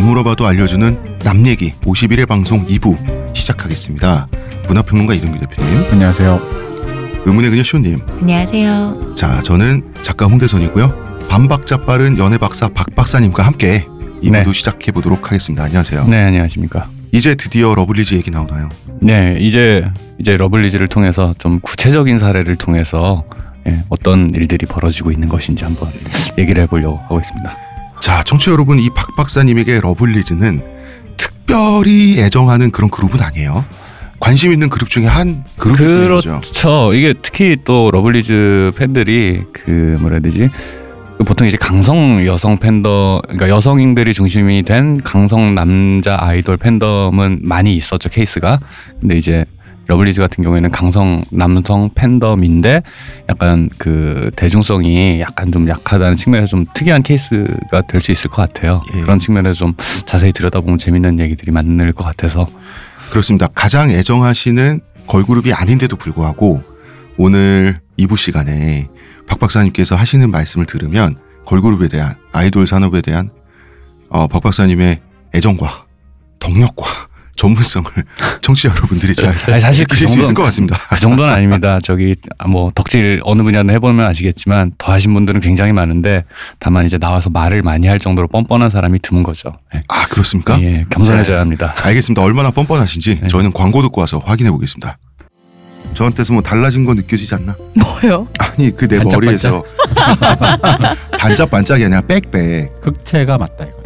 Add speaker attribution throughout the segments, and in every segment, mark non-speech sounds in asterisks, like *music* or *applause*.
Speaker 1: 물어봐도 알려주는 남 얘기 51회 방송 2부 시작하겠습니다. 문화평론가 이동규 대표님,
Speaker 2: 안녕하세요.
Speaker 1: 의문의 그녀 시온님,
Speaker 3: 안녕하세요.
Speaker 1: 자 저는 작가 홍대선이고요. 반박자 빠른 연애 박사 박 박사님과 함께 2부도
Speaker 2: 네.
Speaker 1: 시작해 보도록 하겠습니다. 안녕하세요.
Speaker 2: 네, 안녕하십니까.
Speaker 1: 이제 드디어 러블리즈 얘기 나오나요?
Speaker 2: 네, 이제 이제 러블리즈를 통해서 좀 구체적인 사례를 통해서 예, 어떤 일들이 벌어지고 있는 것인지 한번 얘기를 해보려고 하고 있습니다.
Speaker 1: 자, 청취자 여러분, 이 박 박사님에게 러블리즈는 특별히 애정하는 그런 그룹은 아니에요. 관심 있는 그룹 중에 한 그룹인 거죠.
Speaker 2: 그렇죠. 이게 특히 또 러블리즈 팬들이 그 뭐라 해야 되지? 그 보통 이제 강성 여성 팬더, 그러니까 여성인들이 중심이 된 강성 남자 아이돌 팬덤은 많이 있었죠 케이스가. 근데 이제 러블리즈 같은 경우에는 강성 남성 팬덤인데 약간 그 대중성이 약간 좀 약하다는 측면에서 좀 특이한 케이스가 될 수 있을 것 같아요.
Speaker 1: 예.
Speaker 2: 그런 측면에서 좀 자세히 들여다보면 재밌는 얘기들이 많을 것 같아서
Speaker 1: 그렇습니다. 가장 애정하시는 걸그룹이 아닌데도 불구하고 오늘 2부 시간에 박 박사님께서 하시는 말씀을 들으면 걸그룹에 대한 아이돌 산업에 대한 어, 박 박사님의 애정과 덕력과 *laughs* 전문성을 *laughs* 청취자 여러분들이 잘
Speaker 2: 아니, 사실 그
Speaker 1: 느끼실 수 있을
Speaker 2: 정도는
Speaker 1: 것 같습니다.
Speaker 2: 그 정도는 *laughs* 아닙니다. 저기 아, 뭐 덕질 어느 분야든 해보면 아시겠지만 더 하신 분들은 굉장히 많은데 다만 이제 나와서 말을 많이 할 정도로 뻔뻔한 사람이 드문 거죠. 예,
Speaker 1: 아 그렇습니까?
Speaker 2: 예, 겸손해져야 합니다.
Speaker 1: 알겠습니다. 얼마나 뻔뻔하신지
Speaker 2: 네.
Speaker 1: 저희는 광고 듣고 와서 확인해 보겠습니다. 저한테서 뭐 달라진 거 느껴지지 않나?
Speaker 3: 뭐요?
Speaker 1: 아니 그 내
Speaker 2: 반짝반짝.
Speaker 1: 머리에서 *laughs* 반짝반짝이 아니라 빽빽
Speaker 4: 흑채가 맞다 이거.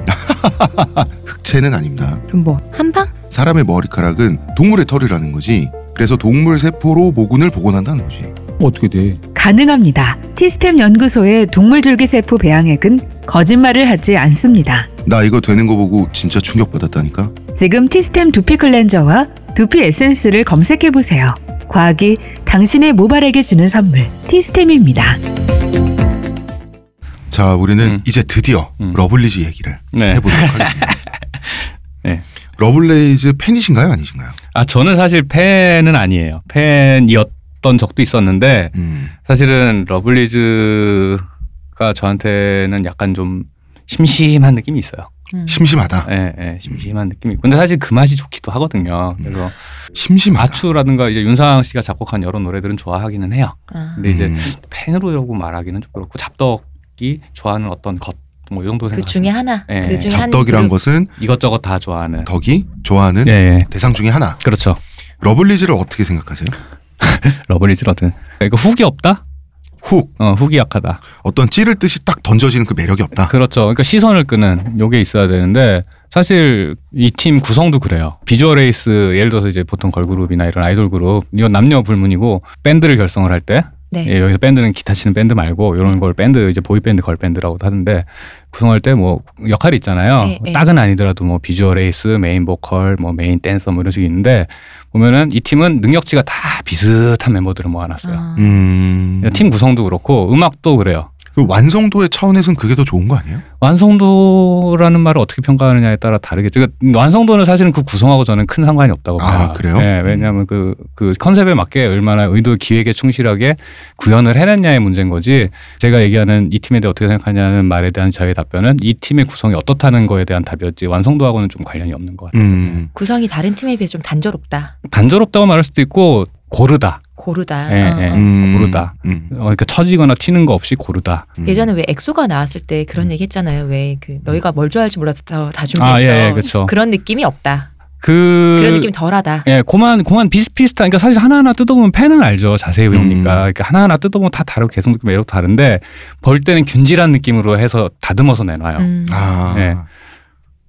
Speaker 1: *laughs* 흑채는 아닙니다.
Speaker 3: 그럼 뭐 한방?
Speaker 1: 사람의 머리카락은 동물의 털이라는 거지. 그래서 동물 세포로 모근을 복원한다는 거지.
Speaker 4: 어떻게 돼?
Speaker 5: 가능합니다. 티스템 연구소의 동물줄기세포 배양액은 거짓말을 하지 않습니다.
Speaker 1: 나 이거 되는 거 보고 진짜 충격받았다니까.
Speaker 5: 지금 티스템 두피 클렌저와 두피 에센스를 검색해 보세요. 과학이 당신의 모발에게 주는 선물 티스템입니다.
Speaker 1: 자, 우리는
Speaker 2: 음.
Speaker 1: 이제 드디어
Speaker 2: 음.
Speaker 1: 러블리즈 얘기를
Speaker 2: 네.
Speaker 1: 해보도록
Speaker 2: *laughs*
Speaker 1: 하겠습니다.
Speaker 2: 네.
Speaker 1: 러블리즈 팬이신가요, 아니신가요?
Speaker 2: 아 저는 사실 팬은 아니에요. 팬이었던 적도 있었는데
Speaker 1: 음.
Speaker 2: 사실은 러블리즈가 저한테는 약간 좀 심심한 느낌이 있어요.
Speaker 1: 음, 심심하다.
Speaker 2: 예, 예, 심심한 느낌이. 있고. 근데 사실 그 맛이 좋기도 하거든요. 그래서 음.
Speaker 1: 심심하다.
Speaker 2: 아추라든가 이제 윤상 씨가 작곡한 여러 노래들은 좋아하기는 해요. 근데 이제
Speaker 1: 음.
Speaker 2: 팬으로라고 말하기는 좀 그렇고 잡덕이 좋아하는 어떤 것 뭐 이 정도
Speaker 3: 그
Speaker 2: 생각.
Speaker 3: 중에 하나.
Speaker 2: 예.
Speaker 3: 그 중에 한
Speaker 1: 잡덕이란
Speaker 3: 그룹.
Speaker 1: 것은
Speaker 2: 이것저것 다 좋아하는.
Speaker 1: 덕이 좋아하는
Speaker 2: 예, 예.
Speaker 1: 대상 중에 하나.
Speaker 2: 그렇죠.
Speaker 1: 러블리즈를 어떻게 생각하세요?
Speaker 2: 러블리즈라든. 그러니까 훅이 없다.
Speaker 1: 훅
Speaker 2: 어, 훅이 약하다.
Speaker 1: 어떤 찌를 듯이 딱 던져지는 그 매력이 없다.
Speaker 2: 그렇죠. 그러니까 시선을 끄는 요게 있어야 되는데 사실 이 팀 구성도 그래요. 비주얼 에이스 예를 들어서 이제 보통 걸그룹이나 이런 아이돌 그룹 이건 남녀 불문이고 밴드를 결성을 할 때
Speaker 3: 네.
Speaker 2: 예, 여기서 밴드는 기타 치는 밴드 말고 이런 걸 밴드 이제 보이 밴드 걸 밴드라고도 하는데 구성할 때 뭐 역할이 있잖아요.
Speaker 3: 예, 예.
Speaker 2: 딱은 아니더라도 뭐 비주얼 에이스, 메인 보컬, 뭐 메인 댄서 뭐 이런 식이 있는데 보면은 이 팀은 능력치가 다 비슷한 멤버들을 모아놨어요.
Speaker 3: 아,
Speaker 1: 음.
Speaker 2: 팀 구성도 그렇고 음악도 그래요.
Speaker 1: 그 완성도의 차원에서는 그게 더 좋은 거 아니에요?
Speaker 2: 완성도라는 말을 어떻게 평가하느냐에 따라 다르겠죠. 그러니까 완성도는 사실은 그 구성하고 저는 큰 상관이 없다고 봐요.
Speaker 1: 아, 그래요?
Speaker 2: 네, 왜냐하면 그, 그 컨셉에 맞게 얼마나 의도 기획에 충실하게 구현을 해냈냐의 문제인 거지 제가 얘기하는 이 팀에 대해 어떻게 생각하냐는 말에 대한 저의 답변은 이 팀의 구성이 어떻다는 거에 대한 답이었지 완성도하고는 좀 관련이 없는 것 같아요.
Speaker 1: 음.
Speaker 3: 구성이 다른 팀에 비해 좀 단조롭다.
Speaker 2: 단조롭다고 말할 수도 있고 고르다.
Speaker 3: 고르다.
Speaker 2: 예,
Speaker 3: 어, 어.
Speaker 2: 예.
Speaker 1: 음.
Speaker 2: 모르다.
Speaker 1: 음.
Speaker 2: 어, 그러니까 처지거나 튀는 거 없이 고르다.
Speaker 1: 음.
Speaker 3: 예전에 왜 엑소가 나왔을 때 그런 얘기 했잖아요. 왜 그 너희가 뭘 좋아할지 몰라서 다- 다 준비했어.
Speaker 2: 아, 예, 예, 그쵸.
Speaker 3: 그런 그러니까 느낌이 없다.
Speaker 2: 그
Speaker 3: 그런 느낌이 덜하다.
Speaker 2: 예, 고만 고만 비슷비슷한. 그러니까 사실 하나하나 뜯어보면 팬은 알죠. 자세히
Speaker 1: 음.
Speaker 2: 보니까 그러니까 하나하나 뜯어보면 다 다르고 계속 느낌 매력 다른데 벌 때는 균질한 느낌으로 해서 다듬어서 내놔요.
Speaker 3: 음.
Speaker 1: 아.
Speaker 2: 예.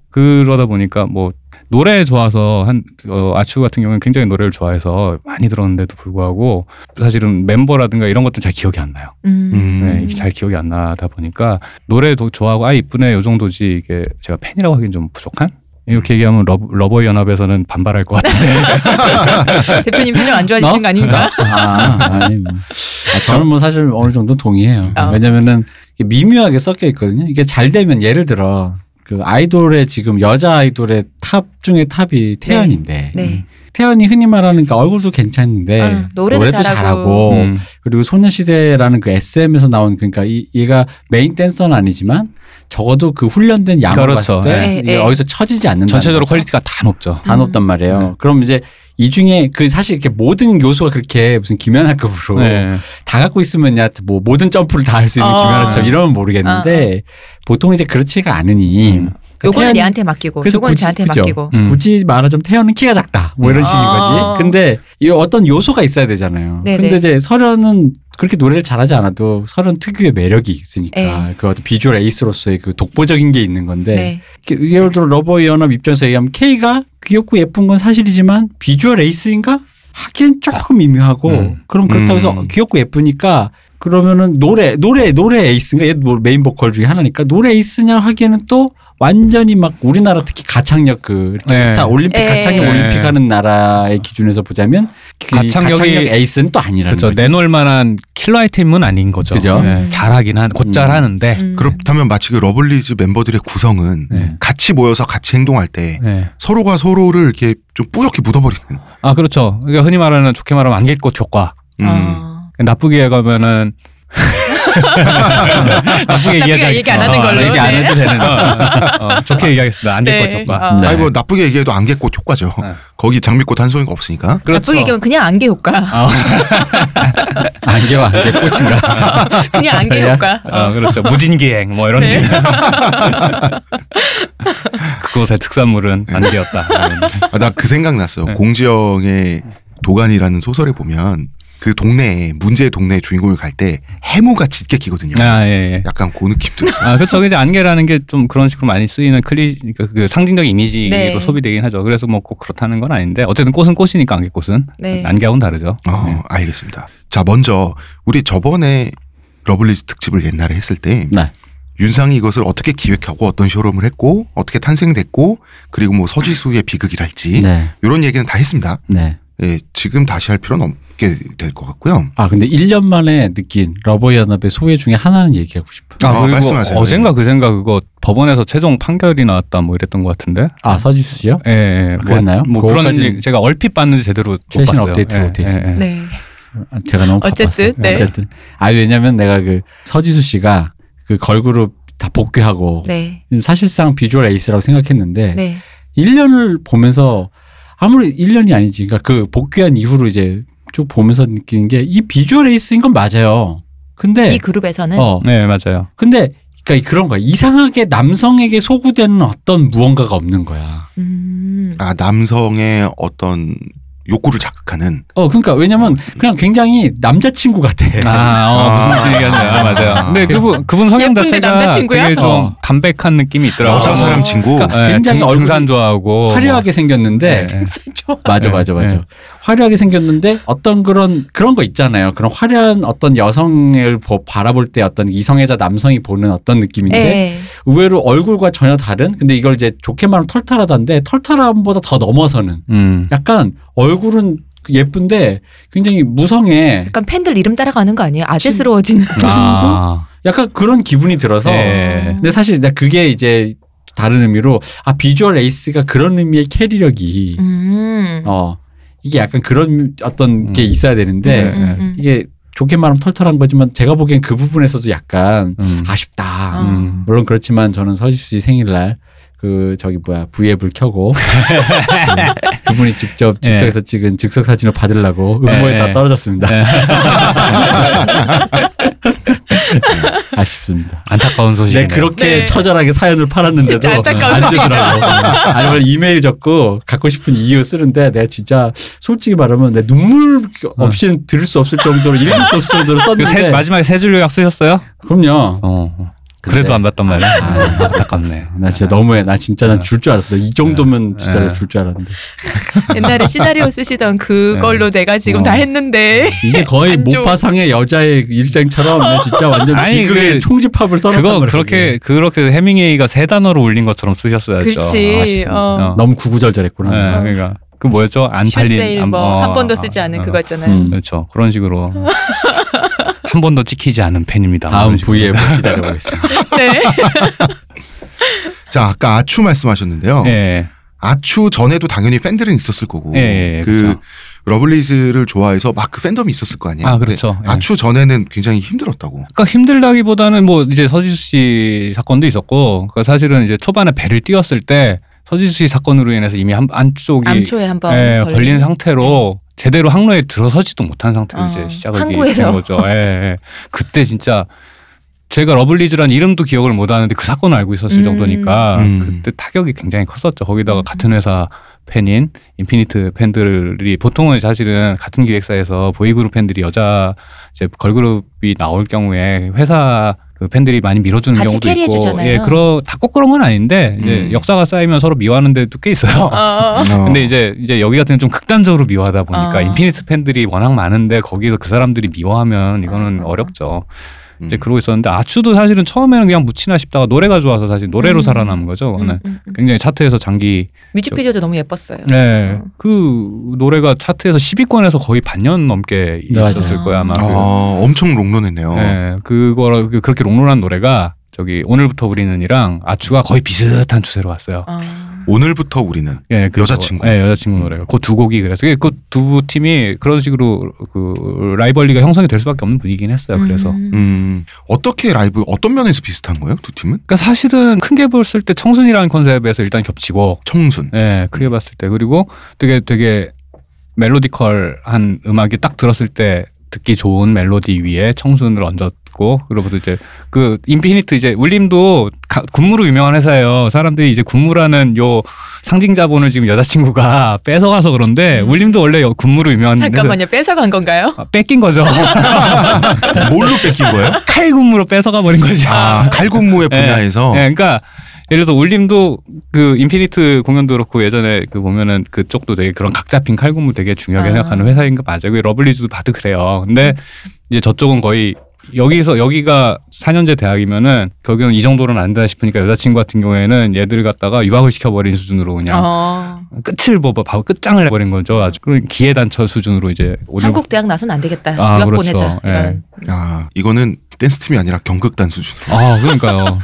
Speaker 2: 그러다 보니까 뭐 노래 좋아서 한 어, 아추 같은 경우는 굉장히 노래를 좋아해서 많이 들었는데도 불구하고 사실은 멤버라든가 이런 것들 잘 기억이 안 나요.
Speaker 3: 음.
Speaker 1: 음.
Speaker 2: 예, 이게 잘 기억이 안 나다 보니까 노래도 좋아하고 아 이쁘네 요 정도지 이게 제가 팬이라고 하긴 좀 부족한. 이렇게 얘기하면 러, 러버이 연합에서는 반발할 것 같은데.
Speaker 1: *laughs*
Speaker 3: 대표님 표정 안 좋아지신
Speaker 4: 어?
Speaker 3: 거 아닙니까?
Speaker 4: 아, 아니 뭐. 아, 저는 뭐 사실 어느 정도 동의해요.
Speaker 3: 어.
Speaker 4: 왜냐면은 이게 미묘하게 섞여 있거든요. 이게 잘 되면 예를 들어 그 아이돌의 지금 여자 아이돌의 탑 중에 탑이 태연인데
Speaker 2: 음.
Speaker 3: 네.
Speaker 4: 태연이 흔히 말하는 그 얼굴도 괜찮은데
Speaker 3: 아, 노래도
Speaker 1: 어,
Speaker 3: 잘하고.
Speaker 2: 음.
Speaker 4: 그리고 소녀시대라는 그 SM에서 나온 그러니까 이, 얘가 메인 댄서는 아니지만 적어도 그 훈련된 양을
Speaker 2: 그렇죠.
Speaker 4: 봤을 때
Speaker 3: 예.
Speaker 4: 이게
Speaker 3: 예, 예.
Speaker 4: 어디서 처지지 않는다.
Speaker 2: 전체적으로 퀄리티가 다 높죠.
Speaker 4: 다
Speaker 3: 음.
Speaker 4: 높단 말이에요.
Speaker 2: 네.
Speaker 4: 그럼 이제 이 중에 그 사실 이렇게 모든 요소가 그렇게 무슨 김연아급으로
Speaker 2: 네.
Speaker 4: 다 갖고 있으면 야, 뭐 모든 점프를 다 할 수 있는
Speaker 3: 어.
Speaker 4: 김연아처럼 이러면 모르겠는데 보통 이제 그렇지가 않으니
Speaker 2: 음.
Speaker 3: 아, 요거는
Speaker 4: 태연이-
Speaker 3: 얘한테 맡기고,
Speaker 4: 그래서
Speaker 3: 요거는
Speaker 4: 굳이-
Speaker 3: 쟤한테
Speaker 4: 그죠.
Speaker 3: 맡기고.
Speaker 2: 음.
Speaker 4: 굳이 말하자면 태연은 키가 작다 뭐 이런
Speaker 2: 음.
Speaker 4: 식인
Speaker 3: 아.
Speaker 4: 거지. 근데 이 어떤 요소가 있어야 되잖아요.
Speaker 3: 네네.
Speaker 4: 근데 이제 설현은 그렇게 노래를 잘하지 않아도 설현 특유의 매력이 있으니까 그 어떤 비주얼 에이스로서의 그 독보적인 게 있는 건데
Speaker 3: 예. 네.
Speaker 4: 이렇게 예를 들어 러버이 연합 입장에서 얘기하면 K가 귀엽고 예쁜 건 사실이지만 비주얼 에이스인가 하긴 조금 미묘하고
Speaker 2: 음.
Speaker 4: 그럼 그렇다고 해서
Speaker 1: 음.
Speaker 4: 귀엽고 예쁘니까 그러면은 노래 노래 노래 에이스인가 얘도 뭐 메인 보컬 중에 하나니까 노래 에이스냐 하기에는 또 완전히 막 우리나라 특히 가창력 그 이렇게
Speaker 2: 네.
Speaker 4: 다 올림픽
Speaker 3: 네.
Speaker 4: 가창력
Speaker 2: 네.
Speaker 4: 올림픽 하는 나라의 기준에서 보자면 그
Speaker 2: 가창력이-
Speaker 4: 가창력 에이스는 또 아니라는
Speaker 2: 그렇죠.
Speaker 4: 거죠.
Speaker 2: 내놓을 만한 킬러 아이템은 아닌 거죠.
Speaker 4: 그죠.
Speaker 2: 네. 잘하긴 한, 곧잘
Speaker 4: 음.
Speaker 2: 하는데.
Speaker 3: 음.
Speaker 1: 그렇다면 마치 그 러블리즈 멤버들의 구성은
Speaker 2: 네.
Speaker 1: 같이 모여서 같이 행동할 때
Speaker 2: 네.
Speaker 1: 서로가 서로를 이렇게 좀 뿌옇게 묻어버리는.
Speaker 2: 아 그렇죠. 그러니까 흔히 말하는 좋게 말하면 안개꽃 효과.
Speaker 1: 음.
Speaker 3: 아.
Speaker 2: 나쁘게 가면은 나쁘게
Speaker 3: 나쁘게
Speaker 2: 얘기하자.
Speaker 3: 얘기 안 하는
Speaker 2: 어,
Speaker 3: 걸로.
Speaker 2: 얘기 안
Speaker 3: 네.
Speaker 2: 해도 되는. 어, 어, 좋게 얘기하겠습니다. 안개꽃
Speaker 3: 네.
Speaker 2: 효과.
Speaker 3: 아.
Speaker 4: 네.
Speaker 1: 아니 뭐 나쁘게 얘기해도 안개꽃 효과죠.
Speaker 2: 네.
Speaker 1: 거기 장미꽃 한 송이가 없으니까.
Speaker 3: 그렇죠.
Speaker 2: 그렇죠.
Speaker 3: 나쁘게 얘기하면 그냥 안개 효과.
Speaker 2: 어,
Speaker 4: 안개와
Speaker 2: *laughs*
Speaker 4: 안개 꽃인가.
Speaker 3: *laughs* 그냥 안개
Speaker 2: 그래요?
Speaker 3: 효과.
Speaker 2: 어, 그렇죠. 무진기행 뭐 이런.
Speaker 3: 네. *laughs*
Speaker 2: 느낌. 그곳의 특산물은 안개였다.
Speaker 1: 아, 나 그 생각났어.
Speaker 2: 네.
Speaker 1: 공지영의 도간이라는 소설에 보면 그 동네에 문제 동네 주인공이 갈 때 해무가 짙게 끼거든요.
Speaker 4: 네.
Speaker 2: 아 예. 예.
Speaker 1: 약간 그 느낌도 있어.
Speaker 2: 아, 그렇죠. 이제 안개라는 게 좀 그런 식으로 많이 쓰이는 클리, 그, 그 상징적 이미지로
Speaker 3: 네.
Speaker 2: 소비되긴 하죠. 그래서 뭐 꼭 그렇다는 건 아닌데, 어쨌든 꽃은 꽃이니까 안개꽃은.
Speaker 3: 네.
Speaker 2: 안개하고는 다르죠.
Speaker 1: 어,
Speaker 2: 네.
Speaker 1: 알겠습니다. 자, 먼저 우리 저번에 러블리즈 특집을 옛날에 했을 때
Speaker 4: 네.
Speaker 1: 윤상이 이것을 어떻게 기획하고 어떤 쇼룸을 했고 어떻게 탄생됐고 그리고 뭐 서지수의 비극이랄지
Speaker 4: 네.
Speaker 1: 이런 얘기는 다 했습니다.
Speaker 4: 네.
Speaker 1: 예, 지금 다시 할 필요는 없게 될 것 같고요.
Speaker 4: 아 근데 1년 만에 느낀 러버이 연합의 소외 중에 하나는 얘기하고 싶어.
Speaker 1: 아, 말씀하세요.
Speaker 4: 네.
Speaker 2: 어젠가 그 생각 그거 법원에서 최종 판결이 나왔다 뭐 이랬던 것 같은데.
Speaker 4: 아 서지수 씨요?
Speaker 2: 예, 예. 뭐,
Speaker 4: 아, 그랬나요?
Speaker 2: 뭐 그런
Speaker 4: 그거까지-
Speaker 2: 얘기 제가 얼핏 봤는지 제대로 못
Speaker 4: 최신
Speaker 2: 봤어요.
Speaker 4: 업데이트
Speaker 2: 예,
Speaker 4: 못돼
Speaker 2: 예,
Speaker 4: 있습니다.
Speaker 2: 예.
Speaker 3: 네.
Speaker 4: 아, 제가 너무
Speaker 3: 어쨌든,
Speaker 4: 바빴어요.
Speaker 3: 네.
Speaker 4: 어쨌든 아 왜냐면 내가 그 서지수 씨가 그 걸그룹 다 복귀하고
Speaker 3: 네.
Speaker 4: 사실상 비주얼 에이스라고 생각했는데
Speaker 3: 네.
Speaker 4: 1년을 보면서 아무리 1년이 아니지 그러니까 그 복귀한 이후로 이제 쭉 보면서 느끼는 게 이 비주얼 에이스인 건 맞아요. 근데
Speaker 3: 이 그룹에서는
Speaker 4: 어
Speaker 2: 네, 맞아요.
Speaker 4: 근데 그러니까 그런 거야. 이상하게 남성에게 소구되는 어떤 무언가가 없는 거야.
Speaker 3: 음.
Speaker 1: 아, 남성의 어떤 욕구를 자극하는
Speaker 4: 어, 그러니까 왜냐면
Speaker 3: 아.
Speaker 4: 그냥 굉장히 남자친구 네. 같아.
Speaker 2: 아, 어,
Speaker 1: 아.
Speaker 2: 무슨 얘기하냐 맞아요. 근데 그분, 그분 성향
Speaker 3: 예쁜데
Speaker 2: 자체가
Speaker 3: 남자친구야?
Speaker 2: 되게 좀
Speaker 4: 어.
Speaker 2: 담백한 느낌이 있더라고요.
Speaker 1: 여자 사람 친구.
Speaker 4: 그러니까
Speaker 2: 예,
Speaker 4: 굉장히
Speaker 2: 등,
Speaker 4: 얼굴이
Speaker 2: 등산 좋아하고. 뭐.
Speaker 4: 화려하게
Speaker 3: 네.
Speaker 4: 생겼는데
Speaker 2: 예, 예.
Speaker 4: 맞아
Speaker 2: 네,
Speaker 4: 맞아 맞아
Speaker 2: 네.
Speaker 4: 화려하게 생겼는데 어떤 그런 그런 거 있잖아요 그런 화려한 어떤 여성을 보- 바라볼 때 어떤 이성애자 남성이 보는 어떤 느낌인데
Speaker 3: 예.
Speaker 4: 의외로 얼굴과 전혀 다른 근데 이걸 이제 좋게 말하면 털털하다인데 털털함보다 더 넘어서는
Speaker 2: 음.
Speaker 4: 약간 얼굴은 예쁜데 굉장히 무성해
Speaker 3: 약간 팬들 이름 따라가는 거 아니에요? 아재스러워지는.
Speaker 2: 아.
Speaker 4: 약간 그런 기분이 들어서
Speaker 2: 예.
Speaker 4: 근데 사실 나 그게 이제 다른 의미로 아 비주얼 에이스가 그런 의미의 캐리력이
Speaker 3: 음.
Speaker 4: 어 이게 약간 그런 어떤 게
Speaker 2: 음.
Speaker 4: 있어야 되는데
Speaker 2: 네.
Speaker 3: 음, 음.
Speaker 4: 이게 좋게 말하면 털털한 거지만 제가 보기엔 그 부분에서도 약간
Speaker 2: 음.
Speaker 4: 아쉽다.
Speaker 3: 어.
Speaker 2: 음.
Speaker 4: 물론 그렇지만 저는 서지수 씨 생일날 그 저기 뭐야
Speaker 2: *laughs*
Speaker 4: V앱을 켜고 그- 그분이 직접 즉석에서 찍은 즉석 사진을 받으려고 음모에
Speaker 2: 예.
Speaker 4: 다 떨어졌습니다.
Speaker 2: 예.
Speaker 4: *laughs* 아쉽습니다.
Speaker 2: 안타까운 소식이네요.
Speaker 4: 네, 그렇게
Speaker 3: 네.
Speaker 4: 처절하게 사연을 팔았는데도
Speaker 3: 진짜 안타까운
Speaker 4: 안 주더라고. 아니, 면 이메일 적고 갖고 싶은 이유 쓰는데 내가 진짜 솔직히 말하면 내 눈물 없이는 들을 수 없을 정도로 읽을 수 없을 정도로
Speaker 2: 그 세-
Speaker 4: 썼는데
Speaker 2: 마지막에 세 줄 요약 쓰셨어요?
Speaker 4: 그럼요.
Speaker 2: 어. 그래도
Speaker 4: 근데-
Speaker 2: 안 봤단 말이야.
Speaker 4: 아,
Speaker 2: 아, 안타깝네.
Speaker 4: 나 진짜 너무해. 나 진짜 난 줄 줄 알았어. 나이 정도면 진짜
Speaker 2: 네.
Speaker 4: 나 줄 줄 알았는데.
Speaker 2: *laughs*
Speaker 3: 옛날에 시나리오 쓰시던 그걸로
Speaker 2: 예.
Speaker 3: 내가 지금
Speaker 4: 어.
Speaker 3: 다 했는데.
Speaker 4: 이게 거의
Speaker 3: 네, 안 좋은-
Speaker 4: 모파상의 여자의 일생처럼 나 진짜 완전
Speaker 2: 아니,
Speaker 4: 비극의
Speaker 2: 그-
Speaker 4: 총집합을 써놓은
Speaker 2: 그거 그렇게 그렇게 해밍웨이가 세 단어로 올린 것처럼 쓰셨어야죠.
Speaker 3: 그렇지.
Speaker 2: 아쉽습니다.
Speaker 3: 어.
Speaker 2: 어.
Speaker 4: 너무 구구절절했구나.
Speaker 2: 네, 그러니까 그 뭐였죠? 안 팔린
Speaker 3: 쉴세일 뭐
Speaker 2: 어,
Speaker 3: 한 번도
Speaker 2: 아,
Speaker 3: 쓰지 않은
Speaker 2: 어.
Speaker 3: 그거 있잖아요.
Speaker 4: 음.
Speaker 2: 그렇죠. 그런 식으로 한 번도 찍히지 않은 팬입니다.
Speaker 4: 다음
Speaker 2: 이런
Speaker 4: 뭐
Speaker 2: 식으로. 네.
Speaker 4: V앱 기다려보겠습니다.
Speaker 3: *laughs* 네.
Speaker 1: 자, 아까 아추 말씀하셨는데요.
Speaker 2: 예.
Speaker 1: 아추 전에도 당연히 팬들은 있었을 거고
Speaker 2: 예, 예, 예,
Speaker 1: 그
Speaker 2: 그쵸.
Speaker 1: 러블리즈를 좋아해서 막 그 팬덤이 있었을 거 아니에요.
Speaker 2: 아,
Speaker 1: 근데
Speaker 2: 그렇죠. 예.
Speaker 1: 아추 전에는 굉장히 힘들었다고.
Speaker 2: 그러니까 힘들다기보다는 뭐 이제 서지수 씨 사건도 있었고 그러니까 사실은 이제 초반에 배를 띄웠을 때 서지수 씨 사건으로 인해서 이미 한, 안쪽이
Speaker 3: 암초에 한번
Speaker 2: 예, 걸린 상태로 제대로 항로에 들어서지도 못한 상태로
Speaker 3: 어,
Speaker 2: 이제 시작을 이게
Speaker 3: 항구에서.
Speaker 2: 된 거죠. 예, 예. 그때 진짜 제가 러블리즈란 이름도 기억을 못 하는데 그 사건을 알고 있었을
Speaker 3: 음.
Speaker 2: 정도니까
Speaker 1: 음.
Speaker 2: 그때 타격이 굉장히 컸었죠. 거기다가
Speaker 3: 음.
Speaker 2: 같은 회사 팬인 인피니트 팬들이 보통은 사실은 같은 기획사에서 보이그룹 팬들이 여자 이제 걸그룹이 나올 경우에 회사 그 팬들이 많이 밀어주는
Speaker 3: 같이
Speaker 2: 경우도 있고,
Speaker 3: 캐리해주잖아요.
Speaker 2: 예, 그러 다 꼭 그런 건 아닌데 이제
Speaker 1: 음.
Speaker 2: 역사가 쌓이면 서로 미워하는 데도 꽤 있어요.
Speaker 3: 어.
Speaker 2: 아, 근데 이제 이제 여기 같은 좀 극단적으로 미워하다 보니까
Speaker 3: 아.
Speaker 2: 인피니트 팬들이 워낙 많은데 거기서 그 사람들이 미워하면 이거는
Speaker 3: 아.
Speaker 2: 어렵죠.
Speaker 1: 음.
Speaker 2: 이제 그러고 있었는데 아추도 사실은 처음에는 그냥 묻히나 싶다가 노래가 좋아서 사실 노래로
Speaker 3: 음.
Speaker 2: 살아남은 거죠.
Speaker 3: 음,
Speaker 2: 네.
Speaker 3: 음, 음.
Speaker 2: 굉장히 차트에서 장기
Speaker 3: 뮤직비디오도 너무 예뻤어요.
Speaker 2: 네.
Speaker 3: 어.
Speaker 2: 그 노래가 차트에서 10위권에서 거의 반년 넘게
Speaker 4: 맞아요.
Speaker 2: 있었을 거야 아마.
Speaker 1: 아,
Speaker 2: 그,
Speaker 1: 엄청 롱런했네요.
Speaker 2: 네. 그거 그- 그렇게 롱런한 노래가 저기 오늘부터 우리는이랑 아추가 거의 비슷한 추세로 왔어요.
Speaker 3: 아.
Speaker 1: 오늘부터 우리는
Speaker 2: 예, 그
Speaker 1: 여자친구. 음.
Speaker 2: 예, 여자친구 노래가. 그 두 곡이 그래서 그두 팀이 그런 식으로 그 라이벌리가 형성이 될 수밖에 없는 분위기긴 했어요. 네, 그래서.
Speaker 3: 음.
Speaker 1: 음, 어떻게 라이브 어떤 면에서 비슷한 거예요? 두 팀은?
Speaker 2: 그러니까 사실은 큰 게 봤을 때 청순이라는 컨셉에서 일단 겹치고
Speaker 1: 청순.
Speaker 2: 예, 크게 봤을 때 그리고 되게 되게 멜로디컬한 음악이 딱 들었을 때 듣기 좋은 멜로디 위에 청순을 얹었고 그로부터 이제 그 인피니트 이제 울림도 가- 군무로 유명한 회사예요. 사람들이 이제 군무라는 요 상징 자본을 지금 여자친구가 *laughs* 뺏어가서 그런데
Speaker 3: 음.
Speaker 2: 울림도 원래 요- 군무로 유명한 회사-
Speaker 3: 잠깐만요. 뺏어간 건가요?
Speaker 2: 아, 뺏긴 거죠. *laughs*
Speaker 1: 뭘로 뺏긴 거예요?
Speaker 2: 칼군무로 뺏어가 버린 거죠.
Speaker 1: 아, 칼군무의 분야에서
Speaker 2: 예, 그러니까 예를 들어서 올림도 그 인피니트 공연도 그렇고 예전에 그 보면은 그쪽도 되게 그런 각 잡힌 칼군무 되게 중요하게
Speaker 3: 아. 음.
Speaker 2: 생각하는 회사인 거 맞아요. 그 러블리즈도 봐도 그래요. 근데 이제 저쪽은 거의 여기서 여기가 4년제 대학이면은 거기는 이 정도로는 안 된다 싶으니까 여자친구 같은 경우에는 얘들을 갖다가 유학을 시켜버린 수준으로 그냥
Speaker 3: 어.
Speaker 2: 끝을 뽑아 바로 끝장을 해버린 거죠. 아주 그런 기회단처 수준으로 이제 올림
Speaker 3: 한국 대학 나선 안 되겠다.
Speaker 2: 아,
Speaker 3: 유학
Speaker 2: 그렇죠.
Speaker 3: 보내자.
Speaker 2: 예.
Speaker 3: 이런.
Speaker 1: 아, 이거는 댄스 팀이 아니라 경극단 수준으로.
Speaker 2: 아, *laughs* 그러니까요.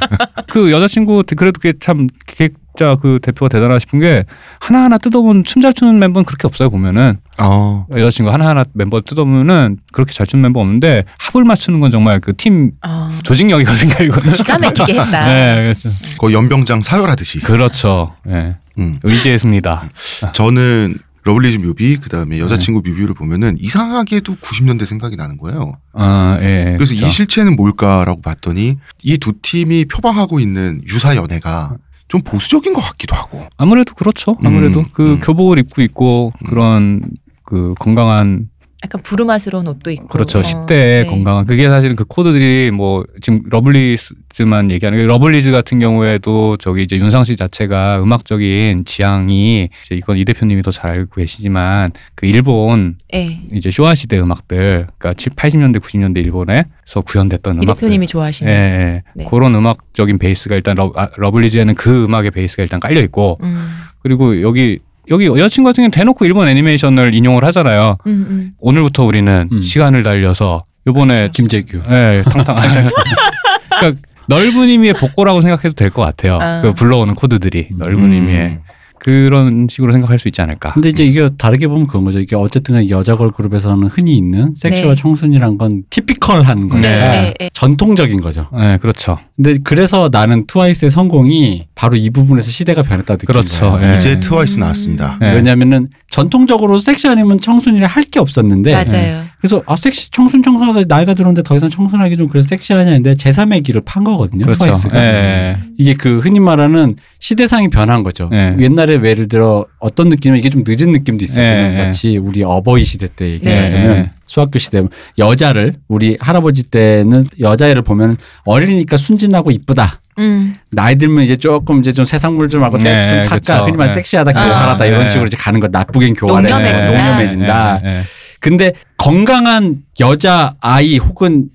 Speaker 2: 그 여자친구 그래도 그게 참 기획자 그 대표가 대단하다 싶은 게 하나하나 뜯어본 춤 잘 추는 멤버는 그렇게 없어요 보면은
Speaker 1: 어.
Speaker 2: 여자친구 하나하나 멤버 뜯어보면은 그렇게 잘 추는 멤버 없는데 합을 맞추는 건 정말 그 팀
Speaker 3: 아,
Speaker 2: 조직력이거든요 *laughs* 이거는.
Speaker 3: 기가 막히게 했다.
Speaker 2: 네, 그렇죠.
Speaker 1: 거의 연병장 사열하듯이.
Speaker 2: 그렇죠. 예.
Speaker 1: 음.
Speaker 2: 의지했습니다.
Speaker 1: 저는 러블리즈 뮤비
Speaker 2: 네.
Speaker 1: 그다음에 여자친구 뮤비를 보면은 이상하게도 90년대 생각이 나는 거예요.
Speaker 2: 아, 예. 예,
Speaker 1: 그래서
Speaker 2: 그렇죠.
Speaker 1: 이 실체는 뭘까라고 봤더니 이 두 팀이 표방하고 있는 유사 연애가 좀 보수적인 것 같기도 하고.
Speaker 2: 아무래도 그렇죠. 아무래도
Speaker 1: 음,
Speaker 2: 그
Speaker 1: 음.
Speaker 2: 교복을 입고 있고 그런 그 건강한
Speaker 3: 약간 부르마스러운 옷도 있고.
Speaker 2: 그렇죠.
Speaker 3: 어,
Speaker 2: 10대의
Speaker 3: 네.
Speaker 2: 건강한 그게 사실은 그 코드들이 뭐 지금 러블리즈만 얘기하는 게 러블리즈 같은 경우에도 저기 이제 윤상 씨 자체가 음악적인 지향이 이제 이건 이 대표님이 더 잘 알고 계시지만 그 일본
Speaker 3: 예.
Speaker 2: 이제 쇼와 시대 음악들 그러니까 7, 80년대 90년대 일본에서 구현됐던
Speaker 3: 이
Speaker 2: 음악들
Speaker 3: 대표님이
Speaker 2: 예,
Speaker 3: 좋아하시는.
Speaker 2: 예.
Speaker 3: 네.
Speaker 2: 그런 음악적인 베이스가 일단 러, 아, 러블리즈에는 그 음악의 베이스가 일단 깔려 있고
Speaker 3: 음.
Speaker 2: 그리고 여기 여기 여자친구 같은 경우는 대놓고 일본 애니메이션을 인용을 하잖아요.
Speaker 3: 음, 음.
Speaker 2: 오늘부터 우리는
Speaker 4: 음.
Speaker 2: 시간을 달려서 요번에
Speaker 4: *laughs* 김재규.
Speaker 2: 예, 탕탕. *laughs* 그러니까 넓은 의미의 복고라고 생각해도 될 것 같아요.
Speaker 3: 아.
Speaker 2: 그 불러오는 코드들이
Speaker 4: 음.
Speaker 2: 넓은
Speaker 1: 음.
Speaker 2: 의미의 그런 식으로 생각할 수 있지 않을까.
Speaker 4: 근데 이제 이게 다르게 보면 그런 거죠. 이게 어쨌든 간에 여자 걸 그룹에서는 흔히 있는 섹시와
Speaker 3: 네.
Speaker 4: 청순이란 건 티피컬한 거니까
Speaker 3: 네, 네,
Speaker 4: 전통적인 거죠.
Speaker 2: 예, 그렇죠.
Speaker 4: 근데 그래서 나는 트와이스의 성공이 바로 이 부분에서 시대가 변했다 느낀
Speaker 2: 그렇죠.
Speaker 4: 거예요.
Speaker 2: 예.
Speaker 1: 이제 트와이스 나왔습니다.
Speaker 2: 예.
Speaker 4: 왜냐면은 전통적으로 섹시 아니면 청순이라 할 게 없었는데
Speaker 3: 맞아요.
Speaker 4: 그래서 아 섹시 청순 청순하다 나이가 들었는데 더 이상 청순하기 좀 그래서 섹시하냐 했는데 제3의 길을 판 거거든요.
Speaker 2: 그렇죠.
Speaker 4: 트와이스가.
Speaker 2: 예.
Speaker 4: 이게 그 흔히 말하는 시대상이 변한 거죠.
Speaker 2: 예.
Speaker 4: 옛날에 예를 들어 어떤 느낌이면 이게 좀 늦은 느낌도 있었거든요.
Speaker 2: 예, 예.
Speaker 4: 마치 우리 어버이 시대 때
Speaker 2: 네,
Speaker 4: 얘기하자면
Speaker 2: 예.
Speaker 4: 소학교 시대 여자를 우리 할아버지 때는 여자애를 보면 어리니까 순진하고 이쁘다.
Speaker 3: 음.
Speaker 4: 나이 들면 이제 조금 이제 좀 세상 물좀 하고 때
Speaker 2: 예,
Speaker 4: 좀 닦아
Speaker 2: 그쵸.
Speaker 4: 흔히 말해
Speaker 2: 예.
Speaker 4: 섹시하다
Speaker 3: 아.
Speaker 4: 교활하다
Speaker 2: 예.
Speaker 4: 이런 식으로 이제 가는 거 나쁘긴 교활해 네,
Speaker 3: 농염해진다.
Speaker 4: 농염해진다.
Speaker 2: 예, 예.
Speaker 4: 근데 건강한 여자 아이 혹은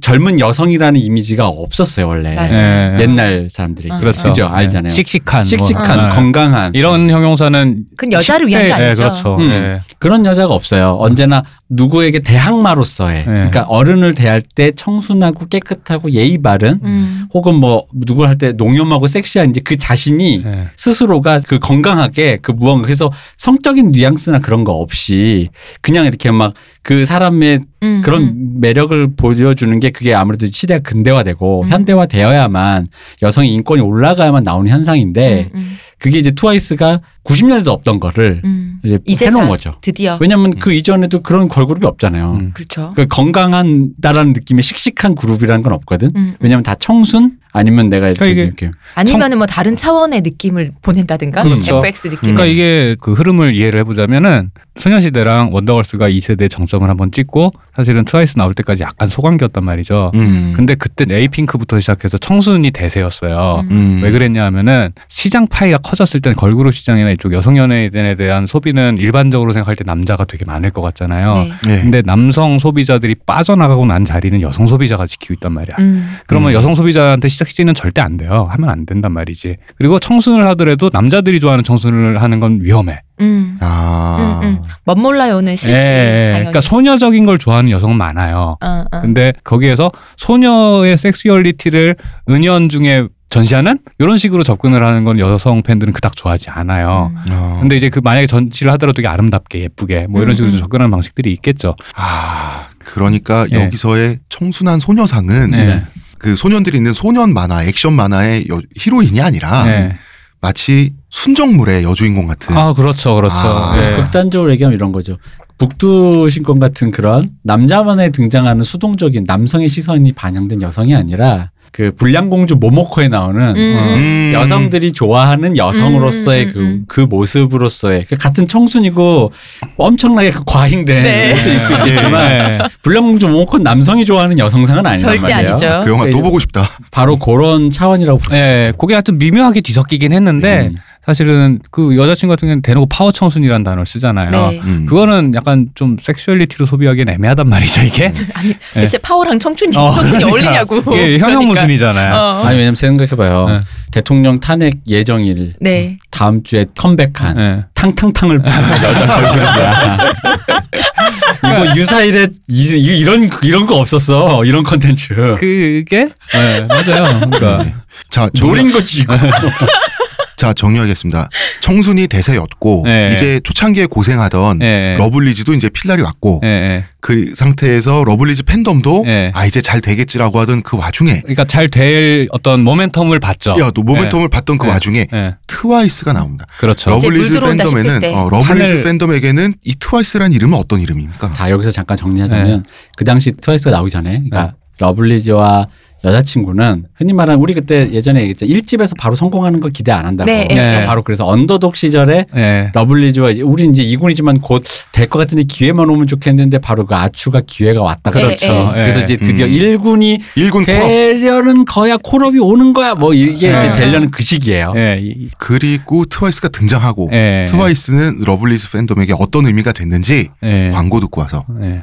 Speaker 4: 젊은 여성이라는 이미지가 없었어요 원래
Speaker 3: 맞아요.
Speaker 2: 예, 예.
Speaker 4: 네. 옛날 사람들이
Speaker 3: 아,
Speaker 2: 그렇죠.
Speaker 4: 그죠
Speaker 2: 예.
Speaker 4: 알잖아요
Speaker 2: 씩씩한.
Speaker 4: 씩씩한
Speaker 2: 뭐. 예.
Speaker 4: 건강한
Speaker 2: 이런 형용사는
Speaker 3: 그건 여자를 위한 게
Speaker 2: 10대 예,
Speaker 3: 아니죠.
Speaker 2: 그렇죠.
Speaker 4: 음.
Speaker 2: 예.
Speaker 4: 그런 여자가 없어요 언제나 누구에게
Speaker 2: 네.
Speaker 4: 대항마로서의 그러니까 어른을 대할 때 청순하고 깨끗하고 예의 바른
Speaker 3: 음.
Speaker 4: 혹은 뭐 누구 할 때 농염하고 섹시한 이제 그 자신이
Speaker 2: 예.
Speaker 4: 스스로가 그 건강하게 그 무언가 그래서 성적인 뉘앙스나 그런 거 없이 그냥 이렇게 막 그 사람의
Speaker 3: 음.
Speaker 4: 그런
Speaker 3: 음.
Speaker 4: 매력을 보여주는 게 그게 아무래도 시대가 근대화되고
Speaker 3: 음.
Speaker 4: 현대화되어야만 여성의 인권이 올라가야만 나오는 현상인데
Speaker 3: 음, 음,
Speaker 4: 그게 이제 트와이스가 90년대도 없던 거를
Speaker 3: 음.
Speaker 4: 이제
Speaker 3: 이제서
Speaker 4: 해놓은 거죠.
Speaker 3: 드디어
Speaker 4: 왜냐하면 그 이전에도 그런 걸그룹이 없잖아요.
Speaker 2: 음.
Speaker 3: 그렇죠.
Speaker 4: 그 건강한다라는 느낌의 씩씩한 그룹이라는 건 없거든.
Speaker 3: 음, 음.
Speaker 4: 왜냐하면 다 청순 아니면 내가
Speaker 2: 그러니까
Speaker 4: 저기
Speaker 2: 이게
Speaker 4: 이렇게
Speaker 3: 아니면은 뭐 다른 차원의 느낌을 보낸다든가
Speaker 2: 그렇죠.
Speaker 3: FX 느낌.
Speaker 4: 음.
Speaker 2: 그러니까 이게 그 흐름을 이해를 해보자면은 소녀시대랑 원더걸스가 2세대 정점을 한번 찍고 사실은 트와이스 나올 때까지 약간 소강기였단 말이죠.
Speaker 1: 음.
Speaker 2: 근데 그때 에이핑크부터 시작해서 청순이 대세였어요.
Speaker 1: 음.
Speaker 2: 왜 그랬냐 하면은 시장 파이가 커졌을 땐 걸그룹 시장이나 이쪽 여성 연예인에 대한 소비는 일반적으로 생각할 때 남자가 되게 많을 것 같잖아요.
Speaker 3: 네.
Speaker 1: 네.
Speaker 2: 근데 남성 소비자들이 빠져나가고 난 자리는 여성 소비자가 지키고 있단 말이야.
Speaker 3: 음.
Speaker 2: 그러면
Speaker 1: 음.
Speaker 2: 여성 소비자한테 시작시키는 절대 안 돼요. 하면 안 된단 말이지. 그리고 청순을 하더라도 남자들이 좋아하는 청순을 하는 건 위험해.
Speaker 3: 음.
Speaker 1: 아.
Speaker 3: 음, 음. 멋몰라요는
Speaker 2: 예,
Speaker 3: 실지.
Speaker 2: 예. 그러니까 소녀적인 걸 좋아하는 여성은 많아요.
Speaker 3: 어, 어.
Speaker 2: 근데 거기에서 소녀의 섹슈얼리티를 은연 중에 전시하는 이런 식으로 접근을 하는 건 여성 팬들은 그닥 좋아하지 않아요.
Speaker 3: 음.
Speaker 1: 어.
Speaker 2: 근데 이제 그 만약에 전시를 하더라도 되게 아름답게 예쁘게 뭐 이런 식으로
Speaker 3: 음, 음.
Speaker 2: 접근하는 방식들이 있겠죠.
Speaker 1: 아, 그러니까
Speaker 2: 예.
Speaker 1: 여기서의 청순한 소녀상은
Speaker 2: 네.
Speaker 1: 그 소년들이 있는 소년 만화, 액션 만화의 여- 히로인이 아니라
Speaker 2: 네.
Speaker 1: 마치 순정물의 여주인공 같은.
Speaker 2: 아 그렇죠, 그렇죠.
Speaker 1: 아,
Speaker 2: 예.
Speaker 4: 극단적으로 얘기하면 이런 거죠. 북두 신권 같은 그런 남자만에 등장하는 수동적인 남성의 시선이 반영된 여성이 아니라 그 불량공주 모모코에 나오는
Speaker 3: 음.
Speaker 4: 어,
Speaker 1: 음.
Speaker 4: 여성들이 좋아하는 여성으로서의
Speaker 3: 음,
Speaker 4: 그,
Speaker 3: 음, 음.
Speaker 4: 그 모습으로서의 그 같은 청순이고 엄청나게 그 과잉된 *laughs*
Speaker 3: 네.
Speaker 4: 옷을 입고 있겠지만
Speaker 2: 예.
Speaker 4: 불량공주 모모코는 남성이 좋아하는 여성상은 아니란
Speaker 3: 음. 절대
Speaker 4: 말이에요.
Speaker 3: 아니죠.
Speaker 1: 그 영화 또
Speaker 4: 네.
Speaker 1: 보고 싶다.
Speaker 4: 바로 그런 차원이라고 보시면
Speaker 2: 예, 그게 하여튼 미묘하게 뒤섞이긴 했는데
Speaker 4: 음.
Speaker 2: 사실은 그 여자친구 같은 경우는 대놓고 파워 청순이라는 단어를 쓰잖아요.
Speaker 3: 네.
Speaker 1: 음.
Speaker 2: 그거는 약간 좀 섹슈얼리티로 소비하기엔 애매하단 말이죠,
Speaker 3: *laughs*
Speaker 2: 이게.
Speaker 3: 아니
Speaker 2: 예.
Speaker 3: 대체 파워랑 *laughs* 청춘이
Speaker 2: 어,
Speaker 3: 청춘이
Speaker 2: 그러니까.
Speaker 3: 어울리냐고.
Speaker 2: 이게 현역
Speaker 3: 그러니까.
Speaker 2: 모순이잖아요.
Speaker 3: 어.
Speaker 4: 아니 왜냐면 생각해봐요.
Speaker 2: 네.
Speaker 4: 대통령 탄핵 예정일
Speaker 3: 네.
Speaker 4: 다음 주에 컴백한
Speaker 2: 예.
Speaker 4: 탕탕탕을 *laughs* 부르는 여자 걸그룹이야. 이거 유사일에 이, 이- 이런 이런 거 없었어 이런 컨텐츠
Speaker 2: 그게 예, 맞아요.
Speaker 1: 네.
Speaker 2: 그러니까
Speaker 1: 자, 정리,
Speaker 4: 노린 거지 이거.
Speaker 1: 자, 정리하겠습니다. 청순이 대세였고,
Speaker 2: 네.
Speaker 1: 이제 초창기에 고생하던
Speaker 2: 예.
Speaker 1: 러블리즈도 이제 필날이 왔고,
Speaker 2: 예, 예.
Speaker 1: 그 상태에서 러블리즈 팬덤도
Speaker 2: 예.
Speaker 1: 아, 이제 잘 되겠지라고 하던 그 와중에,
Speaker 2: 그러니까 잘 될 어떤 모멘텀을 봤죠.
Speaker 1: 야, 또 모멘텀을 봤던 그
Speaker 2: 네.
Speaker 1: 와중에
Speaker 2: 예.
Speaker 1: 트와이스가 나옵니다.
Speaker 2: 그렇죠.
Speaker 3: 러브-
Speaker 1: 러블리즈
Speaker 3: 이제 물 들어온다 싶을
Speaker 1: 팬덤에는
Speaker 3: 때.
Speaker 1: 어, 러블리즈
Speaker 2: 하늘-
Speaker 1: 팬덤에게는 이 트와이스란 이름은 어떤 이름입니까?
Speaker 4: 자 여기서 잠깐 정리하자면 그 당시 트와이스가 나오기 전에 그러니까 러블리즈와 여자친구는 흔히 말하는 우리 그때 예전에 얘기했죠 일집에서 바로 성공하는 거 기대 안 한다고
Speaker 3: 네.
Speaker 2: 예.
Speaker 4: 바로 그래서 언더독 시절에
Speaker 2: 예.
Speaker 4: 러블리즈와 이제 우린 이제 이군이지만 곧 될 것 같은데 기회만 오면 좋겠는데 바로 그 아추가 기회가 왔다
Speaker 3: 그렇죠.
Speaker 4: 그랬죠.
Speaker 2: 예.
Speaker 4: 그래서 이제 드디어
Speaker 1: 음.
Speaker 4: 일군이
Speaker 1: 일군 콜업
Speaker 4: 대련은 거야 콜업이 오는 거야 뭐 이게
Speaker 2: 예.
Speaker 4: 이제 대련은 그 시기예요.
Speaker 2: 예. 이-
Speaker 1: 그리고 트와이스가 등장하고
Speaker 2: 예.
Speaker 1: 트와이스는 러블리즈 팬덤에게 어떤 의미가 됐는지
Speaker 2: 예.
Speaker 1: 광고 듣고 와서
Speaker 2: 예.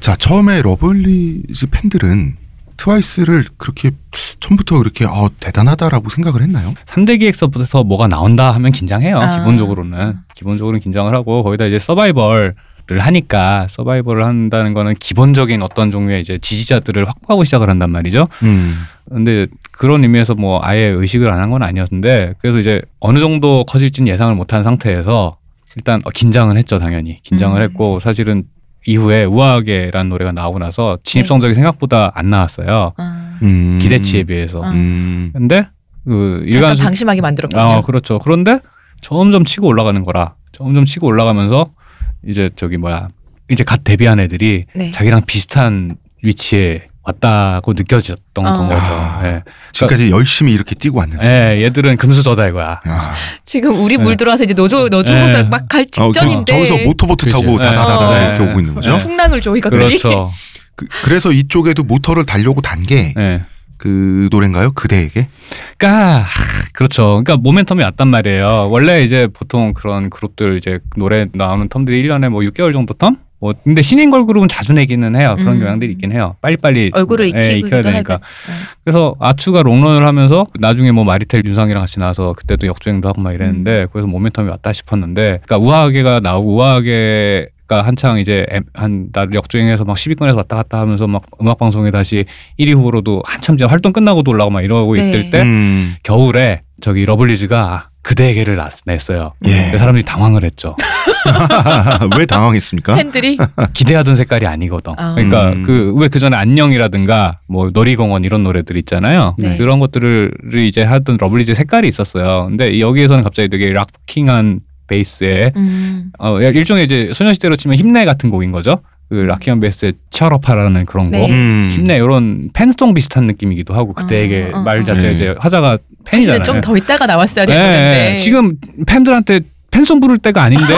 Speaker 1: 자 처음에 러블리즈 팬들은 트와이스를 그렇게 처음부터 그렇게 아, 대단하다라고 생각을 했나요?
Speaker 2: 3대 기획서부터 뭐가 나온다 하면 긴장해요.
Speaker 3: 아.
Speaker 2: 기본적으로는. 기본적으로는 긴장을 하고 거기다 이제 서바이벌을 하니까 서바이벌을 한다는 거는 기본적인 어떤 종류의 이제 지지자들을 확보하고 시작을 한단 말이죠.
Speaker 1: 음.
Speaker 2: 근데 그런 의미에서 뭐 아예 의식을 안 한 건 아니었는데 그래서 이제 어느 정도 커질지는 예상을 못한 상태에서 일단 어, 긴장은 했죠 당연히 긴장을
Speaker 3: 음.
Speaker 2: 했고 사실은 이후에 우아하게라는 노래가 나오고 나서
Speaker 3: 네.
Speaker 2: 진입 성적이 생각보다 안 나왔어요
Speaker 3: 아,
Speaker 1: 음.
Speaker 2: 기대치에 비해서
Speaker 3: 아.
Speaker 1: 음.
Speaker 2: 근데 그
Speaker 3: 약간
Speaker 2: 일간 수-
Speaker 3: 방심하게 만들었군요.
Speaker 2: 아, 그렇죠. 그런데 점점 치고 올라가는 거라. 점점 치고 올라가면서 이제 저기 뭐야. 이제 갓 데뷔한 애들이
Speaker 3: 네.
Speaker 2: 자기랑 비슷한 위치에 왔다고 느껴졌던
Speaker 3: 어.
Speaker 2: 건 거죠.
Speaker 1: 아.
Speaker 2: 예.
Speaker 1: 지금까지 열심히 이렇게 뛰고 왔는데.
Speaker 2: 예, 얘들은 금수저다 이거야.
Speaker 1: 아,
Speaker 3: 지금 우리
Speaker 2: 네.
Speaker 3: 물 들어와서 이제 노조 노조
Speaker 2: 네.
Speaker 3: 공사 막 갈
Speaker 1: 어, 저,
Speaker 3: 직전인데
Speaker 1: 저기서 모터보트 타고
Speaker 2: 그치.
Speaker 1: 다다다다
Speaker 2: 네.
Speaker 1: 이렇게 오고 있는 거죠.
Speaker 2: 네.
Speaker 3: 풍랑을 줘 이것들이.
Speaker 2: 그렇죠.
Speaker 1: 그, 그래서 이쪽에도 모터를 달려고 단 게 그
Speaker 2: 예.
Speaker 1: 노래인가요? 그대에게?
Speaker 2: 그러니까 하, 그렇죠. 그러니까 모멘텀이 왔단 말이에요. 원래 이제 보통 그런 그룹들 이제 노래 나오는 텀들이 1년에 뭐 6개월 정도 텀? 뭐 근데 신인 걸그룹은 자주 내기는 해요. 그런
Speaker 3: 음.
Speaker 2: 경향들이 있긴 해요. 빨리빨리
Speaker 3: 얼굴을
Speaker 2: 예,
Speaker 3: 익히기도
Speaker 2: 익혀야 되니까.
Speaker 3: 하고.
Speaker 2: 그래서 아추가 롱런을 하면서 나중에 뭐 마리텔 윤상이랑 같이 나와서 그때도 역주행도 하고 막 이랬는데 거기서 모멘텀이 왔다 싶었는데 그러니까 우아하게가 나오고 우아하게가 한창 이제 엠- 한 나를 역주행해서 막 10위권에서 왔다 갔다 하면서 막 음악 방송에 다시 1위 후보로도 한참 이제 활동 끝나고도 올라오고 막 이러고
Speaker 3: 네.
Speaker 2: 있을 때
Speaker 1: 음,
Speaker 2: 겨울에 저기 러블리즈가 그대에게를 났- 냈어요.
Speaker 1: 예.
Speaker 2: 근데 사람들이 당황을 했죠.
Speaker 1: *laughs* 왜
Speaker 2: 어?
Speaker 1: 당황했습니까?
Speaker 3: 팬들이
Speaker 2: 기대하던 색깔이 아니거든.
Speaker 3: 아.
Speaker 2: 그러니까
Speaker 1: 음.
Speaker 2: 그 왜 그 전에 안녕이라든가 뭐 놀이공원 이런 노래들 있잖아요.
Speaker 3: 네.
Speaker 2: 그런 것들을 이제 하던 러블리즈 색깔이 있었어요. 근데 여기에서는 갑자기 되게 락킹한 베이스에
Speaker 3: 음.
Speaker 2: 어, 일종의 이제 소녀시대로 치면 힘내 같은 곡인 거죠. 그 락킹한 베이스의 철업하라는 그런 곡.
Speaker 3: 네.
Speaker 1: 음.
Speaker 2: 힘내 이런 팬송 비슷한 느낌이기도 하고 그때에게
Speaker 3: 어, 어,
Speaker 2: 말
Speaker 3: 어.
Speaker 2: 자체
Speaker 1: 네.
Speaker 2: 이제 화자가 팬이잖아요.
Speaker 3: 사실은 좀 더 있다가 나왔어야
Speaker 2: 예,
Speaker 3: 되는데
Speaker 2: 예. 지금 팬들한테 팬송 부를
Speaker 1: *laughs*
Speaker 2: 때가 아닌데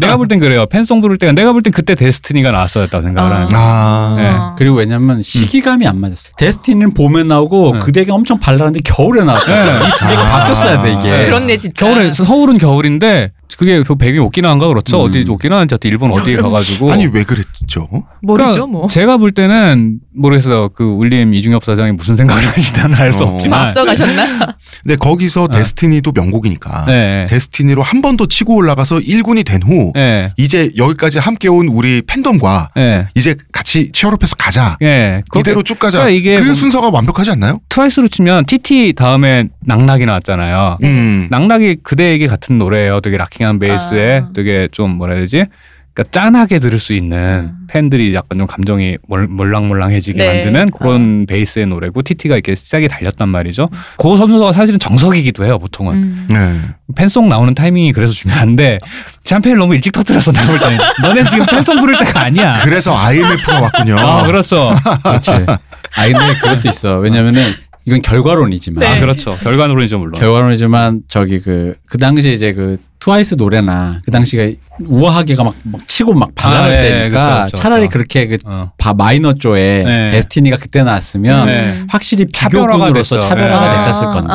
Speaker 2: 내가 볼 땐 그래요. 팬송 부를 때가 내가 볼 땐 그때 데스티니가 나왔어야 했다고 생각을
Speaker 3: 아.
Speaker 2: 하는 거예요.
Speaker 1: 아,
Speaker 2: 네.
Speaker 3: 어.
Speaker 4: 그리고 왜냐면 시기감이 안 맞았어. 데스티니는 봄에 나오고
Speaker 2: 음. 네.
Speaker 4: 그대가 엄청 발랄한데 겨울에 나왔고
Speaker 2: 네. 그렇죠.
Speaker 4: 이두 개가
Speaker 1: 아.
Speaker 4: 바뀌었어야 돼 이게.
Speaker 3: 그렇네 진짜.
Speaker 2: 겨울에 서울은 겨울인데 그게 그 배경이 오키나와인가 그렇죠.
Speaker 4: 음.
Speaker 2: 어디 오키나와인지 하여튼 일본 어디에 가가지고 그러니까
Speaker 1: 아니 왜 그랬죠?
Speaker 3: 모르죠 뭐.
Speaker 2: 제가 볼 때는 모르겠어요. 그 울림 이중엽 사장이 무슨 생각을 하는지 나는 알 수
Speaker 1: 어.
Speaker 3: 좀
Speaker 2: 없지만 *laughs*
Speaker 3: 앞서가셨나?
Speaker 1: 근데 거기서
Speaker 2: 네.
Speaker 1: 데스티니도 명곡이니까
Speaker 2: 네.
Speaker 1: 데스티니로 한 번 더 치고 올라가서 1군이 된 후
Speaker 2: 네.
Speaker 1: 이제 여기까지 함께 온 우리 팬덤과
Speaker 2: 네.
Speaker 1: 이제 같이 치어업해서 가자.
Speaker 2: 예.
Speaker 1: 이대로 쭉 가자.
Speaker 2: 그러니까 이게
Speaker 1: 그
Speaker 2: 뭔-
Speaker 1: 순서가 완벽하지 않나요?
Speaker 2: 트와이스로 치면 TT 다음에 낙낙이 나왔잖아요.
Speaker 1: 음.
Speaker 2: 낙낙이 그대에게 같은 노래예요. 되게 락킹한 베이스에
Speaker 3: 아.
Speaker 2: 되게 좀 뭐라 해야 되지? 그러니까 짠하게 들을 수 있는 팬들이 약간 좀 감정이 몰- 몰랑몰랑해지게
Speaker 3: 아. 네.
Speaker 2: 만드는 그런 베이스의 노래고 TT가 이렇게 세게 달렸단 말이죠. 그 선수가 사실은 정석이기도 해요. 보통은
Speaker 3: 음.
Speaker 1: 네.
Speaker 2: 팬송 나오는 타이밍이 그래서 중요한데 샴페인 너무 일찍 터뜨려서 나올
Speaker 3: *laughs*
Speaker 2: 때 너네 지금 팬송 부를 때가 아니야.
Speaker 1: 그래서 IMF가 왔군요.
Speaker 2: 아 그렇죠.
Speaker 4: 그렇지. 아 근데 그것도 있어. 왜냐면은 이건 결과론이지만
Speaker 3: 네.
Speaker 2: 아 그렇죠. 결과론이죠 물론.
Speaker 4: 결과론이지만 저기 그 그 당시에 이제 그 트와이스 노래나 그 당시가 우아하게가 막, 막 치고 막 발랄할
Speaker 2: 아, 예,
Speaker 4: 때니까
Speaker 2: 그쵸, 그쵸, 그쵸.
Speaker 4: 차라리 그렇게 그
Speaker 2: 어.
Speaker 4: 바 마이너 쪽에
Speaker 2: 네.
Speaker 4: 데스티니가 그때 나왔으면
Speaker 2: 네.
Speaker 4: 확실히
Speaker 2: 차별화가
Speaker 4: 차별화로서
Speaker 2: 됐죠.
Speaker 4: 차별화가
Speaker 3: 네.
Speaker 4: 됐었을
Speaker 3: 아,
Speaker 4: 건데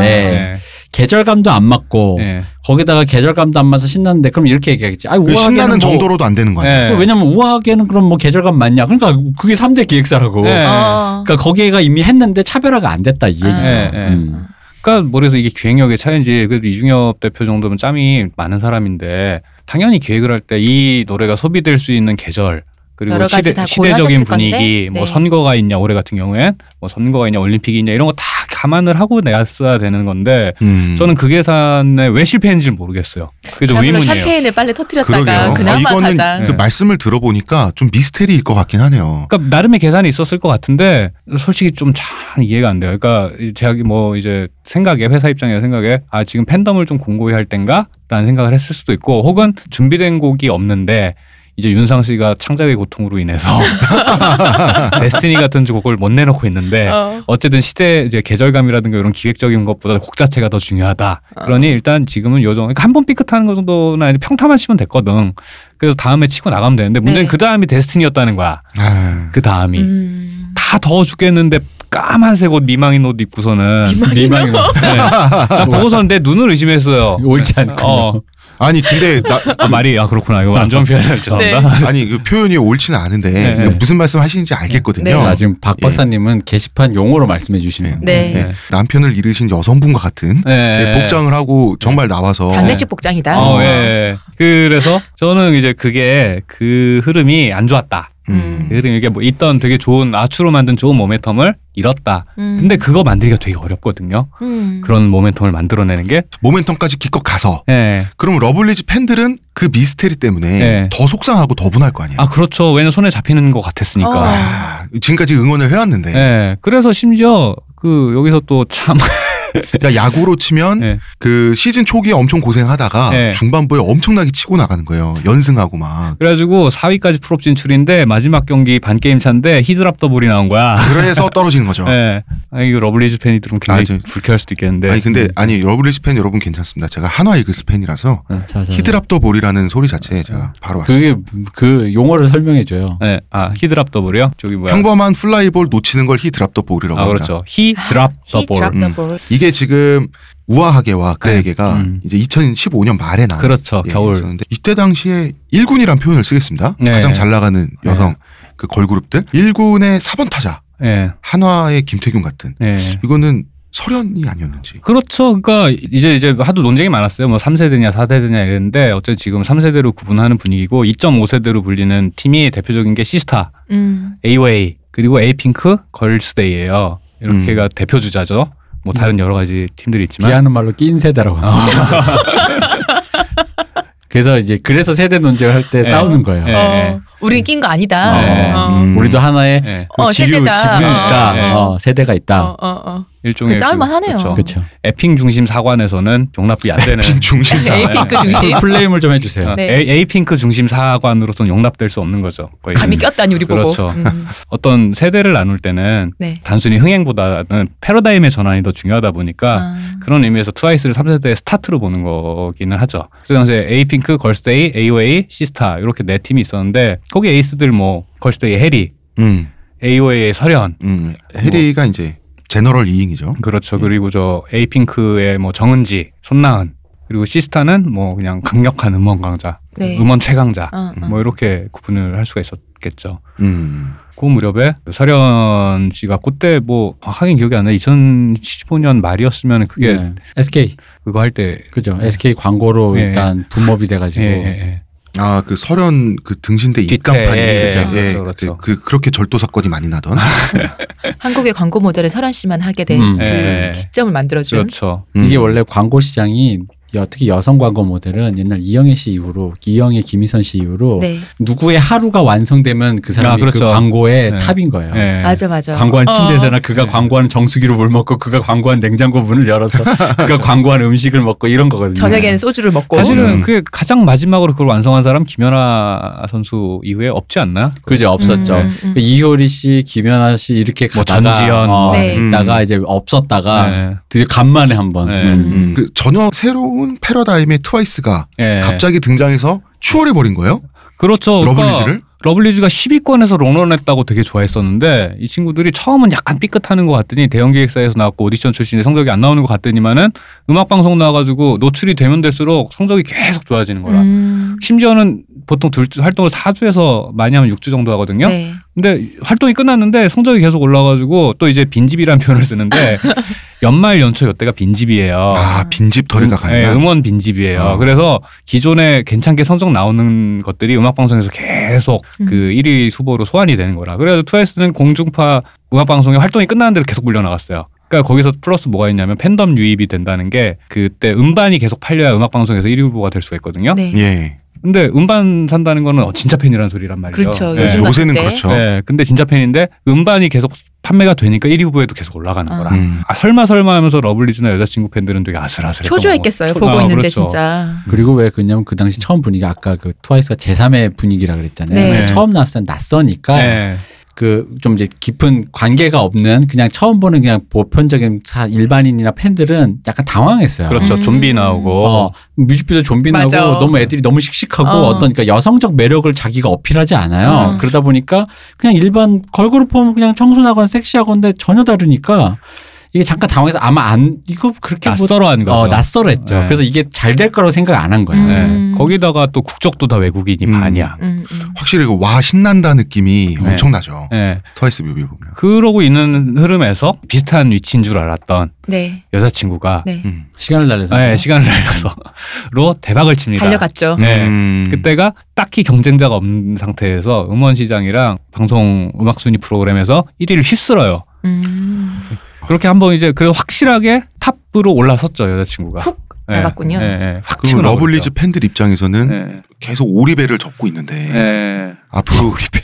Speaker 2: 네.
Speaker 4: 계절감도 안 맞고
Speaker 2: 예.
Speaker 4: 거기다가 계절감도 안 맞아서 신났는데 그럼 이렇게 얘기하겠지. 아
Speaker 1: 그
Speaker 4: 우아하게는
Speaker 1: 신나는
Speaker 4: 뭐-
Speaker 1: 정도로도 네. 안 되는 거 아니에요?
Speaker 2: 예.
Speaker 4: 왜냐면 우아하게는 그럼 뭐 계절감 맞냐? 그러니까 그게 3대 기획사라고.
Speaker 1: 네.
Speaker 2: 예.
Speaker 3: 어.
Speaker 4: 그러니까 거기가 이미 했는데 차별화가 안 됐다 이 얘기죠.
Speaker 1: 네,
Speaker 2: 예, 예.
Speaker 4: 음.
Speaker 2: 그러니까 모르겠어 이게 기획력의 차이인지 그래도 이중엽 대표 정도면 짬이 많은 사람인데 당연히 기획을 할 때 이 노래가 소비될 수 있는 계절 그리고
Speaker 3: 여러 가지
Speaker 2: 시대,
Speaker 3: 다
Speaker 2: 시대적인
Speaker 3: 고려하셨을 건데,
Speaker 2: 분위기 뭐
Speaker 3: 네.
Speaker 2: 선거가 있냐 올해 같은 경우엔 뭐 선거가 있냐 올림픽이 있냐 이런 거 다 감안을 하고 내었어야 되는 건데
Speaker 1: 음.
Speaker 2: 저는 그 계산에 왜 실패했는지를 모르겠어요 그게 좀
Speaker 3: 그나마
Speaker 2: 의문이에요
Speaker 3: 샴페인을 빨리
Speaker 1: 그러게요.
Speaker 3: 터뜨렸다가
Speaker 1: 아,
Speaker 3: 그나마
Speaker 1: 이거는
Speaker 3: 가장
Speaker 1: 그
Speaker 2: 네.
Speaker 1: 말씀을 들어보니까 좀 미스테리일 것 같긴 하네요.
Speaker 2: 그러니까 나름의 계산이 있었을 것 같은데 솔직히 좀 잘 이해가 안 돼요. 그러니까 이 제가 뭐 이제 생각에 회사 입장에서 생각에 아 지금 팬덤을 좀 공고히 할 땐가라는 생각을 했을 수도 있고 혹은 준비된 곡이 없는데 이제 윤상 씨가 창작의 고통으로 인해서 *laughs* 데스티니 같은 곡을 못 내놓고 있는데
Speaker 3: 어.
Speaker 2: 어쨌든 시대 이제 계절감이라든가 이런 기획적인 것보다 곡 자체가 더 중요하다.
Speaker 3: 어.
Speaker 2: 그러니 일단 지금은 요정 그러니까 한 번 삐끗하는 것 정도나 이제 평타만 치면 됐거든. 그래서 다음에 치고 나가면 되는데 문제는
Speaker 3: 네.
Speaker 2: 그 다음이 데스티니였다는 거야.
Speaker 1: 아,
Speaker 2: 그 다음이
Speaker 3: 음.
Speaker 2: 다 더워 죽겠는데 까만색 옷 미망인 옷 입고서는
Speaker 4: 미망이
Speaker 2: 네. 나 보고서는 내 눈을 의심했어요.
Speaker 4: *laughs* 옳지 않군요.
Speaker 2: 어,
Speaker 1: 아니 근데 나,
Speaker 2: *laughs* 아, 말이 아 그렇구나 이거 안 좋은 표현을 죄송합니다.
Speaker 1: 아니 그 표현이 옳지는 않은데
Speaker 2: 네.
Speaker 1: 그러니까 무슨 말씀 하시는지 알겠거든요.
Speaker 3: 네.
Speaker 4: 자, 지금 박
Speaker 1: 예.
Speaker 4: 박사님은 게시판 용어로 말씀해 주시네요.
Speaker 3: 네.
Speaker 1: 네. 남편을 잃으신 여성분과 같은
Speaker 2: 네.
Speaker 1: 네, 복장을 하고 정말 나와서
Speaker 3: 장례식 복장이다.
Speaker 2: 어, 예. 그래서 저는 이제 그게 그 흐름이 안 좋았다.
Speaker 1: 음.
Speaker 2: 그 흐름이 이게 뭐 있던 되게 좋은 아추로 만든 좋은 모멘텀을 잃었다.
Speaker 3: 음.
Speaker 2: 근데 그거 만들기가 되게 어렵거든요.
Speaker 3: 음.
Speaker 2: 그런 모멘텀을 만들어내는 게.
Speaker 1: 모멘텀까지 기껏 가서
Speaker 2: 예.
Speaker 1: 그럼 러블리즈 팬들은 그 미스테리 때문에
Speaker 2: 네.
Speaker 1: 더 속상하고 더 분할 거 아니에요.
Speaker 2: 아 그렇죠. 왜냐면 손에 잡히는 것 같았으니까.
Speaker 3: 어.
Speaker 2: 네.
Speaker 1: 아, 지금까지 응원을 해왔는데
Speaker 2: 예. 그래서 심지어 그 여기서 또 참
Speaker 1: 그러니까 야구로 치면
Speaker 2: 네.
Speaker 1: 그 시즌 초기에 엄청 고생하다가
Speaker 2: 네.
Speaker 1: 중반부에 엄청나게 치고 나가는 거예요. 연승하고 막.
Speaker 2: 그래가지고 4위까지 풀업 진출인데 마지막 경기 반 게임 차인데 히드랍 더블이 나온 거야. *laughs*
Speaker 1: 그래서 떨어지는 거죠.
Speaker 2: 네. 아 이거 러블리즈 팬이 들으면 굉장히
Speaker 1: 아주-
Speaker 2: 불쾌할 수도 있겠는데.
Speaker 1: 아니 근데 아니 러블리즈 팬 여러분 괜찮습니다. 제가 한화 이글스 팬이라서
Speaker 2: 네.
Speaker 4: 자, 자.
Speaker 1: 히드랍더 볼이라는 소리 자체에 제가 바로 왔어요.
Speaker 4: 음. 그게 그 용어를 설명해 줘요.
Speaker 2: 네. 아 히드랍 더블이요? 저기 뭐야?
Speaker 1: 평범한 플라이볼 놓치는 걸 히드랍더 볼이라고
Speaker 2: 아
Speaker 1: 합니다.
Speaker 2: 그렇죠. 히 드랍
Speaker 3: 아, 히
Speaker 2: 더볼.
Speaker 3: 드랍 더볼.
Speaker 1: 이게 지금 우아하게와 그에게가
Speaker 2: 네. 음.
Speaker 1: 이제 2015년 말에 나온
Speaker 2: 그렇죠.
Speaker 1: 예,
Speaker 2: 겨울.
Speaker 1: 있었는데 이때 당시에 1군이란 표현을 쓰겠습니다.
Speaker 2: 네.
Speaker 1: 가장 잘 나가는 여성 그 걸그룹들 1군의 4번 타자
Speaker 2: 예.
Speaker 1: 한화의 김태균 같은
Speaker 2: 예.
Speaker 1: 이거는 설현이 아니었는지
Speaker 2: 그렇죠. 그러니까 이제 이제 하도 논쟁이 많았어요. 뭐 3세대냐 4세대냐 이랬는데 어쨌든 지금 3세대로 구분하는 분위기고 2.5세대로 불리는 팀이 대표적인 게 시스타,
Speaker 3: 음.
Speaker 2: AOA 그리고 에이핑크, 걸스데이예요. 이렇게가 대표 주자죠. 뭐 다른 여러 가지 팀들이
Speaker 1: 네.
Speaker 2: 있지만
Speaker 4: 비하는 말로 낀 세대라고 합니다.
Speaker 1: *laughs*
Speaker 4: 그래서 이제 그래서 세대 논쟁을 할
Speaker 2: 네.
Speaker 4: 때 싸우는 거예요.
Speaker 2: 네.
Speaker 3: 어, 우린 낀 거 아니다.
Speaker 2: 네.
Speaker 3: 어.
Speaker 1: 음.
Speaker 4: 우리도 하나의
Speaker 2: 예.
Speaker 4: 그
Speaker 3: 어,
Speaker 4: 지류
Speaker 3: 세대다.
Speaker 4: 지분이
Speaker 2: 어.
Speaker 4: 있다.
Speaker 2: 네.
Speaker 4: 어, 세대가 있다.
Speaker 3: 어, 어, 어.
Speaker 2: 일종의
Speaker 3: 그 싸울만 하네요.
Speaker 2: 그렇죠.
Speaker 4: 그렇죠.
Speaker 2: 에핑 중심 사관에서는 용납이 안 되는
Speaker 1: 빈 중심사
Speaker 3: 에이핑크 중심.
Speaker 4: 플레임을 좀 해주세요.
Speaker 2: 어,
Speaker 3: 예. 네.
Speaker 2: 에이- 에이핑크 중심 사관으로서는 용납될 수 없는 거죠. 거의
Speaker 3: 감이 꼈다니 그러니까 우리 보고.
Speaker 2: 그 그렇죠.
Speaker 3: 음.
Speaker 2: 어떤 세대를 나눌 때는
Speaker 3: 네.
Speaker 2: 단순히 흥행보다는 패러다임의 전환이 더 중요하다 보니까
Speaker 3: 아.
Speaker 2: 그런 의미에서 트와이스를 3세대의 스타트로 보는 거기는 하죠. 그때 당시에 에이핑크, 걸스데이, AOA, 시스타 이렇게 네 팀이 있었는데 거기 에이스들 뭐 걸스데이 해리,
Speaker 1: 음,
Speaker 2: AOA의 설현
Speaker 1: 음. 해리가 이제 제너럴 2인이죠.
Speaker 2: 그렇죠. 그리고 저 에이핑크의 뭐 정은지, 손나은 그리고 시스타는 뭐 그냥 강력한 음원 강자,
Speaker 3: 네.
Speaker 2: 음원 최강자
Speaker 3: 어, 어.
Speaker 2: 뭐 이렇게 구분을 할 수가 있었겠죠.
Speaker 1: 음.
Speaker 2: 그 무렵에 설현 씨가 그때 뭐 하긴 기억이 안 나요. 2015년 말이었으면 그게
Speaker 4: 네. SK
Speaker 2: 그거 할 때.
Speaker 4: 그죠. SK 광고로
Speaker 2: 예.
Speaker 4: 일단 붐업이 돼가지고
Speaker 2: 예, 예, 예.
Speaker 1: 아, 그 설현 그 등신대
Speaker 2: 뒤태,
Speaker 1: 입간판이
Speaker 2: 예,
Speaker 1: 그죠.
Speaker 2: 그렇죠,
Speaker 1: 예,
Speaker 2: 그렇죠.
Speaker 1: 그때 그 그렇게 절도 사건이 많이
Speaker 2: *laughs*
Speaker 1: 나던.
Speaker 3: 한국의 광고 모델을 설현 씨만 하게 된
Speaker 4: 음.
Speaker 3: 그
Speaker 2: 예.
Speaker 3: 시점을 만들어준.
Speaker 2: 그렇죠.
Speaker 1: 음.
Speaker 4: 이게 원래 광고 시장이 여- 특히 여성 광고 모델은 옛날 이영애 씨 이후로 이영애 김희선 씨 이후로
Speaker 3: 네.
Speaker 4: 누구의 하루가 완성되면 그 사람이
Speaker 2: 아, 그렇죠.
Speaker 4: 그 광고의
Speaker 2: 네.
Speaker 4: 탑인 거예요.
Speaker 2: 예.
Speaker 3: 맞아 맞아.
Speaker 4: 광고한
Speaker 3: 어.
Speaker 4: 침대에서나 그가
Speaker 2: 네.
Speaker 4: 광고한 정수기로 물 먹고 그가 광고한 냉장고 문을 *laughs* 열어서 그가 광고한 음식을 먹고 이런 거거든요.
Speaker 3: 저녁엔 소주를 먹고.
Speaker 2: 사실은
Speaker 1: 음.
Speaker 2: 그게 가장 마지막으로 그걸 완성한 사람 김연아 선수 이후에 없지 않나?
Speaker 4: 그죠 없었죠.
Speaker 3: 음, 음, 음.
Speaker 4: 이효리 씨, 김연아 씨 이렇게
Speaker 2: 뭐
Speaker 4: 가다가
Speaker 2: 전지현, 음.
Speaker 4: 어,
Speaker 3: 네.
Speaker 4: 있다가 이제 없었다가
Speaker 2: 네.
Speaker 4: 드디어 간만에 한번
Speaker 2: 네.
Speaker 4: 음.
Speaker 1: 음. 그 전혀 새로운 패러다임의 트와이스가
Speaker 2: 예.
Speaker 1: 갑자기 등장해서 추월해 버린 거예요.
Speaker 2: 그렇죠. 그러니까
Speaker 1: 러블리즈를.
Speaker 2: 러블리즈가 10위권에서 롱런했다고 되게 좋아했었는데 이 친구들이 처음은 약간 삐끗하는 것 같더니 대형 기획사에서 나왔고 오디션 출신에 성적이 안 나오는 것 같더니만은 음악 방송 나와가지고 노출이 되면 될수록 성적이 계속 좋아지는 거야.
Speaker 3: 음.
Speaker 2: 심지어는 보통 둘 활동을 4주에서 많이 하면 6주 정도 하거든요.
Speaker 3: 네.
Speaker 2: 근데 활동이 끝났는데 성적이 계속 올라가지고 또 이제 빈집이라는 표현을 쓰는데
Speaker 3: *laughs*
Speaker 2: 연말 연초 이때가 빈집이에요.
Speaker 1: 아, 빈집 털이가
Speaker 2: 어. 음, 네,
Speaker 1: 가능한.
Speaker 2: 음원 빈집이에요.
Speaker 1: 어.
Speaker 2: 그래서 기존에 괜찮게 성적 나오는 것들이 음악 방송에서 계속
Speaker 3: 음.
Speaker 2: 그 1위 후보로 소환이 되는 거라. 그래서 트와이스는 공중파 음악 방송에 활동이 끝나는데도 계속 물려 나갔어요. 그러니까 거기서 플러스 뭐가 있냐면 팬덤 유입이 된다는 게 그때 음반이 계속 팔려야 음악 방송에서 1위 후보가 될 수가 있거든요.
Speaker 3: 네.
Speaker 1: 예.
Speaker 2: 근데 음반 산다는 거는 어, 진짜 팬이라는 소리란 말이죠.
Speaker 3: 그렇죠.
Speaker 2: 네.
Speaker 3: 요즘
Speaker 1: 요새는
Speaker 3: 같은데.
Speaker 1: 그렇죠.
Speaker 2: 네, 근데 진짜 팬인데 음반이 계속 판매가 되니까 1위 후보에도 계속 올라가는
Speaker 3: 아.
Speaker 2: 거라.
Speaker 1: 음.
Speaker 2: 아, 설마 설마 하면서 러블리즈나 여자친구 팬들은 되게 아슬아슬. 그렇죠.
Speaker 3: 초조했겠어요. 보고 있는데 진짜.
Speaker 4: 그리고 왜 그냐면 그 당시 처음 분위기가 아까 그 트와이스가 제3의 분위기라 그랬잖아요.
Speaker 3: 네.
Speaker 4: 처음 나왔을 땐 낯서니까
Speaker 2: 네.
Speaker 4: 그 좀 이제 깊은 관계가 없는 그냥 처음 보는 그냥 보편적인 사- 일반인이나 팬들은 약간 당황했어요.
Speaker 2: 그렇죠.
Speaker 3: 음.
Speaker 2: 좀비 나오고.
Speaker 4: 어, 뮤직비디오 좀비
Speaker 3: 맞아.
Speaker 4: 나고 너무 애들이 너무 씩씩하고
Speaker 3: 어.
Speaker 4: 어. 떤 그러니까 여성적 매력을 자기가 어필하지 않아요.
Speaker 3: 어.
Speaker 4: 그러다 보니까 그냥 일반 걸그룹 보면 그냥 청순하건 섹시하건데 전혀 다르니까 이게 잠깐 당황해서 아마 안 이거 그렇게 뭐-
Speaker 2: 낯설어한 거죠.
Speaker 4: 어, 낯설었죠.
Speaker 2: 네.
Speaker 4: 그래서 이게 잘 될 거라고 생각 안 한 거예요.
Speaker 3: 음.
Speaker 2: 네. 거기다가 또 국적도 다 외국인이
Speaker 1: 음.
Speaker 2: 반이야.
Speaker 3: 음, 음.
Speaker 1: 확실히 그 와 신난다 느낌이
Speaker 2: 네.
Speaker 1: 엄청나죠.
Speaker 2: 네.
Speaker 1: 트와이스 뮤비 보면.
Speaker 2: 그러고 있는 흐름에서 비슷한 위치인 줄 알았던
Speaker 3: 네.
Speaker 2: 여자친구가
Speaker 3: 네.
Speaker 1: 음.
Speaker 4: 시간을 날려서
Speaker 2: 네, 시간을 날려서로 대박을 칩니다.
Speaker 3: 달려갔죠.
Speaker 2: 네.
Speaker 1: 음.
Speaker 2: 그때가 딱히 경쟁자가 없는 상태에서 음원 시장이랑 방송 음악 순위 프로그램에서 1위를 휩쓸어요.
Speaker 3: 음.
Speaker 2: 그렇게 한번 이제 그래 확실하게 탑으로 올라섰죠 여자친구가.
Speaker 3: 훅
Speaker 2: 예,
Speaker 3: 나갔군요.
Speaker 2: 예, 예. 확
Speaker 1: 그럼
Speaker 2: 치고 나가고
Speaker 1: 러블리즈
Speaker 2: 있죠.
Speaker 1: 팬들 입장에서는
Speaker 2: 예,
Speaker 1: 계속 오리배를 접고 있는데
Speaker 2: 예.
Speaker 1: 앞으로
Speaker 2: *laughs*
Speaker 1: 오리배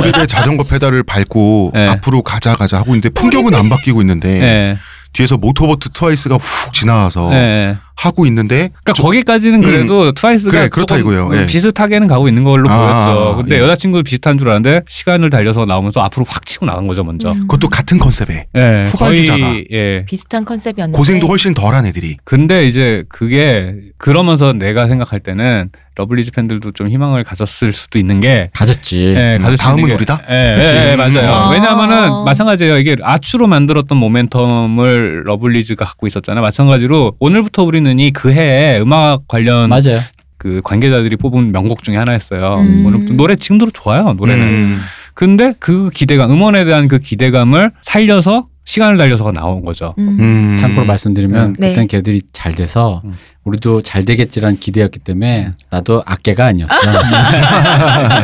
Speaker 1: 오리배 자전거 페달을 밟고
Speaker 2: 네.
Speaker 1: 앞으로 가자 가자 하고 있는데 풍경은 안 바뀌고 있는데
Speaker 2: 예.
Speaker 1: 뒤에서 모토보트 트와이스가 훅 지나와서
Speaker 2: 예.
Speaker 1: 하고 있는데
Speaker 2: 그러니까
Speaker 1: 어. 저- 음.
Speaker 2: 거기까지는 그래도 트와이스가
Speaker 1: 그래, 그렇다
Speaker 2: 조금
Speaker 1: 이거예요. 예.
Speaker 2: 비슷하게는 가고 있는 걸로
Speaker 1: 아,
Speaker 2: 보였죠. 근데
Speaker 1: 예.
Speaker 2: 여자친구도 비슷한 줄 알았는데 시간을 달려서 나오면서 앞으로 확 치고 나간 거죠 먼저.
Speaker 3: 음.
Speaker 1: 그것도 같은 컨셉에
Speaker 2: 예.
Speaker 1: 후발주자가.
Speaker 2: 거의 예.
Speaker 3: 비슷한 컨셉이었는데
Speaker 1: 고생도 훨씬 덜한 애들이
Speaker 2: 근데 이제 그게 그러면서 내가 생각할 때는 러블리즈 팬들도 좀 희망을 가졌을 수도 있는 게
Speaker 4: 가졌지.
Speaker 2: 예,
Speaker 1: 음,
Speaker 2: 가질 수
Speaker 1: 다음은
Speaker 2: 있는 게-
Speaker 1: 우리다?
Speaker 2: 예, 예, 예, 맞아요.
Speaker 3: 아.
Speaker 4: 음.
Speaker 2: 왜냐하면은 마찬가지예요. 이게 아추로 만들었던 모멘텀을 러블리즈가 갖고 있었잖아요. 마찬가지로 오늘부터 우리는 이 그 해에 음악 관련
Speaker 4: 맞아요.
Speaker 2: 그 관계자들이 뽑은 명곡 중에 하나였어요.
Speaker 3: 음.
Speaker 2: 오늘부터 노래 지금도 좋아요. 노래는.
Speaker 4: 음.
Speaker 1: 음.
Speaker 2: 근데 그 기대감, 음원에 대한 그 기대감을 살려서 시간을 달려서 나온 거죠.
Speaker 3: 음.
Speaker 1: 음.
Speaker 4: 참고로 말씀드리면
Speaker 2: 음.
Speaker 3: 네.
Speaker 4: 그땐 걔들이 잘 돼서
Speaker 2: 음.
Speaker 4: 우리도 잘 되겠지란 기대였기 때문에 나도 아깨가
Speaker 2: *laughs*
Speaker 4: 아니었어. *laughs*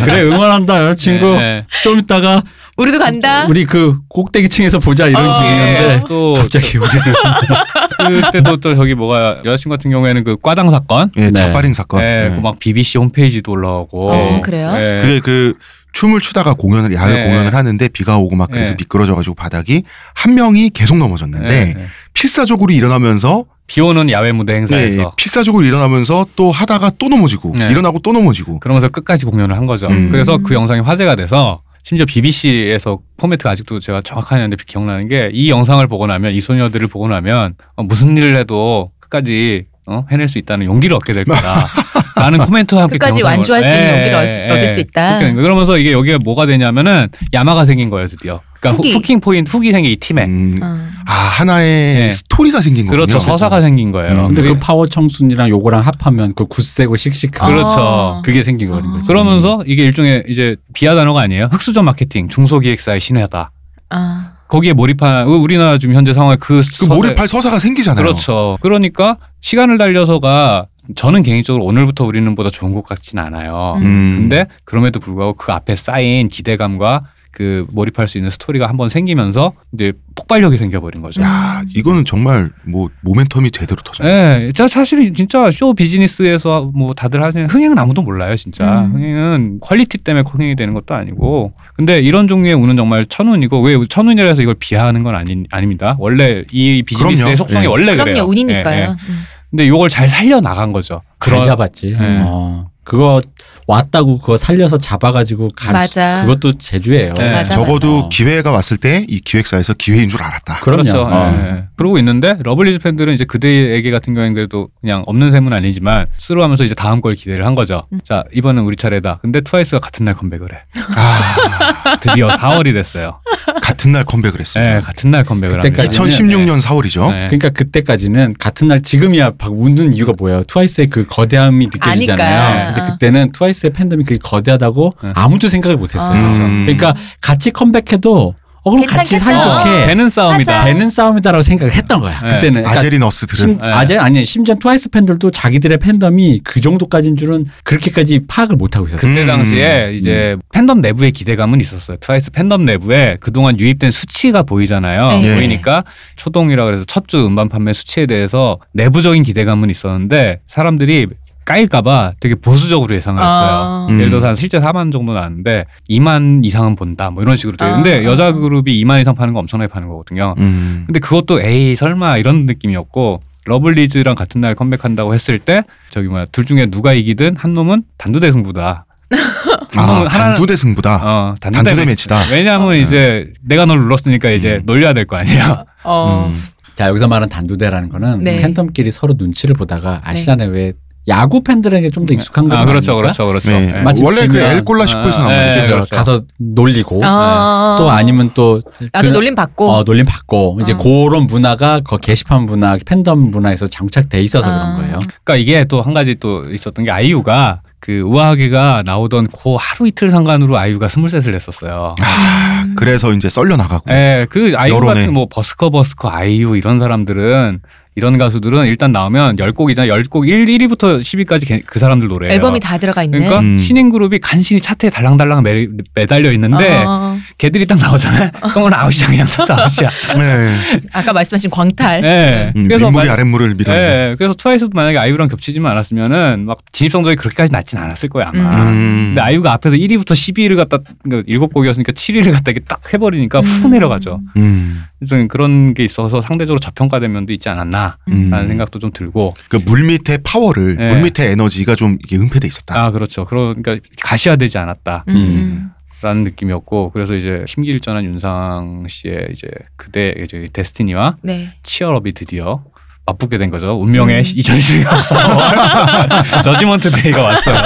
Speaker 4: 그래 응원한다 여자친구.
Speaker 2: 예.
Speaker 4: 좀 이따가
Speaker 3: 우리도 간다.
Speaker 4: 우리 그 꼭대기층에서 보자 이런
Speaker 3: 어.
Speaker 4: 아, 식이었는데
Speaker 2: 예, 또그
Speaker 4: 갑자기 우리는
Speaker 2: *laughs* 그때도 또 저기 뭐가 여자친구 같은 경우에는 그 과당 사건
Speaker 1: 예,
Speaker 4: 네.
Speaker 1: 자빠링 사건.
Speaker 2: 예,
Speaker 1: 예.
Speaker 2: 그막 BBC 홈페이지도 올라오고.
Speaker 3: 어, 그래요?
Speaker 2: 예.
Speaker 1: 그게 그 춤을 추다가 공연을 야외
Speaker 2: 네.
Speaker 1: 공연을 하는데 비가 오고 막 그래서
Speaker 2: 네.
Speaker 1: 미끄러져가지고 바닥이 한 명이 계속 넘어졌는데
Speaker 2: 예, 예.
Speaker 1: 필사적으로 일어나면서
Speaker 2: 비 오는 야외 무대
Speaker 1: 예,
Speaker 2: 행사에서
Speaker 1: 필사적으로 일어나면서 또 하다가 또 넘어지고
Speaker 2: 네.
Speaker 1: 일어나고 또 넘어지고
Speaker 2: 그러면서 끝까지 공연을 한 거죠.
Speaker 1: 음.
Speaker 2: 그래서 그 영상이 화제가 돼서 심지어 BBC에서 포맷 아직도 제가 정확하는데 기억나는 게 이 영상을 보고 나면 이 소녀들을 보고 나면 어, 무슨 일을 해도 끝까지 어, 해낼 수 있다는 용기를 얻게 될 거다. 라는 코멘트와 함께
Speaker 3: 끝까지
Speaker 2: 그 영상을-
Speaker 3: 완주할 수 있는
Speaker 2: 예,
Speaker 3: 용기를 얻을 수-
Speaker 2: 예,
Speaker 3: 얻을 수 있다.
Speaker 2: 그러니까 그러면서 이게 여기가 뭐가 되냐면은 야마가 생긴 거예요 드디어. 그러니까
Speaker 3: 후기.
Speaker 2: 후, 킹 포인트 후기 생긴 이 팀에.
Speaker 1: 음,
Speaker 3: 어.
Speaker 1: 아 하나의
Speaker 2: 네.
Speaker 1: 스토리가 생긴 거군요.
Speaker 2: 그렇죠 서사가 생긴
Speaker 1: 음.
Speaker 2: 거예요.
Speaker 4: 근데
Speaker 2: 그게-
Speaker 4: 그 파워 청순이랑 요거랑 합하면 그 굳세고 씩씩한
Speaker 2: 그렇죠.
Speaker 3: 아.
Speaker 4: 그게 생긴 거는
Speaker 3: 아.
Speaker 4: 거지.
Speaker 2: 그러면서 이게 일종의 이제 비하 단어가 아니에요. 흑수저 마케팅 중소기획사의 신뢰다.
Speaker 3: 아.
Speaker 2: 거기에 몰입한 우리나라 지금 현재 상황에
Speaker 1: 그
Speaker 2: 그, 서사에-
Speaker 1: 몰입할 서사가 생기잖아요.
Speaker 2: 그렇죠. 그러니까 시간을 달려서가 저는 개인적으로 오늘부터 우리는 보다 좋은 것 같진 않아요.
Speaker 3: 음.
Speaker 2: 근데 그럼에도 불구하고 그 앞에 쌓인 기대감과 그 몰입할 수 있는 스토리가 한번 생기면서 이제 폭발력이 생겨버린 거죠.
Speaker 3: 음.
Speaker 1: 야 아, 이거는 정말 뭐 모멘텀이 제대로 터져.
Speaker 2: 예, 저 사실은 진짜 쇼 비즈니스에서 뭐 다들 하는 흥행은 아무도 몰라요, 진짜.
Speaker 3: 음.
Speaker 2: 흥행은 퀄리티 때문에 흥행이 되는 것도 아니고. 근데 이런 종류의 운은 정말 천운이고 왜 천운이라 해서 이걸 비하하는 건 아니 아닙니다. 원래 이 비즈니스의
Speaker 1: 그럼요.
Speaker 2: 속성이
Speaker 1: 예.
Speaker 2: 원래
Speaker 3: 그럼요
Speaker 2: 그래요. 예, 예.
Speaker 3: 운이니까요. 음.
Speaker 2: 근데 요걸 잘 살려 나간 거죠.
Speaker 4: 잘
Speaker 2: 그런-
Speaker 4: 잡았지.
Speaker 2: 네.
Speaker 4: 어. 그거 왔다고 그거 살려서 잡아가지고 갈
Speaker 3: 맞아.
Speaker 4: 수, 그것도 제주예요.
Speaker 2: 네. 맞아,
Speaker 1: 적어도
Speaker 4: 어.
Speaker 1: 기회가 왔을 때 이 기획사에서 기회인 줄 알았다.
Speaker 4: 그럼요.
Speaker 2: 그렇죠.
Speaker 4: 어.
Speaker 2: 예, 예. 그러고 있는데 러블리즈 팬들은 이제 그대에게 같은 경우에는 그래도 그냥 없는 셈은 아니지만 쓰러하면서 이제 다음 걸 기대를 한 거죠.
Speaker 3: 음.
Speaker 2: 자 이번엔 우리 차례다. 근데 트와이스가 같은 날 컴백을 해.
Speaker 1: 아,
Speaker 2: 드디어 *laughs* 4월이 됐어요.
Speaker 1: 같은 날 컴백을
Speaker 2: 예,
Speaker 1: 했습니다.
Speaker 2: 같은 날 컴백을 합니다.
Speaker 4: 네, 그때까지
Speaker 1: 2016년 4월이죠.
Speaker 2: 네.
Speaker 4: 그러니까 그때까지는 같은 날 지금이야 막 웃는 이유가 뭐예요? 트와이스의 그 거대함이 느껴지잖아요.
Speaker 3: 아니까.
Speaker 4: 근데 그때는 트와이스의 팬덤이 그게 거대하다고
Speaker 2: 네.
Speaker 4: 아무도 생각을 못했어요.
Speaker 3: 아.
Speaker 1: 음.
Speaker 4: 그러니까 같이 컴백해도 어 그럼 같이
Speaker 3: 괜찮겠다.
Speaker 4: 사이좋게
Speaker 2: 아, 어, 되는 싸움이다.
Speaker 4: 되는 싸움이다라고 생각을 했던 거야.
Speaker 2: 네.
Speaker 4: 그때는 그러니까
Speaker 1: 아제리너스들은
Speaker 4: 심,
Speaker 2: 네.
Speaker 4: 아제 아니 심지어 트와이스 팬들도 자기들의 팬덤이 그 정도까지인 줄은 그렇게까지 파악을 못 하고 있었어요.
Speaker 2: 그때
Speaker 1: 음.
Speaker 2: 당시에 이제 팬덤 내부의 기대감은 있었어요. 트와이스 팬덤 내부에 그동안 유입된 수치가 보이잖아요.
Speaker 3: 네.
Speaker 2: 보이니까 초동이라 그래서 첫 주 음반 판매 수치에 대해서 내부적인 기대감은 있었는데 사람들이 까일까봐 되게 보수적으로 예상을 했어요.
Speaker 3: 아.
Speaker 1: 음.
Speaker 2: 예를 들어서 한 실제 4만 정도 나왔는데 2만 이상은 본다 뭐 이런 식으로 돼요. 근데
Speaker 3: 아.
Speaker 2: 여자 그룹이 2만 이상 파는 거 엄청나게 파는 거거든요.
Speaker 1: 음.
Speaker 2: 근데 그것도 에이 설마 이런 느낌이었고 러블리즈랑 같은 날 컴백한다고 했을 때 저기 뭐야 둘 중에 누가 이기든 한 놈은 단두대 승부다. 한
Speaker 1: 아,
Speaker 2: 놈은 하나는-
Speaker 1: 단두대 승부다.
Speaker 2: 어,
Speaker 1: 단두대 매치다. 아.
Speaker 2: 왜냐하면 이제 내가 널 눌렀으니까 이제
Speaker 1: 음.
Speaker 2: 놀려야 될 거 아니야.
Speaker 3: 어.
Speaker 1: 음.
Speaker 4: 자 여기서 말하는 단두대라는 거는
Speaker 3: 네.
Speaker 4: 팬덤끼리 서로 눈치를 보다가 아시잖아요 왜 야구 팬들에게 좀 더 익숙한
Speaker 2: *laughs*
Speaker 4: 거
Speaker 2: 아, 그렇죠, 그렇죠, 그렇죠.
Speaker 1: 네.
Speaker 2: 예.
Speaker 4: 마치
Speaker 1: 원래 그
Speaker 4: 지면-
Speaker 1: 엘골라 19에서 나온
Speaker 2: 아, 네,
Speaker 1: 거죠.
Speaker 4: 그죠
Speaker 2: 그렇죠.
Speaker 4: 가서 놀리고 네.
Speaker 3: 아.
Speaker 4: 또 아니면 또
Speaker 3: 나도
Speaker 4: 그-
Speaker 3: 놀림 받고.
Speaker 2: 아,
Speaker 4: 어, 놀림 받고 이제
Speaker 3: 어.
Speaker 4: 그런 문화가 그 게시판 문화 팬덤 문화에서 정착돼 있어서
Speaker 3: 아.
Speaker 4: 그런 거예요.
Speaker 2: 그러니까 이게 또 한 가지 또 있었던 게 아이유가 그 우아하게가 나오던 그 하루 이틀 상간으로 아이유가 스물셋을 냈었어요.
Speaker 1: 아, 그래서 이제 썰려 나가고.
Speaker 2: 예, 그 아이유
Speaker 1: 여론에.
Speaker 2: 같은 뭐 버스커 버스커 아이유 이런 사람들은 이런 가수들은 일단 나오면 10곡이잖아. 10곡 1, 1위부터 10위까지 그 사람들 노래예요.
Speaker 3: 앨범이 다 들어가 있네.
Speaker 2: 그러니까
Speaker 1: 음.
Speaker 2: 신인 그룹이 간신히 차트에 달랑달랑 매, 매달려 있는데
Speaker 3: 어.
Speaker 2: 걔들이 딱
Speaker 3: *laughs*
Speaker 2: 나오잖아요. 그러면 아웃이야 그냥 차트 아웃이야.
Speaker 1: 네.
Speaker 3: 아까 말씀하신 광탈.
Speaker 2: 예.
Speaker 1: 음,
Speaker 2: *laughs* 그래서
Speaker 1: 밀물이
Speaker 2: 마-
Speaker 1: 아랫물을 밀어.
Speaker 2: 예, 예. 그래서 트와이스도 만약에 아이유랑 겹치지만 않았으면은 막 진입 성적이 그렇게까지 낮진 않았을 거예요 아마.
Speaker 1: 음.
Speaker 2: 근데 아이유가 앞에서 그 1위부터 12위를 갖다 그러니까 7곡이었으니까 7위를 갖다 이렇게 딱 해버리니까 훅
Speaker 3: 음.
Speaker 2: 내려가죠.
Speaker 1: 음.
Speaker 2: 그래서 그런 게 있어서 상대적으로 저평가된 면도 있지 않았나라는
Speaker 1: 음.
Speaker 2: 생각도 좀 들고
Speaker 1: 그 물 밑에 파워를
Speaker 2: 네.
Speaker 1: 물 밑에 에너지가 좀 이게 은폐돼 있었다.
Speaker 2: 아 그렇죠 그러니까 가시화되지 않았다라는
Speaker 3: 음, 음.
Speaker 2: 느낌이었고 그래서 이제 심기일전한 윤상 씨의 이제 그대 이제 데스티니와
Speaker 3: 네.
Speaker 2: 치얼업이 드디어 맞붙게 된 거죠 운명의
Speaker 3: 음.
Speaker 2: 2012년 4월 저지먼트 데이가 왔어요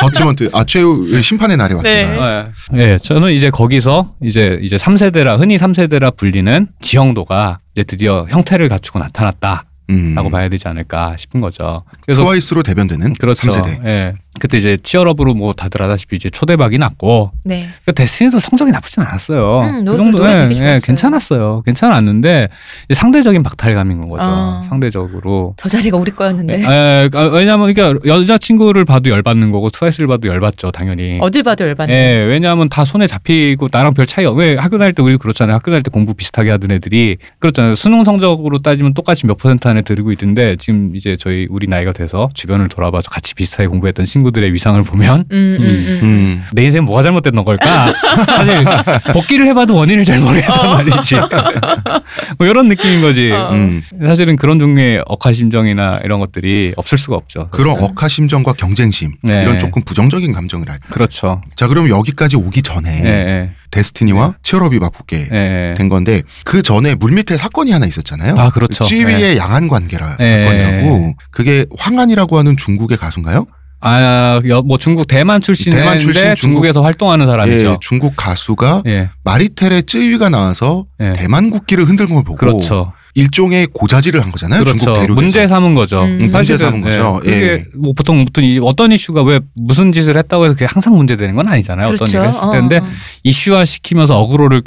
Speaker 1: 저치먼트 아 최후 심판의 날에 왔습니다.
Speaker 2: 네. 네, 저는 이제 거기서 이제 이제 3세대라 흔히 3세대라 불리는 지형도가 이제 드디어 형태를 갖추고 나타났다라고
Speaker 1: 음.
Speaker 2: 봐야 되지 않을까 싶은 거죠. 그래서
Speaker 1: 트와이스로 대변되는
Speaker 2: 그렇죠.
Speaker 1: 3세대.
Speaker 2: 예. 그때 이제 치얼업으로 뭐 다들 아다시피 이제 초대박이 났고
Speaker 3: 네.
Speaker 2: 그 데스티니도 성적이 나쁘진 않았어요. 그 예,
Speaker 3: 음, 노- 노래 되게 좋았어요.
Speaker 2: 괜찮았어요. 괜찮았는데 이제 상대적인 박탈감인 거죠.
Speaker 3: 어.
Speaker 2: 상대적으로.
Speaker 3: 저 자리가 우리 거였는데
Speaker 2: 예, 아, 왜냐하면 그러니까 여자친구를 봐도 열받는 거고 트와이스를 봐도 열받죠, 당연히.
Speaker 3: 어딜 봐도 열받네.
Speaker 2: 예, 왜냐하면 다 손에 잡히고 나랑 별 차이 없. 왜 학교 다닐 때 우리 그렇잖아요. 학교 다닐 때 공부 비슷하게 하던 애들이 그렇잖아요. 수능 성적으로 따지면 똑같이 몇 퍼센트 안에 들고 있던데 지금 이제 저희 우리 나이가 돼서 주변을 돌아봐서 같이 비슷하게 공부했던 친구들의 위상을 보면
Speaker 3: 음, 음, 음.
Speaker 2: 네.
Speaker 1: 음.
Speaker 2: 내 인생 뭐가 잘못됐던 걸까? *laughs* 사실 그러니까 복귀를 해봐도 원인을 잘 모르겠단 말이지. *laughs* 뭐 이런 느낌인 거지.
Speaker 3: 어.
Speaker 1: 음.
Speaker 2: 사실은 그런 종류의 억하심정이나 이런 것들이 없을 수가 없죠.
Speaker 1: 그런 억하심정과 경쟁심
Speaker 2: 네.
Speaker 1: 이런 조금 부정적인 감정을 알.
Speaker 2: 그렇죠.
Speaker 1: 자 그럼 여기까지 오기 전에
Speaker 2: 예, 예,
Speaker 1: 데스티니와 치얼업이 맞붙게
Speaker 2: 예, 예.
Speaker 1: 된 건데 그 전에 물 밑에 사건이 하나 있었잖아요.
Speaker 2: 아, 그렇죠.
Speaker 1: 찌위의
Speaker 2: 예.
Speaker 1: 양한 관계라
Speaker 2: 예.
Speaker 1: 사건이라고 그게 황한이라고 하는 중국의 가수인가요?
Speaker 2: 아, 여- 뭐 중국 대만
Speaker 1: 대만
Speaker 2: 출신인데
Speaker 1: 출신 중국-
Speaker 2: 중국... 에서 활동하는
Speaker 1: 예,
Speaker 2: 사람이죠.
Speaker 1: 중국 가수가
Speaker 2: 예,
Speaker 1: 마리텔의 찌위가 나와서
Speaker 2: 예.
Speaker 1: 대만 국기를 흔들고 보고
Speaker 2: 그렇죠.
Speaker 1: 일종의 고자질을 한 거잖아요.
Speaker 2: 그렇죠.
Speaker 1: 네, 중국 대륙에서.
Speaker 2: 문제 삼은 거죠.
Speaker 3: 음. 문제
Speaker 2: 사실은,
Speaker 1: 삼은 거죠.
Speaker 2: 예. 그게
Speaker 1: 예.
Speaker 2: 뭐 보통 어떤 이- 어떤 이슈가 왜 무슨 짓을 했다고 해서 그게 항상 문제되는 건 아니잖아요. 어떤 일을 했을
Speaker 3: 어,
Speaker 2: 때인데
Speaker 3: 어.
Speaker 2: 이슈화 시키면서 어그로를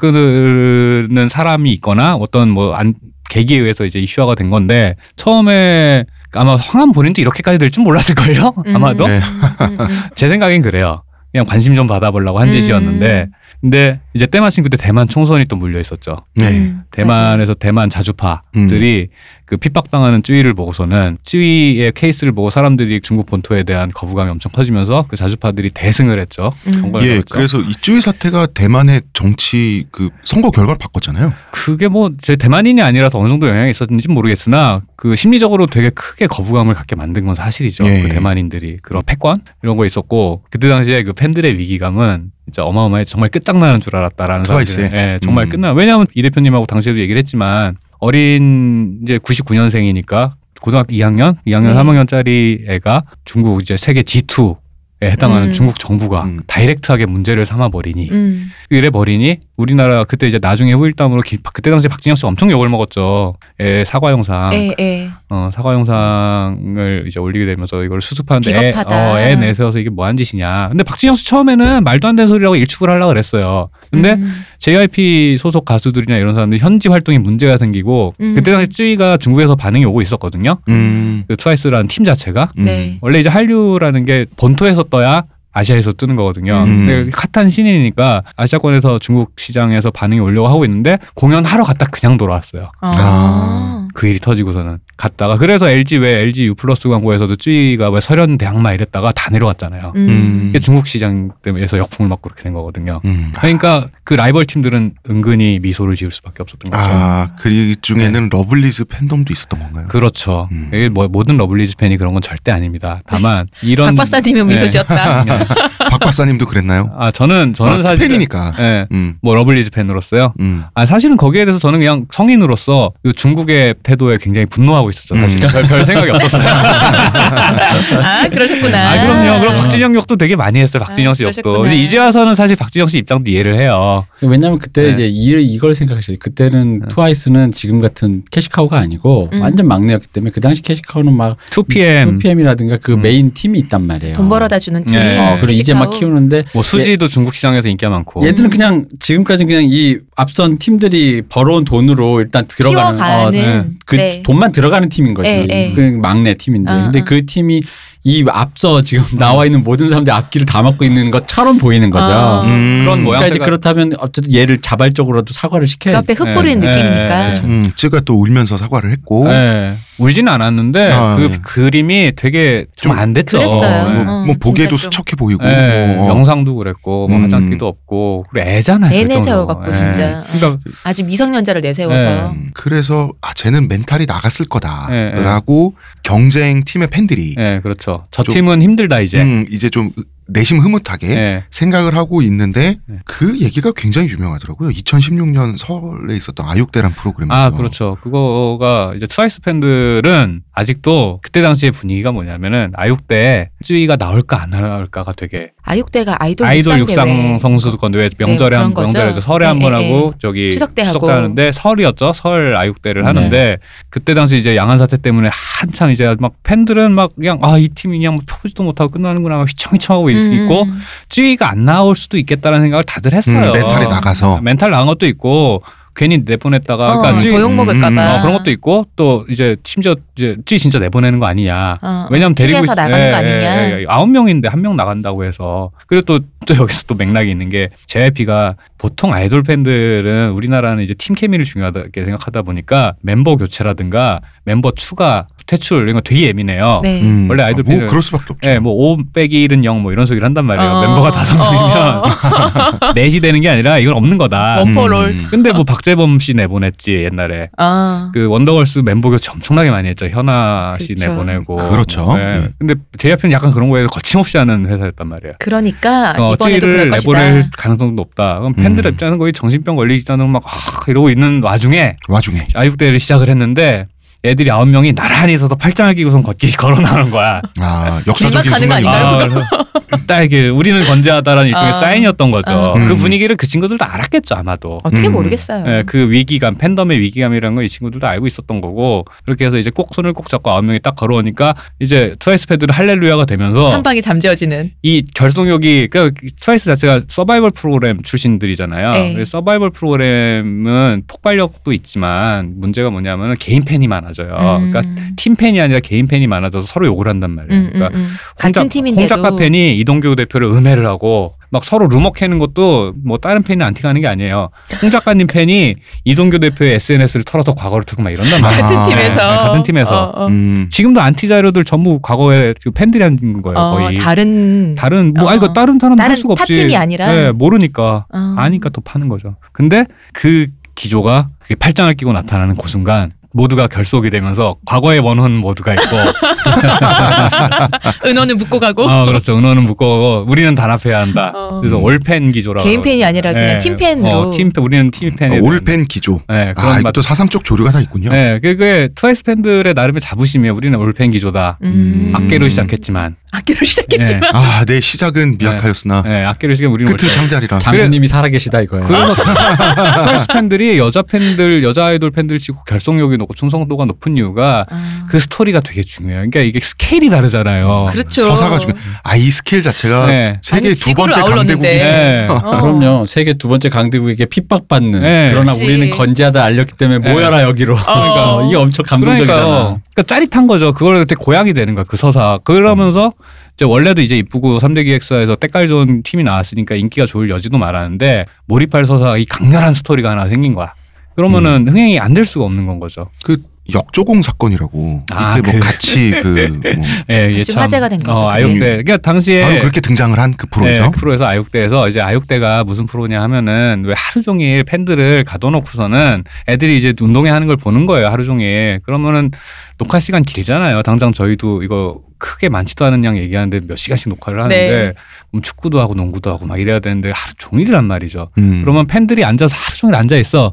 Speaker 2: 끄는 사람이 있거나 어떤 뭐 안, 계기에 의해서 이제 이슈화가 된 건데 처음에 아마 황한 본인도 이렇게까지 될 줄 몰랐을걸요.
Speaker 3: 음.
Speaker 2: 아마도
Speaker 1: 네.
Speaker 3: 음, 음,
Speaker 2: 제 생각엔 그래요. 그냥 관심 좀 받아보려고 한
Speaker 3: 음.
Speaker 2: 짓이었는데 근데 이제 때마침 그때 대만 총선이 또 물려 있었죠.
Speaker 3: 음.
Speaker 1: 네.
Speaker 3: 음, 맞아요. 음.
Speaker 2: 대만에서 대만 자주파들이 그 핍박당하는 쯔위를 보고서는 쯔위의 케이스를 보고 사람들이 중국 본토에 대한 거부감이 엄청 커지면서 그 자주파들이 대승을 했죠.
Speaker 3: 음.
Speaker 2: 정말
Speaker 1: 예,
Speaker 2: 그렇죠.
Speaker 1: 그래서 이 찌위 사태가 대만의 정치 그 선거 결과를 바꿨잖아요.
Speaker 2: 그게 뭐 제 대만인이 아니라서 어느 정도 영향이 있었는지 는 모르겠으나 그 심리적으로 되게 크게 거부감을 갖게 만든 건 사실이죠.
Speaker 1: 예.
Speaker 2: 그 대만인들이 그런 패권 이런 거 있었고 그때 당시에 그 팬들의 위기감은 진짜 어마어마해 정말 끝장나는 줄 알았다라는
Speaker 1: 트와이스에?
Speaker 2: 사실은 예, 정말
Speaker 1: 음.
Speaker 2: 끝나. 왜냐하면 이 대표님하고 당시에도 얘기를 했지만 어린 이제 99년생이니까 고등학교 2학년, 2학년,
Speaker 3: 네.
Speaker 2: 3학년짜리 애가 중국 이제 세계 G2 에 해당하는
Speaker 3: 음.
Speaker 2: 중국 정부가
Speaker 1: 음.
Speaker 2: 다이렉트하게 문제를 삼아버리니
Speaker 3: 음.
Speaker 2: 이래 버리니 우리나라 그때 이제 나중에 후일담으로 기- 그때 당시 박진영 씨가 엄청 욕을 먹었죠. 애 사과 영상,
Speaker 3: 예, 예.
Speaker 2: 어, 사과 영상을 이제 올리게 되면서 이걸 수습하는데 애,
Speaker 3: 비겁하다.
Speaker 2: 어, 애 내세워서 이게 뭐한 짓이냐. 근데 박진영 씨 처음에는 말도 안 되는 소리라고 일축을 하려고 그랬어요. 근데
Speaker 3: 음.
Speaker 2: JYP 소속 가수들이나 이런 사람들이 현지 활동에 문제가 생기고
Speaker 3: 음.
Speaker 2: 그때 당시 쯔위가 중국에서 반응이 오고 있었거든요.
Speaker 1: 음.
Speaker 2: 그 트와이스라는 팀 자체가
Speaker 3: 네.
Speaker 2: 원래 이제 한류라는 게 본토에서 떠야 아시아에서 뜨는 거거든요.
Speaker 1: 음.
Speaker 2: 근데 핫한 신인이니까 아시아권에서 중국 시장에서 반응이 오려고 하고 있는데 공연하러 갔다 그냥 돌아왔어요.
Speaker 3: 어.
Speaker 1: 아.
Speaker 2: 그 일이 터지고서는 갔다가 그래서 LG 왜 LG U 플러스 광고에서도 쯔위가 왜 서련 대항마 이랬다가 다 내려왔잖아요.
Speaker 3: 음.
Speaker 1: 음.
Speaker 2: 이게 중국 시장 때문에서 역풍을 맞고 그렇게 된 거거든요.
Speaker 1: 음.
Speaker 2: 그러니까 그 라이벌 팀들은 은근히 미소를 지을 수밖에 없었던 거죠.
Speaker 1: 아, 그 중에는 러블리즈 팬덤도 있었던 건가요?
Speaker 2: 네. 그렇죠.
Speaker 1: 음.
Speaker 2: 이게 뭐 모든 러블리즈 팬이 그런 건 절대 아닙니다.
Speaker 1: *laughs*
Speaker 2: 다만 이런
Speaker 3: 박 박사님의
Speaker 2: 네. *laughs*
Speaker 3: 미소 지었다.
Speaker 1: 박 박사님도 그랬나요?
Speaker 2: 아 저는 저는
Speaker 1: 아,
Speaker 2: 사실
Speaker 1: 팬이니까.
Speaker 2: 예.
Speaker 1: 음.
Speaker 2: 뭐 러블리즈 팬으로서요.
Speaker 1: 음.
Speaker 2: 아 사실은 거기에 대해서 저는 그냥 성인으로서 그 중국의 태도에 굉장히 분노하고 있었죠. 사실
Speaker 1: 음.
Speaker 2: 별, 별 생각이 없었어요.
Speaker 3: *laughs* 아, 그러셨구나. 음.
Speaker 2: 아 그럼요. 그럼 박진영 역도 되게 많이 했어요.
Speaker 3: 아,
Speaker 2: 박진영 씨 역도
Speaker 3: 그러셨구나.
Speaker 2: 이제 이제 와서는 사실 박진영 씨 입장도 이해를 해요.
Speaker 4: 왜냐면 그때
Speaker 2: 네.
Speaker 4: 이제 이, 이걸 생각했어요. 그때는
Speaker 2: 네.
Speaker 4: 트와이스는 지금 같은 캐시카우가 아니고
Speaker 3: 음.
Speaker 4: 완전 막내였기 때문에 그 당시 캐시카우는 막
Speaker 2: 2PM
Speaker 4: 2PM이라든가 그
Speaker 2: 음.
Speaker 4: 메인 팀이 있단 말이에요.
Speaker 3: 돈 벌어다 주는 팀.
Speaker 2: 네.
Speaker 4: 어, 그리고 이제 막
Speaker 3: 캐시카우.
Speaker 4: 키우는데
Speaker 2: 뭐 수지도 뭐. 중국 시장에서 인기가
Speaker 1: 예.
Speaker 2: 많고.
Speaker 4: 얘들은 그냥 지금까지 그냥 이 앞선 팀들이 벌어온 돈으로 일단 들어가는
Speaker 3: 키워가는.
Speaker 4: 어, 그
Speaker 3: 네.
Speaker 4: 돈만 들어가는 팀인 거지.
Speaker 3: 예, 예.
Speaker 4: 그 막내 팀인데.
Speaker 3: 아,
Speaker 4: 근데
Speaker 3: 아.
Speaker 4: 그 팀이 이 앞서 지금 *laughs* 나와 있는 모든 사람들 앞길을 다 막고 있는 것처럼 보이는 거죠.
Speaker 3: 아.
Speaker 1: 음.
Speaker 2: 그런 모양.
Speaker 4: 그러니까 이제 그렇다면 어쨌든 얘를 자발적으로도 사과를
Speaker 3: 그
Speaker 4: 시켜야
Speaker 3: 앞에 흙 뿌리는
Speaker 2: 네,
Speaker 3: 느낌이니까.
Speaker 2: 네, 네.
Speaker 1: 음, 제가 또 울면서 사과를 했고 어,
Speaker 2: 예. 울지는 않았는데
Speaker 1: 아,
Speaker 2: 그
Speaker 1: 네.
Speaker 2: 그림이 되게
Speaker 1: 좀
Speaker 2: 좀 안 됐죠.
Speaker 3: 그랬어요.
Speaker 2: 예.
Speaker 1: 뭐,
Speaker 3: 어,
Speaker 1: 뭐 보기에도
Speaker 3: 진짜 좀.
Speaker 1: 수척해 보이고
Speaker 2: 예,
Speaker 1: 뭐, 어.
Speaker 2: 영상도 그랬고 뭐
Speaker 1: 음.
Speaker 2: 화장기도 없고 그리고 애잖아요.
Speaker 3: 애내
Speaker 2: 그 정도.
Speaker 3: 재워갖고
Speaker 2: 예.
Speaker 3: 진짜 진짜.
Speaker 4: 그러니까
Speaker 3: 아직 미성년자를
Speaker 2: 네.
Speaker 3: 내세워서.
Speaker 1: 음, 그래서 아 쟤는 멘탈이 나갔을
Speaker 2: 예, 예.
Speaker 1: 거다라고 경쟁 팀의 팬들이
Speaker 2: 예, 그렇죠. 저
Speaker 1: 좀-
Speaker 2: 팀은 힘들다 이제.
Speaker 1: 음, 이제 좀 으- 내심 흐뭇하게
Speaker 2: 예.
Speaker 1: 생각을 하고 있는데
Speaker 2: 네.
Speaker 1: 그 얘기가 굉장히 유명하더라고요. 2016년 설에 있었던 아육대란 프로그램에서
Speaker 2: 아, 그렇죠. 그거가 이제 트와이스 팬들은 아직도 그때 당시의 분위기가 뭐냐면은 아육대 쯔위가 나올까 안 나올까가 되게
Speaker 3: 아육대가 아이돌,
Speaker 2: 아이돌 육상
Speaker 3: 육상, 대회. 네,
Speaker 2: 성수권 대회 명절에
Speaker 3: 그런
Speaker 2: 한
Speaker 3: 거죠.
Speaker 2: 명절에 설에
Speaker 3: 예,
Speaker 2: 한 번
Speaker 3: 예,
Speaker 2: 하고 저기
Speaker 3: 추석 때 하고.
Speaker 2: 하는데 설이었죠. 설 아육대를
Speaker 4: 네.
Speaker 2: 하는데 그때 당시 이제 양한 사태 때문에 한참 이제 막 팬들은 막 그냥 아 이 팀이 그냥 뭐 펴보지도 못하고 끝나는구나 막 휘청휘청하고
Speaker 3: 음,
Speaker 2: 있고
Speaker 3: 음.
Speaker 2: 쯔위가 안 나올 수도 있겠다라는 생각을 다들 했어요.
Speaker 1: 음, 멘탈이 나가서
Speaker 2: 멘탈 나간 것도 있고 괜히 내보냈다가
Speaker 3: 어,
Speaker 2: 그러니까 쯔위-
Speaker 3: 더
Speaker 1: 음, 음,
Speaker 3: 욕먹을까봐.
Speaker 2: 어, 그런 것도 있고 또 이제 심지어 이제 쯔위 진짜 내보내는 거 아니냐.
Speaker 3: 어,
Speaker 2: 왜냐면 데리고
Speaker 3: 팀에서
Speaker 2: 있-
Speaker 3: 나가는
Speaker 2: 예,
Speaker 3: 거
Speaker 2: 예,
Speaker 3: 아니냐.
Speaker 2: 예, 예. 아홉 명인데 한 명 나간다고 해서 그리고 또 또 여기서 또 맥락이 있는 게 JYP가 보통 아이돌 팬들은 우리나라는 이제 팀 케미를 중요하게 생각하다 보니까 멤버 교체라든가 멤버 추가 퇴출 이런 거 되게 예민해요.
Speaker 3: 네.
Speaker 1: 음,
Speaker 2: 원래 아이돌
Speaker 1: 아, 뭐
Speaker 2: 팬은-
Speaker 1: 그럴 수밖에 없죠.
Speaker 2: 예, 뭐5 빼기 1은 0 뭐 이런 소리를 한단 말이에요.
Speaker 3: 어,
Speaker 2: 멤버가 다섯 명이면
Speaker 3: *laughs* 어,
Speaker 2: 넷이 되는 게 아니라 이건 없는 거다.
Speaker 3: 원 포 롤.
Speaker 1: 음.
Speaker 2: 근데 뭐 박재범 씨 내보냈지 옛날에
Speaker 3: 아.
Speaker 2: 그 원더걸스 멤버 교체 엄청나게 많이 했죠 현아 씨
Speaker 3: 그렇죠.
Speaker 2: 내보내고
Speaker 1: 그렇죠.
Speaker 2: 네.
Speaker 1: 예.
Speaker 2: 근데 제이아피는 약간 그런 거에 거침없이 하는 회사였단 말이에요.
Speaker 3: 그러니까
Speaker 2: 어,
Speaker 3: 이번에도 그럴
Speaker 2: 찌를
Speaker 3: 것이다.
Speaker 2: 내보낼 가능성도 높다. 그럼 팬들
Speaker 1: 음.
Speaker 2: 입장에서 거의 정신병 걸리기 전에 막 아, 이러고 있는 와중에
Speaker 1: 와중에
Speaker 2: 아육대를 시작을 했는데 애들이 아홉 명이 나란히 서서 팔짱을 끼고선 걷기 *laughs* 걸어 나오는 거야.
Speaker 1: 아 역사적인
Speaker 3: 길막하는 거
Speaker 1: 순간이다.
Speaker 3: 네. 아닌가요?
Speaker 2: 아, 그래서 딱 이게 우리는 건재하다라는 일종의
Speaker 3: 아.
Speaker 2: 사인이었던 거죠.
Speaker 3: 아.
Speaker 2: 그
Speaker 1: 음.
Speaker 2: 분위기를 그 친구들도 알았겠죠 아마도.
Speaker 3: 어떻게
Speaker 1: 음.
Speaker 3: 모르겠어요.
Speaker 2: 예, 그 위기감, 팬덤의 위기감이라는 걸 이 친구들도 알고 있었던 거고 그렇게 해서 이제 꼭 손을 꼭 잡고 아홉 명이 딱 걸어오니까 이제 트와이스 패드는 할렐루야가 되면서
Speaker 3: 한 방에 잠재워지는.
Speaker 2: 이 결속력이 그러니까 트와이스 자체가 서바이벌 프로그램 출신들이잖아요.
Speaker 3: 네.
Speaker 2: 그래서 서바이벌 프로그램은 폭발력도 있지만 문제가 뭐냐면 개인 팬이 많아져요. 그러니까
Speaker 3: 음.
Speaker 2: 팀 팬이 아니라 개인 팬이 많아져서 서로 욕을 한단 말이에요.
Speaker 3: 음, 음,
Speaker 2: 그러니까
Speaker 3: 음.
Speaker 2: 홍작-
Speaker 3: 같은 팀인데도
Speaker 2: 홍작가 팬이 이동규 대표를 음해를 하고 막 서로 루머캐는 것도 뭐 다른 팬이 안티가는 게 아니에요. 홍 작가님 팬이 이동규 대표의 SNS를 털어서 과거를 틀고 막 이런단 말이에요.
Speaker 3: *laughs*
Speaker 1: 아.
Speaker 3: 같은 팀에서
Speaker 2: 네, 같은 팀에서.
Speaker 3: 어, 어.
Speaker 1: 음.
Speaker 2: 지금도 안티 자료들 전부 과거에 그 팬들이 한 거예요
Speaker 3: 어,
Speaker 2: 거의.
Speaker 3: 다른
Speaker 2: 다른 뭐 아니
Speaker 3: 어.
Speaker 2: 그 다른 사람 할
Speaker 3: 다른
Speaker 2: 수가
Speaker 3: 타
Speaker 2: 없지.
Speaker 3: 팀이 아니라?
Speaker 2: 네, 모르니까
Speaker 3: 어.
Speaker 2: 아니까 또 파는 거죠. 근데 그 기조가 그게 팔짱을 끼고 나타나는 그 순간 모두가 결속이 되면서 과거의 원혼 모두가 있고
Speaker 3: *laughs* 은원은 묶고 가고
Speaker 2: 아 그렇죠. 은호는 묶어가고 우리는 단합해야 한다.
Speaker 3: 어.
Speaker 2: 아, 그래서
Speaker 1: 음.
Speaker 2: 올팬 기조라고.
Speaker 3: 개인 팬이 아니라 그냥
Speaker 2: 예.
Speaker 3: 팀 팬으로.
Speaker 2: 어, 팀팬 우리는 팀 팬이.
Speaker 1: 아, 올팬 기조.
Speaker 2: 네,
Speaker 1: 아
Speaker 2: 그런
Speaker 1: 이것도
Speaker 2: 맛.
Speaker 1: 사삼 쪽 조류가 다 있군요.
Speaker 2: 네, 그게 트와이스 팬들의 나름의 자부심이에요. 우리는 올팬 기조다.
Speaker 3: 음.
Speaker 1: 음.
Speaker 2: 악계로 시작했지만,
Speaker 3: 악기로
Speaker 2: 예.
Speaker 3: 시작했지만
Speaker 1: 아 내 시작은 미약하였으나
Speaker 2: 네, 악계로 시작 우리는
Speaker 1: 끝은 창대하리라.
Speaker 4: 장모님이 살아계시다 이거예요.
Speaker 2: 그래서 *laughs* 트와이스 팬들이 여자 팬들, 여자 아이돌 팬들 치고 결속력이 높고 충성도가 높은 이유가
Speaker 3: 아.
Speaker 2: 그 스토리가 되게 중요해요. 그러니까 이게 스케일이 다르잖아요.
Speaker 3: 그렇죠.
Speaker 1: 서사가 중요. 아이 스케일 자체가
Speaker 2: 네.
Speaker 1: 세계
Speaker 3: 아니,
Speaker 1: 두
Speaker 3: 지구를
Speaker 1: 번째 강대국이
Speaker 2: 네.
Speaker 3: 아울렀는데.
Speaker 2: *laughs*
Speaker 3: 어.
Speaker 4: 그럼요. 세계 두 번째 강대국에게 핍박받는.
Speaker 2: 네.
Speaker 4: 그러나
Speaker 3: 그치.
Speaker 4: 우리는 건재하다 알렸기 때문에
Speaker 2: 네.
Speaker 4: 모여라 *laughs* 여기로.
Speaker 3: 그러니까.
Speaker 4: 어, 이게 엄청 감동적이잖아.
Speaker 2: 그러니까요. 그러니까 짜릿한 거죠. 그걸 되게 고향이 되는 거야. 그 서사. 그러면서 이제 원래도 이제 이쁘고 3대 기획사에서 때깔 좋은 팀이 나왔으니까 인기가 좋을 여지도 많았는데 몰입할 서사 이 강렬한 스토리가 하나 생긴 거야.
Speaker 4: 음.
Speaker 2: 그러면은 흥행이 안 될 수가 없는 건 거죠.
Speaker 1: 역조공 사건이라고.
Speaker 2: 아,
Speaker 1: 이때
Speaker 2: 그-
Speaker 1: 뭐 같이
Speaker 2: *laughs*
Speaker 1: 그 뭐
Speaker 2: 예, 이게
Speaker 3: 아주 화제가 된 거죠,
Speaker 2: 어,
Speaker 3: 그게.
Speaker 2: 아육대.
Speaker 4: 음.
Speaker 2: 그러니까 당시에
Speaker 1: 바로 그렇게 등장을 한 그 프로에서
Speaker 2: 네, 프로에서 아육대에서 이제 아육대가 무슨 프로냐 하면은 왜 하루 종일 팬들을 가둬놓고서는 애들이 이제 운동회 하는 걸 보는 거예요 하루 종일 그러면은 녹화 시간 길잖아요 당장 저희도 이거 크게 많지도 않은 양 얘기하는데 몇 시간씩 녹화를 하는데
Speaker 3: 네.
Speaker 2: 그럼 축구도 하고 농구도 하고 막 이래야 되는데 하루 종일이란 말이죠
Speaker 1: 음.
Speaker 2: 그러면 팬들이 앉아서 하루 종일 앉아 있어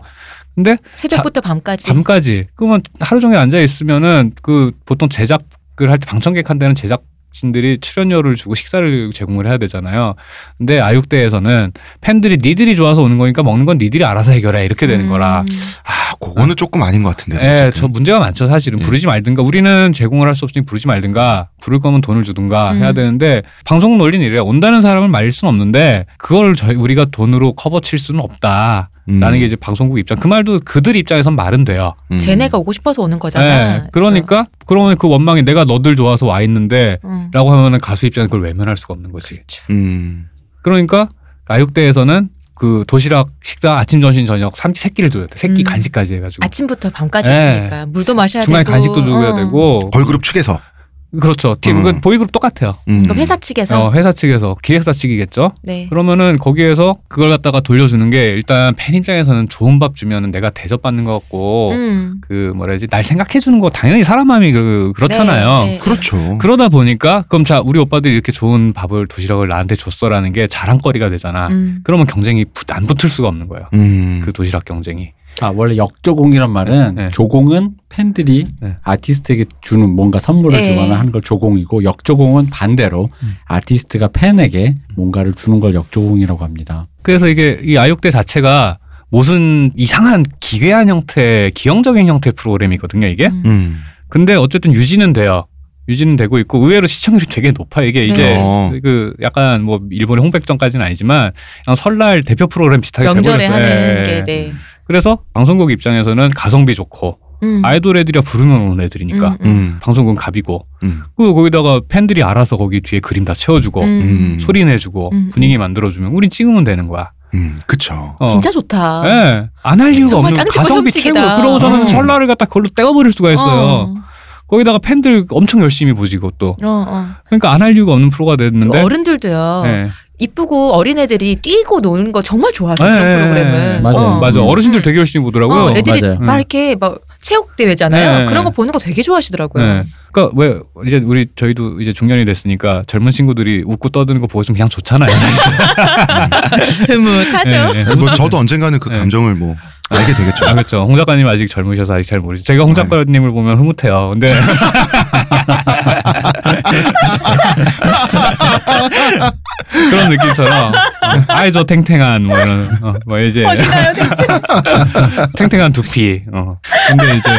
Speaker 2: 근데
Speaker 3: 새벽부터 밤까지
Speaker 2: 밤까지 그러면 하루 종일 앉아 있으면은 그 보통 제작을 할 때 방청객 한 데는 제작진들이 출연료를 주고 식사를 제공을 해야 되잖아요. 근데 아육대에서는 팬들이 니들이 좋아서 오는 거니까 먹는 건 니들이 알아서 해결해 이렇게 되는 거라.
Speaker 3: 음.
Speaker 1: 아 네, 그거는 조금 아닌 것 같은데.
Speaker 2: 예,
Speaker 1: 어쨌든.
Speaker 2: 저 문제가 많죠 사실은
Speaker 1: 예.
Speaker 2: 부르지 말든가 우리는 제공을 할 수 없으니 부르지 말든가 부를 거면 돈을 주든가 해야
Speaker 3: 음.
Speaker 2: 되는데 방송 논리는 이래요 온다는 사람을 말릴 수는 없는데 그걸 저희 우리가 돈으로 커버 칠 수는 없다라는
Speaker 1: 음.
Speaker 2: 게 이제 방송국 입장 그 말도 그들 입장에선 말은 돼요
Speaker 1: 음.
Speaker 3: 쟤네가 오고 싶어서 오는
Speaker 2: 예,
Speaker 3: 거잖아. 그렇죠.
Speaker 2: 그러니까 그러면 그 원망이 내가 너들 좋아서 와 있는데
Speaker 3: 그렇죠? 음.
Speaker 2: 라고 하면은 가수 입장에 그걸 외면할 수가 없는 거지.
Speaker 1: 음.
Speaker 2: 그러니까 아육대에서는 그 도시락 식사 아침 점심 저녁 삼 새끼를 줘야 돼. 새끼
Speaker 3: 음.
Speaker 2: 간식까지 해가지고
Speaker 3: 아침부터 밤까지
Speaker 2: 예.
Speaker 3: 있으니까 물도 마셔야
Speaker 2: 중간에
Speaker 3: 되고
Speaker 2: 간식도 줘야
Speaker 3: 어.
Speaker 2: 되고
Speaker 1: 걸그룹 측에서
Speaker 2: 그렇죠. 팀
Speaker 1: 음.
Speaker 2: 그 보이그룹 똑같아요.
Speaker 1: 음.
Speaker 3: 그럼 그러니까 회사 측에서
Speaker 2: 어, 회사 측에서 기획사 측이겠죠.
Speaker 3: 네.
Speaker 2: 그러면은 거기에서 그걸 갖다가 돌려주는 게 일단 팬 입장에서는 좋은 밥 주면은 내가 대접받는 것 같고
Speaker 3: 음.
Speaker 2: 그 뭐라 해야지 날 생각해 주는 거 당연히 사람 마음이 그, 그렇잖아요.
Speaker 3: 네, 네.
Speaker 1: 그렇죠.
Speaker 2: 그러다 보니까 그럼 자 우리 오빠들이 이렇게 좋은 밥을 도시락을 나한테 줬어라는 게 자랑거리가 되잖아.
Speaker 3: 음.
Speaker 2: 그러면 경쟁이 부- 안 붙을 수가 없는 거예요.
Speaker 1: 음.
Speaker 2: 그 도시락 경쟁이.
Speaker 4: 아 원래 역조공이란 말은
Speaker 2: 네.
Speaker 4: 조공은 팬들이
Speaker 2: 네.
Speaker 4: 아티스트에게 주는 뭔가 선물을
Speaker 3: 네.
Speaker 4: 주거나 하는 걸 조공이고 역조공은 반대로
Speaker 2: 음.
Speaker 4: 아티스트가 팬에게 뭔가를 주는 걸 역조공이라고 합니다.
Speaker 2: 그래서 이게 이 아육대 자체가 무슨 이상한 기괴한 형태, 기형적인 형태 의 프로그램이거든요. 이게.
Speaker 3: 음.
Speaker 1: 음.
Speaker 2: 근데 어쨌든 유지는 돼요. 유지는 되고 있고 의외로 시청률이 *laughs* 되게 높아 이게 이제
Speaker 1: 네.
Speaker 2: 그 약간 뭐 일본의 홍백전까지는 아니지만 그냥 설날 대표 프로그램 비슷하게
Speaker 3: 명절에
Speaker 2: 돼버렸어요.
Speaker 3: 하는
Speaker 2: 예.
Speaker 3: 게 네.
Speaker 2: 그래서 방송국 입장에서는 가성비 좋고
Speaker 3: 음.
Speaker 2: 아이돌 애들이야 부르면 오는 애들이니까
Speaker 3: 음, 음.
Speaker 1: 음.
Speaker 2: 방송국 갑이고
Speaker 1: 음.
Speaker 2: 그 거기다가 팬들이 알아서 거기 뒤에 그림 다 채워주고
Speaker 3: 음.
Speaker 1: 음.
Speaker 2: 소리 내주고
Speaker 3: 음.
Speaker 2: 분위기 만들어주면 우린 찍으면 되는 거야.
Speaker 1: 음. 그쵸.
Speaker 2: 어.
Speaker 3: 진짜 좋다.
Speaker 2: 예, 안 할 이유가
Speaker 3: 정말
Speaker 2: 없는 거야.
Speaker 3: 깜찍고
Speaker 2: 가성비 최고.
Speaker 3: 끔찍이다.
Speaker 2: 그러고 저는
Speaker 4: 어.
Speaker 1: 음.
Speaker 2: 설날을 갖다 그걸로 떼어버릴 수가 있어요. 거기다가 팬들 엄청 열심히 보지 그것도.
Speaker 3: 어, 어.
Speaker 2: 그러니까 안 할 이유가 없는 프로가 됐는데.
Speaker 3: 어른들도요.
Speaker 2: 예.
Speaker 3: 이쁘고 어린애들이 뛰고 노는 거 정말 좋아하죠.
Speaker 2: 예,
Speaker 3: 그런
Speaker 2: 예,
Speaker 3: 프로그램은.
Speaker 2: 예.
Speaker 4: 맞아요.
Speaker 3: 어.
Speaker 2: 맞아.
Speaker 4: 음.
Speaker 2: 어르신들 되게 열심히 보더라고요.
Speaker 3: 어, 애들이
Speaker 4: 맞아요. 네,
Speaker 3: 막 이렇게 막 체육대회잖아요.
Speaker 2: 예, 예.
Speaker 3: 그런 거 보는 거 되게 좋아하시더라고요.
Speaker 2: 예. 그러니까 왜 이제 우리 저희도 이제 중년이 됐으니까 젊은 친구들이 웃고 떠드는 거 보고 좀 그냥
Speaker 3: *laughs*
Speaker 2: 좋잖아요. 사실.
Speaker 4: 네.
Speaker 3: 흐뭇하죠.
Speaker 2: 예, 예.
Speaker 1: 뭐 저도 언젠가는 그
Speaker 2: 네.
Speaker 1: 감정을 뭐 알게 되겠죠.
Speaker 2: 아 그렇죠. 홍 작가님 아직 젊으셔서 아직 잘 모르죠. 제가
Speaker 3: 네.
Speaker 2: 홍 작가님을 보면 흐뭇해요.
Speaker 3: *laughs*
Speaker 2: 근데 그런 느낌처럼 어, 아이저 탱탱한 뭐 이런 어, 뭐 이제
Speaker 3: 어디가요, 대체?
Speaker 2: *laughs* 탱탱한 두피. 어. 근데 이제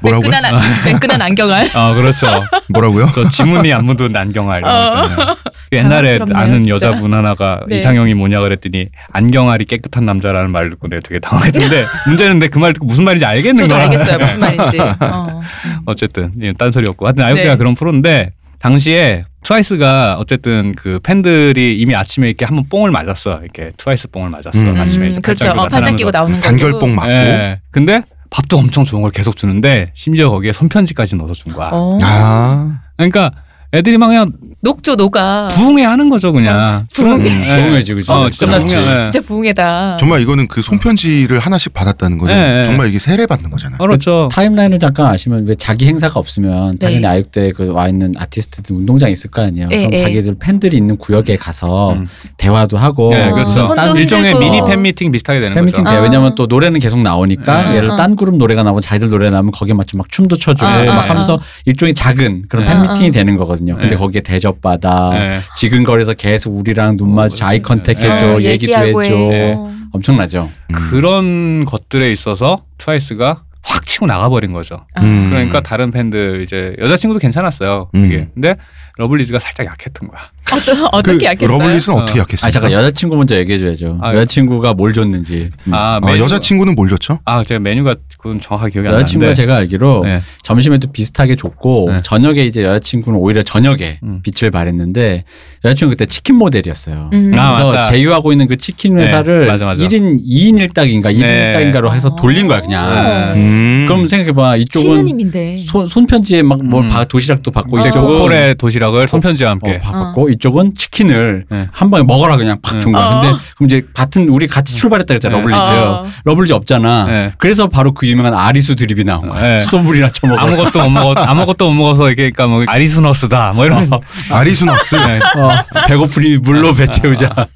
Speaker 1: 뭐라고요?
Speaker 3: 매끈한,
Speaker 4: *laughs*
Speaker 3: 안- 매끈한 안경알.
Speaker 2: 아 그렇죠.
Speaker 1: 뭐라고요?
Speaker 2: 저 지문이 안 묻은 안경알 이런
Speaker 3: 어.
Speaker 2: 거 있잖아요. 그 옛날에
Speaker 3: 당황스럽네요,
Speaker 2: 아는
Speaker 3: 진짜.
Speaker 2: 여자분 하나가
Speaker 3: 네.
Speaker 2: 이상형이 뭐냐 그랬더니 안경알이 깨끗한 남자라는 말 듣고 내가 되게 당황했는데 문제는 내가 그 말 듣고 무슨 말인지 알겠는
Speaker 3: 저도
Speaker 2: 거야.
Speaker 3: 알겠어요. 무슨 말인지. 어.
Speaker 2: 어쨌든 예, 딴소리였고 하여튼 아이오케가
Speaker 3: 네.
Speaker 2: 그런 프로인데 당시에 트와이스가 어쨌든 그 팬들이 이미 아침에 이렇게 한번 뽕을 맞았어 이렇게 트와이스 뽕을 맞았어
Speaker 1: 음.
Speaker 2: 아침에 이제
Speaker 3: 음, 그렇죠. 어,
Speaker 2: 나타나면서.
Speaker 3: 팔짱 끼고 나오는 거.
Speaker 1: 단결봉 맞고.
Speaker 2: 예. 근데 밥도 엄청 좋은 걸 계속 주는데 심지어 거기에 손편지까지 넣어서 준 거야
Speaker 3: 어.
Speaker 1: 아.
Speaker 2: 그러니까 애들이 막 그냥
Speaker 3: 녹조 녹아.
Speaker 2: 부흥회 하는 거죠 그냥
Speaker 3: 어. 부흥.
Speaker 4: 네. 조공이지 그죠?
Speaker 2: 어, 진짜
Speaker 4: 끝났지.
Speaker 2: 부흥회. 예.
Speaker 3: 진짜 부흥이다.
Speaker 1: 정말 이거는 그 손편지를 하나씩 받았다는 거는
Speaker 2: 네, 네.
Speaker 1: 정말 이게 세례 받는 거잖아요.
Speaker 2: 그렇죠
Speaker 4: 타임라인을 잠깐 아시면 왜 자기 행사가 없으면
Speaker 3: 네.
Speaker 4: 당연히 아육대에 그 와 있는 아티스트들 운동장 있을 거 아니에요.
Speaker 3: 예,
Speaker 4: 그럼
Speaker 3: 예.
Speaker 4: 자기들 팬들이 있는 구역에 가서
Speaker 2: 음.
Speaker 4: 대화도 하고
Speaker 2: 네, 그렇죠.
Speaker 4: 딴
Speaker 3: 손도
Speaker 2: 일종의
Speaker 3: 흔들고.
Speaker 2: 미니 팬미팅 비슷하게 되는
Speaker 4: 어, 팬미팅
Speaker 2: 거죠 음.
Speaker 4: 대
Speaker 3: 아.
Speaker 4: 왜냐면 또 노래는 계속 나오니까
Speaker 3: 네.
Speaker 4: 예를 들어 딴 그룹 노래가 나오면 자기들 노래 나오면 거기에 맞춰 막 춤도 춰주고
Speaker 2: 아,
Speaker 4: 막
Speaker 2: 아,
Speaker 4: 하면서 일종의 작은 그런
Speaker 2: 네.
Speaker 3: 아,
Speaker 4: 팬미팅이 되는 거거든요. 근데
Speaker 2: 네.
Speaker 4: 거기에 대접받아
Speaker 2: 예.
Speaker 4: 지근거리에서 계속 우리랑 눈
Speaker 2: 어,
Speaker 4: 마주 아이 컨택
Speaker 2: 네.
Speaker 4: 해줘
Speaker 2: 어,
Speaker 4: 얘기도
Speaker 3: 얘기하고
Speaker 4: 해줘 네.
Speaker 2: 해.
Speaker 3: 어.
Speaker 4: 엄청나죠.
Speaker 2: 네.
Speaker 1: 음.
Speaker 2: 그런 것들에 있어서 트와이스가 확 치고 나가버린 거죠.
Speaker 1: 음.
Speaker 2: 그러니까 다른 팬들 이제 여자친구도 괜찮았어요.
Speaker 1: 음.
Speaker 2: 그게. 근데 러블리즈가 살짝 약했던 거야.
Speaker 3: 어떠-
Speaker 1: 그
Speaker 3: 어떻게 약했어요?
Speaker 1: 러블리즈는 어떻게
Speaker 2: 어.
Speaker 1: 약했습니까?
Speaker 4: 아 잠깐 여자친구 먼저 얘기해줘야죠.
Speaker 2: 아,
Speaker 4: 여자친구가 뭘 줬는지. 음.
Speaker 2: 아,
Speaker 1: 아, 여자친구는 뭘 줬죠?
Speaker 2: 아, 제가 메뉴가 그건 정확하게 기억이 안 나는데.
Speaker 4: 여자친구가 제가 알기로
Speaker 2: 네.
Speaker 4: 점심에도 비슷하게 줬고
Speaker 2: 네.
Speaker 4: 저녁에 이제 여자친구는 오히려 저녁에
Speaker 2: 음.
Speaker 4: 빛을 발했는데 여자친구 는 그때 치킨 모델이었어요.
Speaker 3: 음.
Speaker 2: 아,
Speaker 4: 그래서
Speaker 2: 맞다.
Speaker 4: 제휴하고 있는 그 치킨
Speaker 2: 네,
Speaker 4: 회사를
Speaker 2: 맞아, 맞아.
Speaker 4: 1인 2인 1닭인가 1인
Speaker 2: 네.
Speaker 4: 1닭인가로 해서 돌린 거야 그냥.
Speaker 2: 아.
Speaker 1: 음.
Speaker 4: 그럼 생각해봐 이쪽은
Speaker 3: 신우님인데.
Speaker 4: 손, 손편지에 막 뭘
Speaker 2: 음.
Speaker 4: 도시락도 받고
Speaker 2: 이제
Speaker 4: 이쪽은
Speaker 1: 어.
Speaker 2: 코콜의 도시락을 손편지와 함께.
Speaker 4: 어, 받았고 이쪽은 치킨을
Speaker 2: 네.
Speaker 4: 한 방에 먹어라 그냥 팍
Speaker 2: 네.
Speaker 4: 준 거야.
Speaker 3: 어.
Speaker 4: 근데 그럼 이제 같은 우리 같이 출발했다 그랬잖아
Speaker 2: 네.
Speaker 4: 러블리즈.
Speaker 3: 어.
Speaker 4: 러블리즈 없잖아.
Speaker 2: 네.
Speaker 4: 그래서 바로 그 유명한 아리수 드립이 나온 거야.
Speaker 2: 네.
Speaker 4: 수돗물이나 처먹어.
Speaker 2: 아무것도 못 먹어 아무것도 못 먹어서 이게 그러니까 뭐 아리수너스다 뭐
Speaker 1: 어.
Speaker 2: 이런 거.
Speaker 1: 아리수너스.
Speaker 2: 네.
Speaker 4: 어, 배고프니 물로 배 채우자.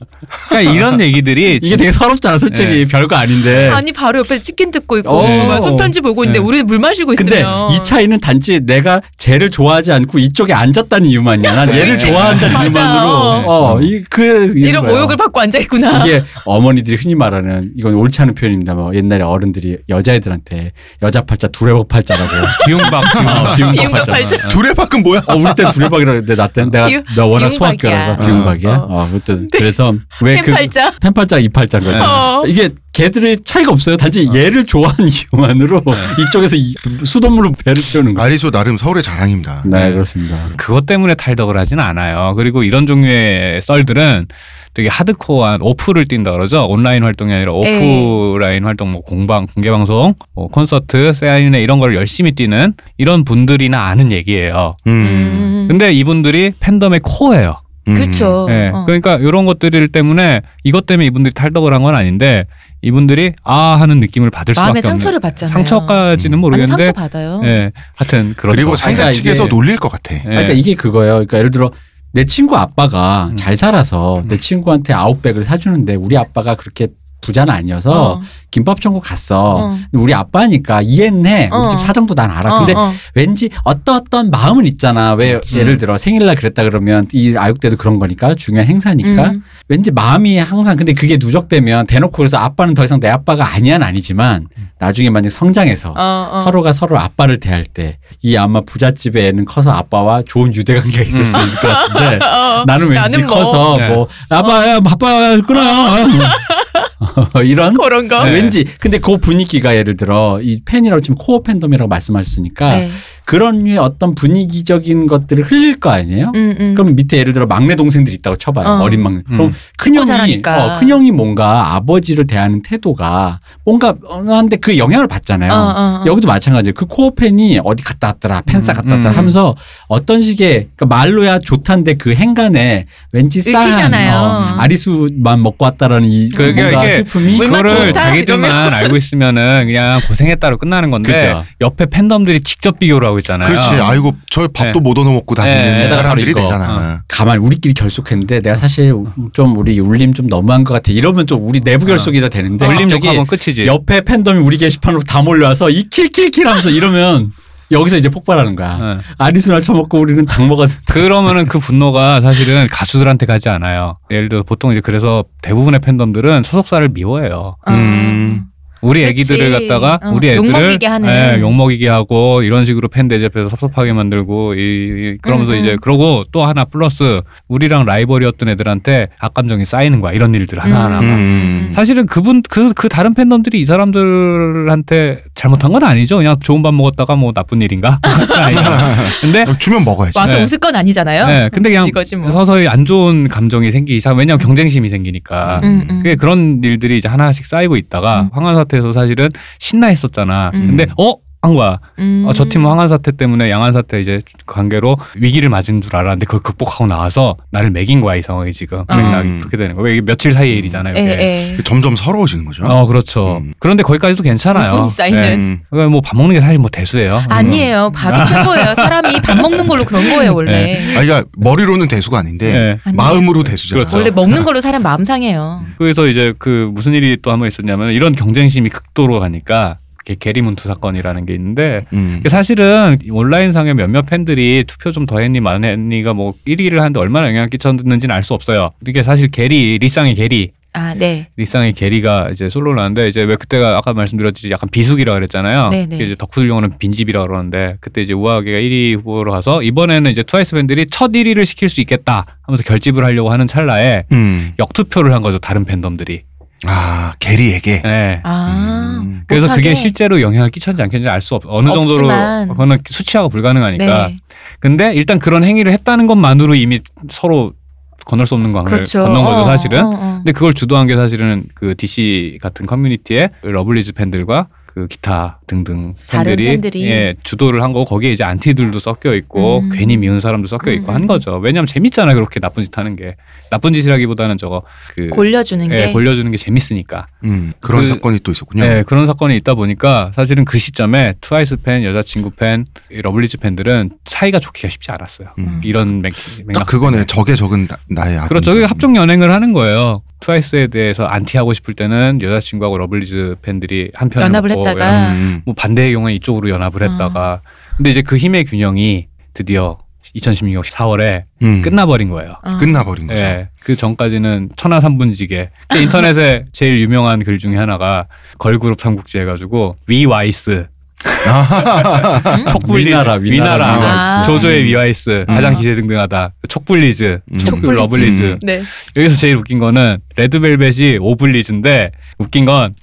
Speaker 2: 그러니까 이런 얘기들이
Speaker 4: 이게 되게 서럽잖아, 솔직히. 별거 아닌데.
Speaker 3: 예. 아니 바로 옆에 치킨 듣고 있고
Speaker 4: 네. 어.
Speaker 3: 막 손편지 보고 있는데
Speaker 2: 네.
Speaker 3: 우리 물 마시고
Speaker 4: 근데
Speaker 3: 있으면
Speaker 4: 이 차이는 단지 내가 쟤를 좋아하지 않고 이쪽에 앉았다는 이유만이야. 난 얘를 좋아한다는
Speaker 3: 네. 맞아.
Speaker 4: 이유만으로. 어, 이, 그,
Speaker 3: 네. 이런 모욕을 받고 앉아 있구나.
Speaker 4: 이게 어머니들이 흔히 말하는 이건 옳지 않은 표현입니다. 뭐 옛날에 어른들이 여자애들한테 여자 팔자 두레박 팔자라고.
Speaker 3: *laughs*
Speaker 2: 기웅박 기웅박.
Speaker 4: 어, 비운박
Speaker 3: 이윤박
Speaker 4: 팔자.
Speaker 3: 발전.
Speaker 1: 두레박은 뭐야?
Speaker 4: 어, 우리 때 두레박이라 그랬는데 나 때, 내가
Speaker 3: 기우-
Speaker 4: 나 워낙
Speaker 3: 기운박이야.
Speaker 4: 소학교라서 기운박이야.
Speaker 3: 어.
Speaker 4: 어, 그때 그래서 왜 그
Speaker 3: 팬팔자.
Speaker 4: 팬팔자 이팔자인 거죠.
Speaker 3: 어.
Speaker 4: 이게 걔들의 차이가 네. 없어요. 네. 단지 얘를 좋아하는 이유만으로 *laughs* 이쪽에서 이- 수돗물로 배를 채우는 거예요.
Speaker 1: 아리수 나름 서울의 자랑입니다.
Speaker 4: 네 그렇습니다.
Speaker 2: 그것 때문에 탈덕을 하진 않아요. 그리고 이런 종류의 썰들은 되게 하드코어한 오프를 띈다 그러죠. 온라인 활동이 아니라
Speaker 3: 네.
Speaker 2: 오프라인 활동, 뭐 공방, 공개 방송, 뭐 콘서트, 세아인회 이런 걸 열심히 뛰는 이런 분들이나 아는 얘기예요.
Speaker 1: 음.
Speaker 2: 근데 이분들이 팬덤의 코어예요.
Speaker 1: 음.
Speaker 3: 그렇죠.
Speaker 2: 예.
Speaker 3: 어.
Speaker 2: 그러니까 이런 것들 때문에 이것 때문에 이분들이 탈덕을 한 건 아닌데 이분들이 아 하는 느낌을 받을 수밖에
Speaker 3: 마음의
Speaker 2: 없는
Speaker 3: 상처를 받잖아요.
Speaker 2: 상처까지는
Speaker 3: 아니
Speaker 2: 모르겠는데
Speaker 3: 상처 받아요.
Speaker 2: 예. 하여튼 그렇죠.
Speaker 1: 그리고 상대
Speaker 4: 그러니까
Speaker 1: 측에서
Speaker 4: 이게-
Speaker 1: 놀릴 것 같아.
Speaker 2: 예.
Speaker 4: 그러니까 이게 그거예요. 그러니까 예를 들어 내 친구 아빠가
Speaker 2: 음.
Speaker 4: 잘 살아서 내 친구한테 아웃백을 사주는데 우리 아빠가 그렇게 부자는 아니어서 김밥 천국 갔어.
Speaker 3: 어.
Speaker 4: 근데 우리 아빠니까 이해는 해. 우리
Speaker 3: 어.
Speaker 4: 집 사정도 난 알아.
Speaker 3: 어,
Speaker 4: 근데
Speaker 3: 어.
Speaker 4: 왠지 어떠 어떤 마음은 있잖아. 왜 예를 들어 생일날 그랬다 그러면 이 아육 때도 그런 거니까 중요한
Speaker 2: 그러니까
Speaker 4: 행사니까
Speaker 3: 음.
Speaker 4: 왠지 마음이 항상 근데 그게 누적되면 대놓고 그래서 아빠는 더 이상 내 아빠가 아니야는 아니지만 나중에 만약 성장해서
Speaker 3: 어, 어.
Speaker 4: 서로가 서로 아빠를 대할 때 이 아마 부잣집의 애는 커서 아빠와 좋은 유대관계가 있을 수 있을 것
Speaker 3: 음.
Speaker 4: 같은데
Speaker 3: *laughs* 어.
Speaker 4: 나는 왠지
Speaker 3: 나는 뭐.
Speaker 4: 커서
Speaker 2: 네.
Speaker 4: 뭐 아빠 야 바빠 끊어요 *laughs* 이런
Speaker 3: 그런 거.
Speaker 2: 네.
Speaker 4: 왠지 근데 그 분위기가 예를 들어 이 팬이라고 지금 코어 팬덤이라고
Speaker 2: 아.
Speaker 4: 말씀하셨으니까
Speaker 3: 네.
Speaker 4: 그런 류의 어떤 분위기적인 것들을 흘릴 거 아니에요?
Speaker 3: 음, 음.
Speaker 4: 그럼 밑에 예를 들어 막내 동생들이 있다고 쳐봐요.
Speaker 3: 어.
Speaker 4: 어. 린 막내. 그럼
Speaker 2: 음.
Speaker 4: 큰
Speaker 3: 찍고
Speaker 4: 형이
Speaker 3: 자라니까.
Speaker 4: 어, 큰 형이 뭔가 아버지를 대하는 태도가 뭔가 어, 한데 그 영향을 받잖아요.
Speaker 3: 어, 어, 어.
Speaker 4: 여기도 마찬가지예요. 그 코어 팬이 어디 갔다 왔더라, 팬싸
Speaker 2: 음,
Speaker 4: 갔다 왔더라
Speaker 2: 음.
Speaker 4: 하면서 어떤 식의 그러니까 말로야 좋단데 그 행간에 왠지 싸한
Speaker 3: 읽히잖아요. 음.
Speaker 4: 어, 아리수만 먹고 왔다라는 이
Speaker 2: 그게
Speaker 4: 뭔가
Speaker 2: 이게
Speaker 4: 슬픔이
Speaker 3: 물맛
Speaker 2: 그거를
Speaker 3: 좋다,
Speaker 2: 자기들만 알고 있으면은 그냥 고생했다로 끝나는 건데
Speaker 4: 그죠.
Speaker 2: 옆에 팬덤들이 직접 비교를 하고 있잖아요.
Speaker 1: 그렇지. 아이고 저 밥도 못 얻어 먹고 다니는
Speaker 2: 어. 네, 네.
Speaker 1: 사람들이
Speaker 4: 바로 이거.
Speaker 1: 되잖아.
Speaker 4: 가만 우리끼리 결속했는데 내가 사실 좀 우리 울림 좀 너무한 것 같아 이러면 좀 우리 내부 결속이 다 되는데
Speaker 2: 올림
Speaker 4: 갑자기
Speaker 2: 어. 욕하면 끝이지.
Speaker 4: 아, 옆에 팬덤이 우리 게시판으로 다 몰려와서 이 킬킬킬 하면서 이러면 여기서 이제 폭발하는 거야.
Speaker 2: 예.
Speaker 4: 아리수나 처먹고 우리는 당 먹었는데
Speaker 2: 그러면은 그 분노가 사실은 가수들한테 가지 않아요. 예를 들어 보통 이제 그래서 대부분의 팬덤들은 소속사를 미워해요.
Speaker 3: 어.
Speaker 1: 음.
Speaker 2: 우리
Speaker 3: 그렇지.
Speaker 2: 애기들을 갖다가
Speaker 3: 어,
Speaker 2: 우리 애들을
Speaker 3: 욕먹이게 하는.
Speaker 2: 예, 욕먹이게 하고 이런 식으로 팬 대접해서 섭섭하게 만들고 이, 이- 그러면서
Speaker 3: 음, 음.
Speaker 2: 이제 그러고 또 하나 플러스 우리랑 라이벌이었던 애들한테 악감정이 쌓이는 거야. 이런 일들 하나하나.
Speaker 3: 음.
Speaker 1: 음.
Speaker 2: 사실은 그분 그 그 다른 팬덤들이 이 사람들한테 잘못한 건 아니죠. 그냥 좋은 밥 먹었다가 뭐 나쁜 일인가? *laughs*
Speaker 1: *laughs*
Speaker 2: 아니야. 근데
Speaker 1: 주면 먹어야지.
Speaker 3: 와서
Speaker 2: 네.
Speaker 3: 웃을 건 아니잖아요.
Speaker 2: 네, 근데 그냥
Speaker 3: 이거지 뭐.
Speaker 2: 서서히 안 좋은 감정이 생기기 시작. 왜냐하면 경쟁심이 생기니까.
Speaker 3: 음, 음.
Speaker 2: 그게 그런 일들이 이제 하나씩 쌓이고 있다가
Speaker 3: 음.
Speaker 2: 황한 사태에서 사실은 신나했었잖아.
Speaker 3: 음.
Speaker 2: 근데 어? 한 거야.
Speaker 3: 음.
Speaker 2: 어, 저 팀은 황한 사태 때문에 양한 사태 이제 관계로 위기를 맞은 줄 알았는데 그걸 극복하고 나와서 나를 매긴 거야 이 상황이 지금. 그러니까
Speaker 1: 음.
Speaker 2: 그렇게 되는 거야. 이게 며칠 사이의 일이잖아요.
Speaker 3: 아.
Speaker 2: 그렇죠.
Speaker 3: 예,
Speaker 2: 이게.
Speaker 3: 예.
Speaker 1: 점점 서러워지는 거죠.
Speaker 2: 음. 어 그렇죠.
Speaker 1: 음. 그
Speaker 2: 런데 거기까지도 괜찮아요.
Speaker 3: 부분이 쌓이는.
Speaker 2: 네.
Speaker 1: 음.
Speaker 2: 그러니까 뭐밥 먹는 게 사실 뭐 대수예요. 음.
Speaker 3: 아니에요. 밥이 최고예요. 사람이 밥 먹는 걸로 그런 거예요, 원래.
Speaker 2: 네.
Speaker 1: 아, 그러니까 머리로는 대수가
Speaker 2: 음.
Speaker 1: 아닌데
Speaker 2: 네.
Speaker 3: 아니,
Speaker 1: 마음으로 대수잖아.
Speaker 2: 그렇죠.
Speaker 3: 원래 먹는 걸로 사람 마음 상해요.
Speaker 2: 그래서 이제 그 무슨 일이 또 한 번 있었냐면 이런 경쟁심이 극도로 가니까 이게 게리문투 사건이라는 게 있는데
Speaker 1: 음.
Speaker 2: 이게 사실은 온라인상에 몇몇 팬들이 투표 좀 더 했니 만 했니가 뭐 1위를 하는데 얼마나 영향을 끼쳤는지는 알 수 없어요. 이게 사실 게리 리쌍의 게리
Speaker 3: 아, 네.
Speaker 2: 리쌍의 게리가 이제 솔로를 하는데 이제 왜 그때가 아까 말씀드렸듯이 약간 비수기라 그랬잖아요.
Speaker 3: 네네.
Speaker 2: 그게 이제 덕후들 용어는 빈집이라 그러는데 그때 이제 우아하게가 1위 후보로 가서 이번에는 이제 트와이스 팬들이 첫 1위를 시킬 수 있겠다 하면서 결집을 하려고 하는 찰나에
Speaker 1: 음.
Speaker 2: 역투표를 한 거죠 다른 팬덤들이.
Speaker 1: 아 게리에게.
Speaker 2: 네.
Speaker 3: 아.
Speaker 1: 음.
Speaker 2: 그래서
Speaker 3: 못하게.
Speaker 2: 그게 실제로 영향을 끼쳤는지 안 끼쳤는지 알 수 없. 어느 정도로
Speaker 3: 없지만.
Speaker 2: 그거는 수치화가 불가능하니까.
Speaker 3: 네.
Speaker 2: 근데 일단 그런 행위를 했다는 것만으로 이미 서로 건널 수 없는 광을
Speaker 3: 그렇죠.
Speaker 2: 건넌 거죠
Speaker 3: 어,
Speaker 2: 사실은.
Speaker 3: 어, 어.
Speaker 2: 근데 그걸 주도한 게 사실은 그 DC 같은 커뮤니티의 러블리즈 팬들과 그 기타 등등
Speaker 3: 다른
Speaker 2: 팬들이,
Speaker 3: 팬들이.
Speaker 2: 예 주도를 한 거고 거기에 이제 안티들도 섞여 있고
Speaker 3: 음.
Speaker 2: 괜히 미운 사람도 섞여 있고
Speaker 3: 음.
Speaker 2: 한 거죠. 왜냐하면 재밌잖아 그렇게 나쁜 짓 하는 게 나쁜 짓이라기보다는 저거 그
Speaker 3: 골려주는
Speaker 2: 예,
Speaker 3: 게. *laughs*
Speaker 2: 골려주는 게 재밌으니까.
Speaker 1: 음. 그런
Speaker 2: 그-
Speaker 1: 사건이 또 있었군요.
Speaker 2: 네, 그런 사건이 있다 보니까 사실은 그 시점에 트와이스 팬, 여자친구 팬, 이 러블리즈 팬들은 사이가 좋기가 쉽지 않았어요.
Speaker 1: 음.
Speaker 2: 이런 맥, 맥락.
Speaker 1: 딱 그거네. 적의 적은 나, 나의 아.
Speaker 2: 그렇죠. 그게 합종 연행을 하는 거예요. 트와이스에 대해서 안티하고 싶을 때는 여자친구하고 러블리즈 팬들이 한 편을
Speaker 3: 연합을
Speaker 2: 먹고
Speaker 3: 했다가. 아.
Speaker 2: 연-
Speaker 1: 음.
Speaker 2: 뭐 반대의 경우에 이쪽으로 연합을 했다가 근데 이제 그 힘의 균형이 드디어 2016년 4월에 끝나버린 거예요.
Speaker 3: 어.
Speaker 1: 버린 음. 거죠.
Speaker 2: 예, 음. 그 전까지는 천하삼분지게 근데 인터넷에 제일 유명한 글 중에 하나가 걸그룹 삼국지 해가지고 위와이스 촉불리즈
Speaker 4: 위나라, 위나라,
Speaker 3: 위와이스.
Speaker 2: 조조의 위와이스 가장
Speaker 3: 음.
Speaker 2: 기세등등하다 촉불리즈
Speaker 1: 음.
Speaker 2: 촉
Speaker 1: 촉불리즈.
Speaker 2: 러블리즈
Speaker 3: 네.
Speaker 2: 여기서 제일 웃긴 거는 레드벨벳이 오블리즈인데 웃긴 건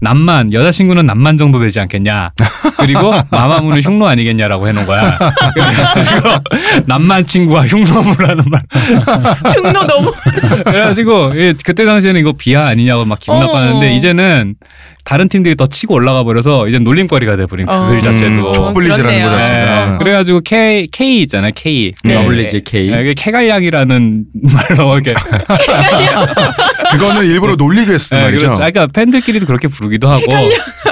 Speaker 2: 남만 여자친구는 남만 정도 되지 않겠냐 그리고 마마무는 흉노 아니겠냐라고 해놓은 거야 그래가지고 남만 친구와 흉노무라는 말
Speaker 3: 흉노 너무.
Speaker 2: 그래가지고 예, 그때 당시에는 이거 비하 아니냐고 막 기분
Speaker 3: 어.
Speaker 2: 나빴는데 이제는 다른 팀들이 더 치고 올라가 버려서 이제 놀림거리가 돼버린
Speaker 3: 어.
Speaker 2: 그 글 자체도.
Speaker 1: 음, 족불리즈라는 거
Speaker 3: 그렇네요.
Speaker 1: 자체가.
Speaker 2: 네. 그래가지고 K K 있잖아요 K.
Speaker 3: 네.
Speaker 4: 러블리즈 K.
Speaker 2: 네, 이게 캐갈량이라는 *laughs* 말로
Speaker 1: *laughs*
Speaker 2: 이렇게
Speaker 1: 그거는 일부러 놀리기 했어
Speaker 2: 네,
Speaker 1: 말이죠.
Speaker 2: 그렇죠. 그러니까 팬들끼리도 그렇게 부르기도 하고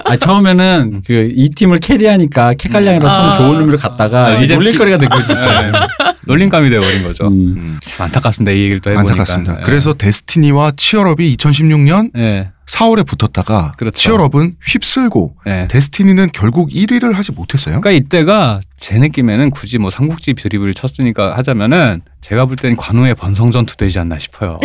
Speaker 4: 아 처음에는 그 이 팀을 캐리하니까 캐갈량이라 처음
Speaker 3: 아.
Speaker 4: 좋은 놈으로 갔다가
Speaker 2: 아,
Speaker 4: 이제
Speaker 2: 이제
Speaker 4: 놀릴거리가 된 거지.
Speaker 2: 네. 놀림감이 돼버린 거죠.
Speaker 4: 음.
Speaker 1: 음,
Speaker 2: 참 안타깝습니다. 이 얘기를 또 해보니까.
Speaker 1: 안타깝습니다.
Speaker 2: 네.
Speaker 1: 그래서 데스티니와 치얼업이 2016년
Speaker 2: 네.
Speaker 1: 4월에 붙었다가
Speaker 2: 그렇죠.
Speaker 1: 치얼업은 휩쓸고
Speaker 2: 네.
Speaker 1: 데스티니는 결국 1위를 하지 못했어요.
Speaker 2: 그러니까 이때가 제 느낌에는 굳이 뭐 삼국지 드립을 쳤으니까 하자면은 제가 볼 땐 관우의 번성전투 되지 않나 싶어요.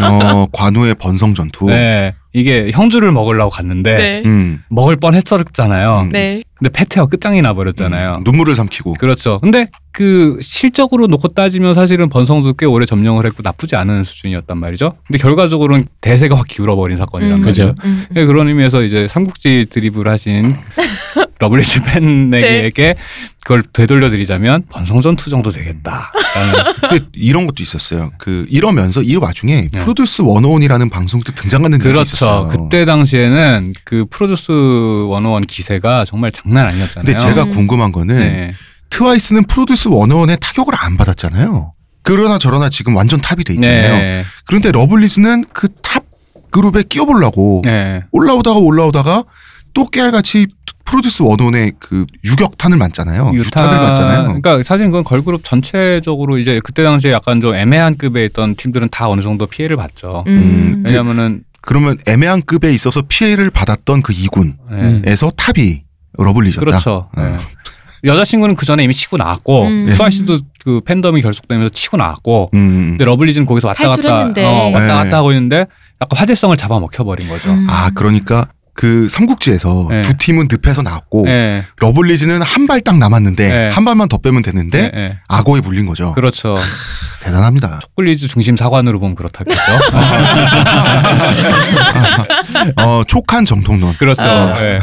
Speaker 1: 어, 관우의 번성 전투.
Speaker 2: 네. 이게 형주를 먹으려고 갔는데
Speaker 3: 네.
Speaker 1: 음,
Speaker 2: 먹을 뻔했었잖아요.
Speaker 1: 음.
Speaker 3: 네.
Speaker 2: 근데 패태가 끝장이 나버렸잖아요.
Speaker 1: 음, 눈물을 삼키고.
Speaker 2: 그렇죠. 근데 그 실적으로 놓고 따지면 사실은 번성도 꽤 오래 점령을 했고 나쁘지 않은 수준이었단 말이죠. 근데 결과적으로는 대세가 확 기울어버린 사건이란
Speaker 3: 음.
Speaker 2: 말이죠.
Speaker 4: 그죠.
Speaker 3: 음.
Speaker 2: 예, 그런 의미에서 이제 삼국지 드립을 하신 러블리즈 팬에게 그걸 되돌려드리자면 번성전투 정도 되겠다.
Speaker 1: 음.
Speaker 2: 라는
Speaker 1: 근데 이런 것도 있었어요. 그 이러면서 이 와중에
Speaker 2: 네.
Speaker 1: 프로듀스 101이라는 방송도 등장하는 일이
Speaker 2: 그렇죠.
Speaker 1: 있었어요.
Speaker 2: 그때 당시에는 그 프로듀스 101 기세가 정말 장난 아니었잖아요.
Speaker 1: 근데 제가
Speaker 3: 음.
Speaker 1: 궁금한 거는
Speaker 2: 네.
Speaker 1: 트와이스는 프로듀스 101에 타격을 안 받았잖아요. 그러나 저러나 지금 완전 탑이 돼 있잖아요.
Speaker 2: 네.
Speaker 1: 그런데 러블리즈는 그 탑 그룹에 끼어보려고
Speaker 2: 네.
Speaker 1: 올라오다가 올라오다가 또 깨알같이 프로듀스 101의 그 유격탄을 맞잖아요. 어, 유탄을 맞잖아요.
Speaker 2: 그러니까 사실 그건 걸그룹 전체적으로 이제 그때 당시에 약간 좀 애매한 급에 있던 팀들은 다 어느 정도 피해를 봤죠.
Speaker 1: 음.
Speaker 3: 음.
Speaker 2: 왜냐면은
Speaker 1: 그러면 애매한 급에 있어서 피해를 받았던 그 이군에서
Speaker 2: 네.
Speaker 4: 음.
Speaker 1: 탑이 러블리즈다.
Speaker 2: 그렇죠.
Speaker 1: 네.
Speaker 2: 네. 여자친구는 그 전에 이미 치고 나왔고
Speaker 1: 예.
Speaker 3: 음.
Speaker 2: 트와이스도 그 팬덤이 결속되면서 치고 나왔고
Speaker 1: 음.
Speaker 2: 근데 러블리즈는 거기서 왔다 갔다
Speaker 3: 탈출했는데.
Speaker 2: 어, 왔다
Speaker 1: 네.
Speaker 2: 갔다 하고 있는데 약간 화제성을 잡아먹혀 버린 거죠.
Speaker 3: 음.
Speaker 1: 아 그러니까 그 삼국지에서
Speaker 2: 네.
Speaker 1: 두 팀은 늪에서 나왔고
Speaker 2: 네.
Speaker 1: 러블리즈는 한 발 딱 남았는데
Speaker 2: 네.
Speaker 1: 한 발만 더 빼면 되는데
Speaker 2: 네, 네.
Speaker 1: 악어에 물린 거죠.
Speaker 2: 그렇죠. *laughs*
Speaker 1: 대단합니다.
Speaker 2: 홀리즈 중심 사관으로 보면 그렇다겠죠.
Speaker 1: *laughs* 아. 어, 촉한 정통론,
Speaker 2: *laughs* 그렇죠.
Speaker 3: 아.
Speaker 2: 네.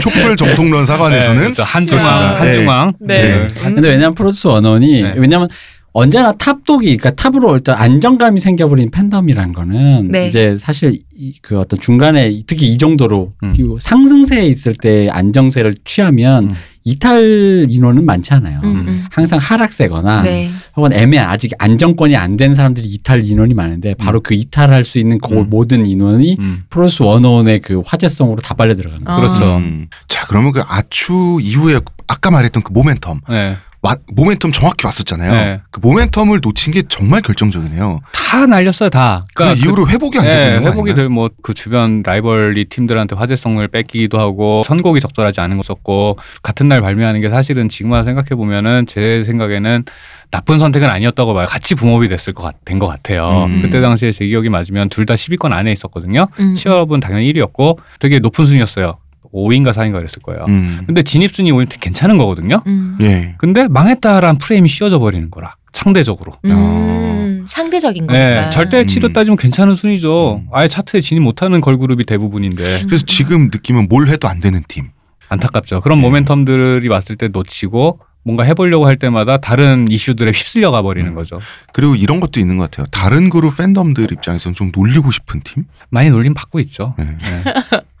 Speaker 1: 촉불 정통론
Speaker 2: 네,
Speaker 1: 사관에서는 그렇습니다.
Speaker 2: 그렇죠. 한중앙
Speaker 1: 네.
Speaker 2: 한중앙. 예.
Speaker 3: 네.
Speaker 4: 근데 왜냐면 프로듀스 원원이
Speaker 2: 네.
Speaker 4: 왜냐면 언제나 탑독이 그러니까 탑으로 일단 안정감이 생겨버린 팬덤이란 거는
Speaker 3: 네.
Speaker 4: 이제 사실 이, 그 어떤 중간에 특히 이 정도로
Speaker 2: 음.
Speaker 4: 그 상승세에 있을 때 안정세를 취하면
Speaker 2: 음.
Speaker 4: 이탈 인원은 많지 않아요.
Speaker 3: 음, 음.
Speaker 4: 항상
Speaker 2: 음.
Speaker 4: 하락세거나
Speaker 3: 네.
Speaker 4: 혹은 애매한 아직 안정권이 안 된 사람들이 이탈 인원이 많은데 바로 그 이탈할 수 있는 그
Speaker 2: 음.
Speaker 4: 모든 인원이
Speaker 2: 음.
Speaker 4: 프로듀스 원원의 그 화제성으로 다 빨려 들어가는 거예요.
Speaker 3: 아.
Speaker 2: 그렇죠.
Speaker 1: 음. 자 그러면 그 아추 이후에 아까 말했던 그 모멘텀,
Speaker 2: 네.
Speaker 1: 와- 모멘텀 정확히 왔었잖아요.
Speaker 2: 네.
Speaker 1: 그 모멘텀을 놓친 게 정말 결정적이네요.
Speaker 2: 다 날렸어요 다.
Speaker 1: 그 이후로 회복이 안 되고
Speaker 2: 예,
Speaker 1: 있는 거
Speaker 2: 회복이
Speaker 1: 아닌가요?
Speaker 2: 될 뭐 그 주변 라이벌리 팀들한테 화제성을 뺏기기도 하고 선곡이 적절하지 않은 것었고 같은 날 발매하는 게 사실은 지금 와서 생각해 보면은 제 생각에는 나쁜 선택은 아니었다고 봐요. 같이 붕업이 됐을 것된것 같아요.
Speaker 1: 음.
Speaker 2: 그때 당시에 제 기억이 맞으면 둘 다 10위권 안에 있었거든요.
Speaker 3: 음.
Speaker 2: 치어업은 당연히 1위였고 되게 높은 순위였어요. 5위인가 4위인가 그랬을 거예요.
Speaker 1: 음.
Speaker 2: 근데 진입순위 5위면 되게 괜찮은 거거든요.
Speaker 3: 음.
Speaker 1: 예.
Speaker 2: 근데 망했다라는 프레임이 씌워져 버리는 거라 상대적으로.
Speaker 3: 음. 상대적인 거니까.
Speaker 2: 어. 네, 절대 치로
Speaker 1: 음.
Speaker 2: 따지면 괜찮은 순위죠.
Speaker 1: 음.
Speaker 2: 아예 차트에 진입 못하는 걸그룹이 대부분인데
Speaker 1: 그래서 지금 느낌은 뭘 해도 안 되는 팀.
Speaker 2: 안타깝죠. 그런
Speaker 1: 네.
Speaker 2: 모멘텀들이 왔을 때 놓치고 뭔가 해보려고 할 때마다 다른 이슈들에 휩쓸려 가버리는
Speaker 1: 음.
Speaker 2: 거죠.
Speaker 1: 그리고 이런 것도 있는 것 같아요. 다른 그룹 팬덤들 입장에서는 좀 놀리고 싶은 팀.
Speaker 2: 많이 놀림 받고 있죠.
Speaker 1: 네.
Speaker 2: 네.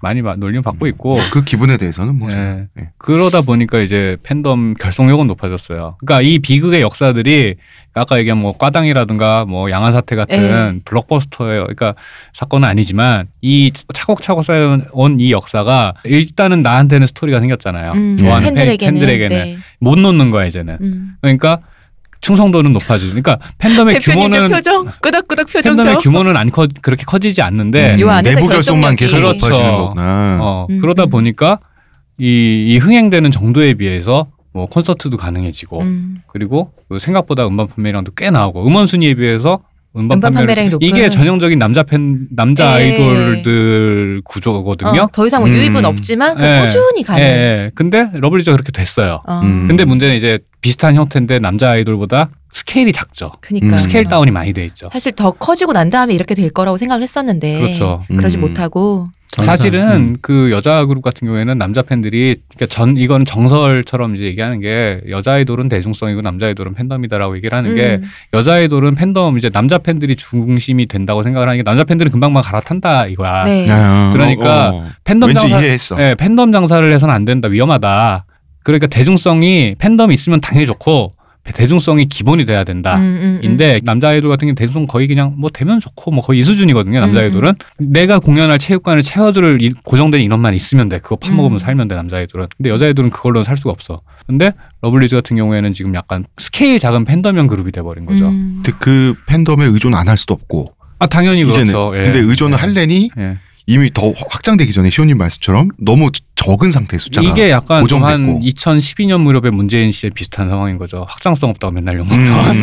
Speaker 2: 많이 마- 놀림 받고 있고
Speaker 1: 그 기분에 대해서는 뭐. 저는-
Speaker 2: 뭐. 네.
Speaker 1: 네.
Speaker 2: 그러다 보니까 이제 팬덤 결속력은 높아졌어요. 그러니까 이 비극의 역사들이 아까 얘기한 뭐 꽈당이라든가 뭐 양한 사태 같은
Speaker 3: 예.
Speaker 2: 블록버스터예요. 그러니까 사건은 아니지만 이 차곡차곡 쌓여온 이 역사가 일단은 나한테는 스토리가 생겼잖아요.
Speaker 3: 음.
Speaker 2: 네. 좋아하는
Speaker 3: 팬들에게는.
Speaker 2: 팬- 팬들에게는.
Speaker 3: 네.
Speaker 2: 못 놓는 거야 이제는.
Speaker 3: 음.
Speaker 2: 그러니까 충성도는 높아지죠. 그러니까 팬덤의
Speaker 3: 대표님 저
Speaker 2: 규모는
Speaker 3: 표정 꾸덕꾸덕 표정
Speaker 2: 팬덤의
Speaker 3: 저.
Speaker 2: 규모는 안 커, 그렇게 커지지 않는데
Speaker 1: 음,
Speaker 3: 요 안에서
Speaker 1: 내부 결속만
Speaker 3: 결속력이-
Speaker 1: 계속
Speaker 2: 네. 그렇죠.
Speaker 1: 높아지는 거구나.
Speaker 2: 어,
Speaker 3: 음,
Speaker 2: 그러다
Speaker 3: 음.
Speaker 2: 보니까 이, 이 흥행되는 정도에 비해서 뭐 콘서트도 가능해지고
Speaker 3: 음.
Speaker 2: 그리고 그 생각보다 음반 판매량도 꽤 나오고 음원 순위에 비해서 음반,
Speaker 3: 음반 판매량이
Speaker 2: 판매량
Speaker 3: 높은.
Speaker 2: 이게 전형적인 남자 팬 남자
Speaker 3: 예.
Speaker 2: 아이돌들 구조거든요.
Speaker 3: 어, 더 이상 뭐
Speaker 1: 음.
Speaker 3: 유입은 없지만 그냥
Speaker 2: 예.
Speaker 3: 꾸준히
Speaker 2: 예,
Speaker 3: 가는.
Speaker 2: 예. 근데 러블리즈가 그렇게 됐어요.
Speaker 3: 어.
Speaker 1: 음.
Speaker 2: 근데 뭐 문제는 이제 비슷한 형태인데 남자 아이돌보다 스케일이 작죠.
Speaker 3: 그니까
Speaker 1: 음.
Speaker 2: 스케일 다운이 많이 돼 있죠.
Speaker 3: 사실 더 커지고 난 다음에 이렇게 될 거라고 생각을 했었는데
Speaker 2: 그렇죠.
Speaker 1: 음.
Speaker 3: 그러지 못하고
Speaker 4: 음.
Speaker 2: 사실은 그 여자 그룹 같은 경우에는 남자 팬들이 그러니까 전 이건 정설처럼 이제 얘기하는 게 여자 아이돌은 대중성이고 남자 아이돌은 팬덤이다라고 얘기를 하는
Speaker 3: 음.
Speaker 2: 게 여자 아이돌은 팬덤 이제 남자 팬들이 중심이 된다고 생각을 하는 게 남자 팬들은 금방만 갈아탄다 이거야.
Speaker 3: 네.
Speaker 1: 야,
Speaker 2: 그러니까
Speaker 1: 어, 어.
Speaker 2: 팬덤
Speaker 1: 왠지
Speaker 2: 장사
Speaker 1: 이해했어.
Speaker 2: 예, 팬덤 장사를 해서는 안 된다. 위험하다. 그러니까 대중성이 팬덤이 있으면 당연히 좋고 대중성이 기본이 돼야 된다.
Speaker 3: 음, 음, 음.
Speaker 2: 아, 인데 남자 아이돌 같은 경우 대중 거의 그냥 뭐 되면 좋고 뭐 거의 이 수준이거든요 남자
Speaker 3: 음.
Speaker 2: 아이돌은 내가 공연할 체육관을 채워줄 이- 고정된 인원만 있으면 돼 그거
Speaker 3: 음.
Speaker 2: 파먹으면 살면 돼 남자 아이돌은 근데 여자 아이돌은 그걸로는 살 수가 없어 근데 러블리즈 같은 경우에는 지금 약간 스케일 작은 팬덤형 그룹이 돼버린 거죠
Speaker 3: 음.
Speaker 1: 근데 그 팬덤에 의존 안 할 수도 없고
Speaker 2: 아 당연히
Speaker 1: 이제는
Speaker 2: 그렇죠 예.
Speaker 1: 근데 의존을 할래니
Speaker 2: 예.
Speaker 1: 이미 더 확장되기 전에 시온님 말씀처럼 너무 적은 상태 숫자가
Speaker 2: 이게 약간 좀 한
Speaker 1: 고정됐고.
Speaker 2: 2012년 무렵에 문재인 씨의 비슷한 상황인 거죠 확장성 없다고 맨날 욕먹던
Speaker 1: 음.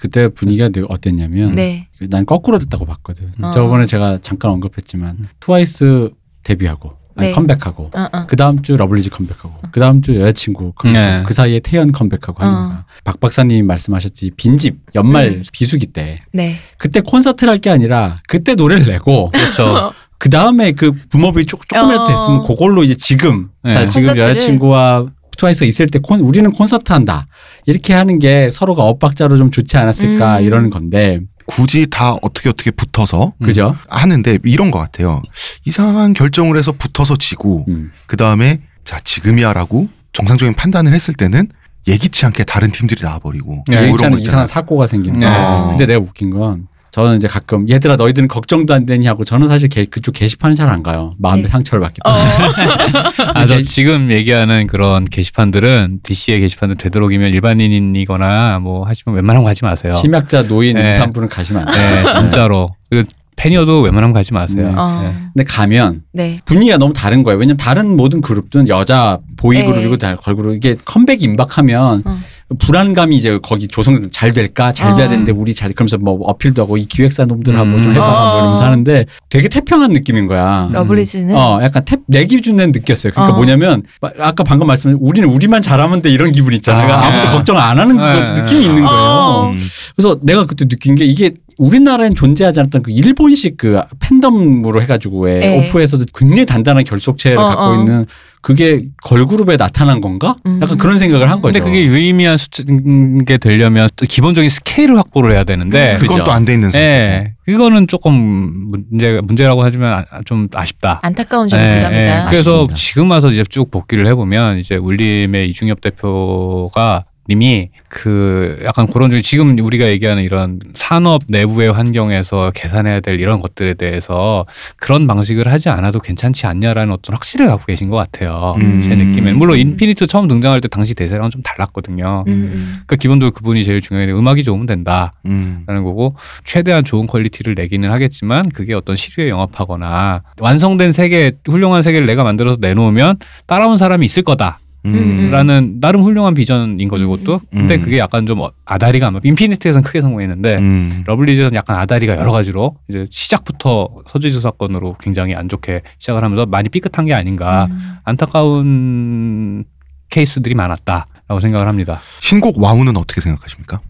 Speaker 4: 그때 분위기가 되게 어땠냐면
Speaker 3: 네.
Speaker 4: 그 난 거꾸로 됐다고 봤거든.
Speaker 3: 어.
Speaker 4: 저번에 제가 잠깐 언급했지만 트와이스 데뷔하고 아니,
Speaker 3: 네.
Speaker 4: 컴백하고
Speaker 3: 어, 어.
Speaker 4: 그 다음 주 러블리즈 컴백하고 그 다음 주 여자친구 컴백하고
Speaker 2: 네.
Speaker 4: 그 사이에 태연 컴백하고 하는
Speaker 3: 어.
Speaker 4: 거야. 박 박사님이 말씀하셨지 빈집 연말
Speaker 3: 음.
Speaker 4: 비수기 때
Speaker 2: *laughs*
Speaker 3: 네.
Speaker 4: 그때 콘서트를 할 게 아니라 그때 노래를 내고
Speaker 2: 그렇죠
Speaker 4: 그 다음에 그 붐업이 조, 조금이라도
Speaker 3: 어.
Speaker 4: 됐으면 그걸로 이제 지금
Speaker 2: 네.
Speaker 4: 자, 지금
Speaker 3: 콘서트를.
Speaker 4: 여자친구와 트와이스 가 있을 때 콘, 우리는 콘서트 한다 이렇게 하는 게 서로가 엇박자로 좀 좋지 않았을까
Speaker 3: 음.
Speaker 4: 이러는 건데
Speaker 1: *laughs* 굳이 다 어떻게 어떻게 붙어서
Speaker 4: 그죠?
Speaker 1: 하는데 이런 것 같아요. 이상한 결정을 해서 붙어서 지고
Speaker 4: 음.
Speaker 1: 그 다음에 자 지금이야라고 정상적인 판단을 했을 때는 예기치 않게 다른 팀들이 나와버리고
Speaker 2: 네,
Speaker 1: 뭐
Speaker 4: 일차
Speaker 1: 이런 거 있잖아.
Speaker 4: 는 이상한 사고가 생기는
Speaker 2: 네.
Speaker 4: 거.
Speaker 1: 어.
Speaker 4: 근데 내가 웃긴 건 저는 이제 가끔 얘들아 너희들은 걱정도 안 되니 하고 저는 사실 게- 그쪽 게시판은 잘 안 가요. 마음의
Speaker 3: 네.
Speaker 4: 상처를 받기
Speaker 3: 어.
Speaker 4: 때문에.
Speaker 2: *laughs* 아, 저 지금 얘기하는 그런 게시판들은 DC의 게시판들 되도록이면 일반인이거나 뭐 하시면 웬만하면 가지 마세요.
Speaker 4: 심약자 노인
Speaker 2: 네.
Speaker 4: 임산부는 가시면 안 돼.
Speaker 2: 네, 진짜로. 그리고 팬이어도 웬만하면 가지 마세요.
Speaker 4: 네.
Speaker 3: 어.
Speaker 2: 네.
Speaker 4: 근데 가면
Speaker 3: 네.
Speaker 4: 분위기가 너무 다른 거예요. 왜냐면 다른 모든 그룹들은 여자 보이
Speaker 3: 네.
Speaker 4: 그룹이고 다 걸그룹 이게 컴백이 임박하면
Speaker 3: 어.
Speaker 4: 불안감이 이제 거기 조성된 잘 될까 잘 돼야
Speaker 3: 어.
Speaker 4: 되는데 우리 잘 그러면서 뭐 어필도 하고 이 기획사 놈들하고 좀
Speaker 2: 음.
Speaker 4: 해봐 뭐
Speaker 3: 어.
Speaker 4: 이러면서 하는데 되게 태평한 느낌인 거야.
Speaker 3: 러블리즈는
Speaker 4: 어, 약간 탭, 내 기준엔 느꼈어요.
Speaker 3: 네.
Speaker 4: 그러니까
Speaker 3: 어.
Speaker 4: 뭐냐면, 마- 아까 방금 말씀하신, 우리는 우리만 잘하면 돼, 이런 기분 있잖아. 요 그러니까
Speaker 2: 아,
Speaker 4: 아무도
Speaker 2: 네.
Speaker 4: 걱정 안 하는
Speaker 2: 네.
Speaker 4: 그 느낌이 있는 거예요.
Speaker 3: 어.
Speaker 1: 음.
Speaker 4: 그래서 내가 그때 느낀 게, 이게 우리나라엔 존재하지 않았던 그 일본식 그 팬덤으로 해가지고, 왜
Speaker 3: 네.
Speaker 4: 오프에서도 굉장히 단단한 결속체를
Speaker 3: 어,
Speaker 4: 갖고
Speaker 3: 어.
Speaker 4: 있는, 그게 걸그룹에 나타난 건가? 약간
Speaker 3: 음.
Speaker 4: 그런 생각을 한 거죠.
Speaker 2: 근데
Speaker 1: 어.
Speaker 2: 그게 유의미한 수치인 게 되려면 또 기본적인 스케일을 확보를 해야 되는데.
Speaker 4: 음,
Speaker 1: 그건
Speaker 4: 그죠.
Speaker 1: 또 안 돼 있는 상태.
Speaker 2: 예, 그거는 조금 문제 문제라고 하지만 아- 좀 아쉽다.
Speaker 3: 안타까운 점이
Speaker 2: 예,
Speaker 3: 그
Speaker 2: 예.
Speaker 3: 점이다.
Speaker 2: 그래서
Speaker 4: 아쉽습니다.
Speaker 2: 지금 와서 이제 쭉 복귀를 해보면 이제 울림의 이중엽 대표가 님이 그 약간 그런 중 지금 우리가 얘기하는 이런 산업 내부의 환경에서 계산해야 될 이런 것들에 대해서 그런 방식을 하지 않아도 괜찮지 않냐라는 어떤 확신을 갖고 계신 것 같아요.
Speaker 1: 음.
Speaker 2: 제 느낌엔 물론 인피니트 처음 등장할 때 당시 대세랑은 좀 달랐거든요.
Speaker 3: 음, 음.
Speaker 2: 그러니까 기본적으로 그분이 제일 중요한 게 음악이 좋으면 된다.
Speaker 1: 음.
Speaker 2: 라는 거고 최대한 좋은 퀄리티를 내기는 하겠지만 그게 어떤 시류에 영합하거나 완성된 세계 훌륭한 세계를 내가 만들어서 내놓으면 따라온 사람이 있을 거다라는
Speaker 1: 음.
Speaker 2: 나름 훌륭한 비전인 거죠 그것도 근데
Speaker 1: 음.
Speaker 2: 그게 약간 좀 어- 아다리가 아마 인피니트에서는 크게 성공했는데
Speaker 1: 음.
Speaker 2: 러블리즈는 약간 아다리가 여러 가지로 이제 시작부터 서지수 사건으로 굉장히 안 좋게 시작을 하면서 많이 삐끗한 게 아닌가
Speaker 3: 음.
Speaker 2: 안타까운 케이스들이 많았다라고 생각을 합니다
Speaker 1: 신곡 와우는 어떻게 생각하십니까?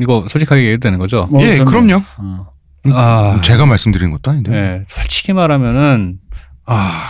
Speaker 2: 이거 솔직하게 얘기해도 되는 거죠
Speaker 4: 뭐
Speaker 1: 예, 그럼요.
Speaker 4: 어.
Speaker 2: 아
Speaker 1: 제가 말씀드린 것도
Speaker 3: 음.
Speaker 1: 아닌데.
Speaker 2: 네, 솔직히 말하면은 아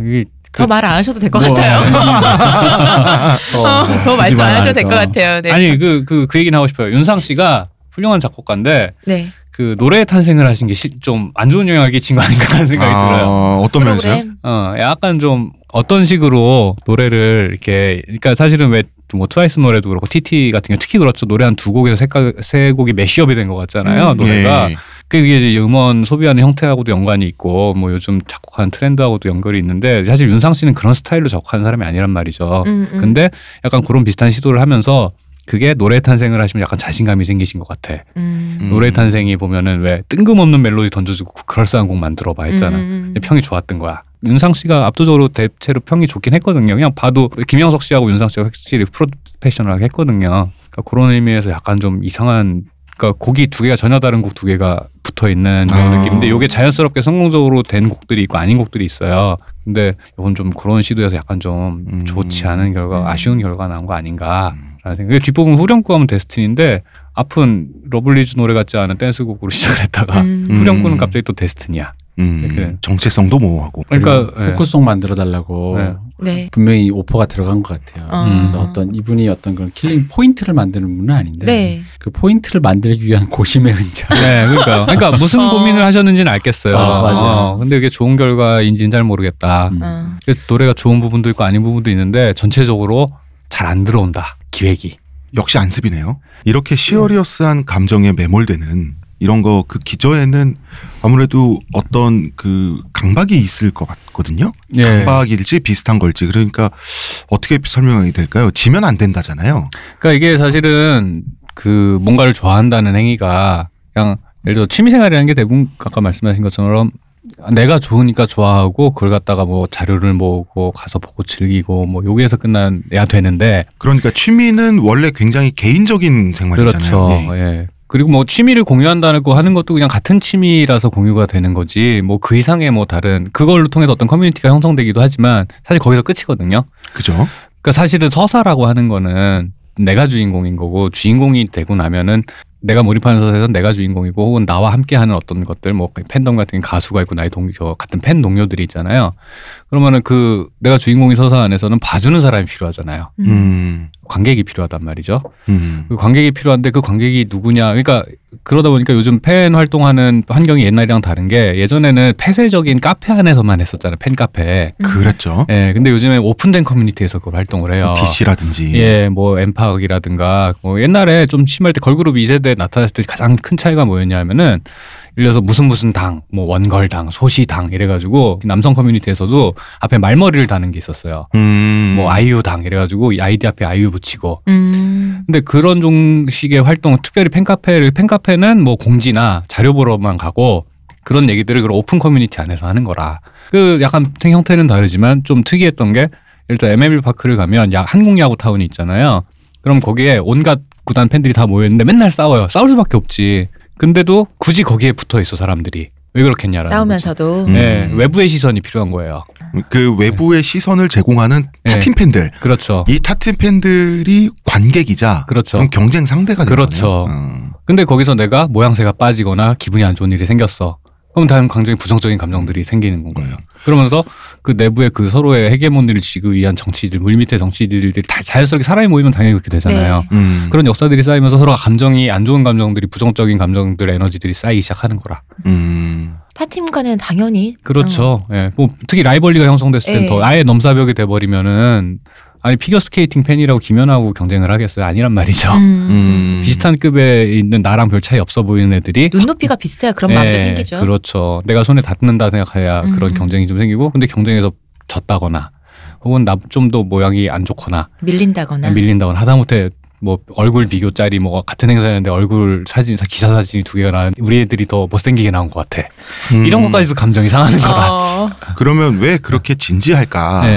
Speaker 2: 이게
Speaker 3: 더 말 안 하셔도 될 것
Speaker 4: 뭐,
Speaker 3: 같아요.
Speaker 4: 어,
Speaker 3: 어, *laughs* 더 말씀 안 하셔도 될 것 같아요. 네.
Speaker 2: 아니 그 그 그 얘기는 하고 싶어요. 윤상 씨가 훌륭한 작곡가인데
Speaker 3: 네.
Speaker 2: 그 노래 탄생을 하신 게 좀 안 좋은 영향을 끼친 거 아닌가 하는 생각이
Speaker 1: 아,
Speaker 2: 들어요.
Speaker 1: 어떤 면에서요?
Speaker 3: 프로그램.
Speaker 2: 어, 약간 좀 어떤 식으로 노래를 이렇게 그러니까 사실은 왜 뭐 트와이스 노래도 그렇고 TT 같은 경우 특히 그렇죠. 노래 한 두 곡에서 세, 가- 세 곡이 매시업이 된 것 같잖아요.
Speaker 3: 음.
Speaker 2: 노래가
Speaker 1: 예.
Speaker 2: 그게 이제 음원 소비하는 형태하고도 연관이 있고 뭐 요즘 작곡하는 트렌드하고도 연결이 있는데 사실 윤상 씨는 그런 스타일로 작곡하는 사람이 아니란 말이죠.
Speaker 3: 음, 음.
Speaker 2: 근데 약간 그런 비슷한 시도를 하면서 그게 노래 탄생을 하시면 약간 자신감이 생기신 것 같아.
Speaker 3: 음.
Speaker 1: 음.
Speaker 2: 노래 탄생이 보면은 왜 뜬금없는 멜로디 던져주고 그럴싸한 곡 만들어 봐 했잖아.
Speaker 3: 음, 음,
Speaker 2: 근데 평이 좋았던 거야. 윤상 씨가 압도적으로 대체로 평이 좋긴 했거든요. 그냥 봐도 김영석 씨하고 윤상 씨가 확실히 프로페셔널하게 했거든요. 그러니까 그런 의미에서 약간 좀 이상한 그러니까 곡이 두 개가 전혀 다른 곡 두 개가 붙어 있는 그런
Speaker 1: 아.
Speaker 2: 느낌인데 이게 자연스럽게 성공적으로 된 곡들이 있고 아닌 곡들이 있어요. 근데 이건 좀 그런 시도에서 약간 좀
Speaker 1: 음.
Speaker 2: 좋지 않은 결과,
Speaker 3: 음.
Speaker 2: 아쉬운 결과가 나온 거 아닌가라는
Speaker 1: 음.
Speaker 2: 생각. 그게 뒷부분 후렴구하면 데스틴인데 앞은 러블리즈 노래 같지 않은 댄스곡으로 *laughs* 시작을 했다가
Speaker 3: 음.
Speaker 1: 음.
Speaker 2: 후렴구는 갑자기 또 데스틴이야.
Speaker 1: 음,
Speaker 2: 이렇게.
Speaker 1: 정체성도 모호하고
Speaker 2: 그러니까
Speaker 4: 그리고 후크송 만들어 달라고
Speaker 2: 네.
Speaker 3: 네.
Speaker 4: 분명히 오퍼가 들어간 것 같아요.
Speaker 3: 어.
Speaker 4: 그래서 어떤 이분이 어떤 그런 킬링 포인트를 만드는 분은 아닌데
Speaker 3: 네.
Speaker 4: 그 포인트를 만들기
Speaker 2: *laughs*
Speaker 4: 위한 고심의 흔적.
Speaker 2: 네, 그러니까 그러니까 무슨
Speaker 3: 어.
Speaker 2: 고민을 하셨는지는 알겠어요.
Speaker 4: 아, 맞아요.
Speaker 2: 어, 근데 이게 좋은 결과인지는 잘 모르겠다.
Speaker 4: 음.
Speaker 3: 어.
Speaker 2: 그 노래가 좋은 부분도 있고 아닌 부분도 있는데 전체적으로 잘 안 들어온다. 기획이.
Speaker 1: 역시 안습이네요. 이렇게 시어리어스한 감정에 매몰되는 이런 거 그 기저에는 아무래도 어떤 그 강박이 있을 것 같거든요.
Speaker 2: 예.
Speaker 1: 강박일지 비슷한 걸지 그러니까 어떻게 설명이 될까요? 지면 안 된다잖아요.
Speaker 2: 그러니까 이게 사실은 그 뭔가를 좋아한다는 행위가 그냥 예를 들어 취미생활이라는 게 대부분 아까 말씀하신 것처럼 내가 좋으니까 좋아하고 그걸 갖다가 뭐 자료를 모으고 가서 보고 즐기고 뭐 여기에서 끝나야 되는데
Speaker 1: 그러니까 취미는 원래 굉장히 개인적인 생활이잖아요.
Speaker 2: 그렇죠.
Speaker 1: 예.
Speaker 2: 예. 그리고 뭐 취미를 공유한다고 하는 것도 그냥 같은 취미라서 공유가 되는 거지 뭐 그 이상의 뭐 다른 그걸로 통해서 어떤 커뮤니티가 형성되기도 하지만 사실 거기서 끝이거든요.
Speaker 1: 예. 그죠?
Speaker 2: 그러니까 사실은 서사라고 하는 거는 내가 주인공인 거고 주인공이 되고 나면은 내가 몰입하는 서사에서 내가 주인공이고 혹은 나와 함께하는 어떤 것들 뭐 팬덤 같은 게 가수가 있고 나의 동 저 같은 팬 동료들이 있잖아요. 그러면은 그 내가 주인공인 서사 안에서는 봐주는 사람이 필요하잖아요.
Speaker 1: 음.
Speaker 2: 관객이 필요하단 말이죠.
Speaker 1: 음.
Speaker 2: 그 관객이 필요한데 그 관객이 누구냐. 그러니까 그러다 보니까 요즘 팬 활동하는 환경이 옛날이랑 다른 게 예전에는 폐쇄적인 카페 안에서만 했었잖아요. 팬 카페.
Speaker 1: 그랬죠.
Speaker 2: 예. 근데 요즘에 오픈된 커뮤니티에서 그걸 활동을 해요.
Speaker 1: DC라든지
Speaker 2: 어. 예, 뭐 엠팍이라든가 뭐 옛날에 좀 심할 때 걸그룹 2세대 나타났을 때 가장 큰 차이가 뭐였냐면은 예를 들어서 무슨 무슨 당, 뭐 원걸당, 소시당 이래가지고 남성 커뮤니티에서도 앞에 말머리를 다는 게 있었어요.
Speaker 1: 음.
Speaker 2: 뭐 아이유당 이래가지고 이 아이디 앞에 아이유 붙이고
Speaker 3: 음.
Speaker 2: 근데 그런 종식의 활동, 특별히 팬카페를 팬카페는 뭐 공지나 자료 보러만 가고 그런 얘기들을 그런 오픈 커뮤니티 안에서 하는 거라. 그 약간 생- 형태는 다르지만 좀 특이했던 게 일단 MLB 파크를 가면 야 한국 야구 타운이 있잖아요. 그럼 거기에 온갖 구단 팬들이 다 모여 있는데 맨날 싸워요. 싸울 수밖에 없지. 근데도 굳이 거기에 붙어 있어 사람들이. 왜 그렇겠냐라는.
Speaker 3: 싸우면서도
Speaker 1: 음.
Speaker 2: 거죠. 네, 외부의 시선이 필요한 거예요.
Speaker 1: 그 외부의 시선을 제공하는
Speaker 2: 예.
Speaker 1: 타팀 팬들
Speaker 2: 그렇죠.
Speaker 1: 이 타팀 팬들이 관객이자
Speaker 2: 그렇죠.
Speaker 1: 그럼 경쟁 상대가 되는
Speaker 2: 그렇죠.
Speaker 1: 거네요. 음.
Speaker 2: 근데 거기서 내가 모양새가 빠지거나 기분이 안 좋은 일이 생겼어. 그럼 다른 감정이 부정적인 감정들이 생기는 건 거예요. 그러면서 그 내부의 그 서로의 헤게모니를 지기 위한 정치들, 물밑의 정치들들이 다 자연스럽게 사람이 모이면 당연히 그렇게 되잖아요.
Speaker 3: 네.
Speaker 1: 음.
Speaker 2: 그런 역사들이 쌓이면서 서로가 감정이 안 좋은 감정들이 부정적인 감정들 에너지들이 쌓이기 시작하는 거라.
Speaker 1: 음.
Speaker 3: 타 팀과는 당연히
Speaker 2: 그렇죠. 예. 뭐 특히 라이벌리가 형성됐을 땐
Speaker 3: 예.
Speaker 2: 더 아예 넘사벽이 돼 버리면은 아니 피겨 스케이팅 팬이라고 김연하고 경쟁을 하겠어요? 아니란 말이죠.
Speaker 1: 음.
Speaker 2: 비슷한 급에 있는 나랑 별 차이 없어 보이는 애들이
Speaker 3: 눈높이가 비슷해야 그런 마음도 생기죠.
Speaker 2: 네. 그렇죠. 내가 손에 닿는다 생각해야
Speaker 3: 음.
Speaker 2: 그런 경쟁이 좀 생기고, 근데 경쟁에서 졌다거나, 혹은 나 좀 더 모양이 안 좋거나,
Speaker 3: 밀린다거나
Speaker 2: 아, 밀린다거나, 하다못해 뭐 얼굴 비교 짜리 뭐 같은 행사였는데 얼굴 사진, 기사 사진이 두 개가 나는 우리 애들이 더 못생기게 나온 것 같아.
Speaker 1: 음.
Speaker 2: 이런 것까지도 감정이 상하는 거라.
Speaker 3: 어.
Speaker 1: 그러면 왜 그렇게 진지할까라는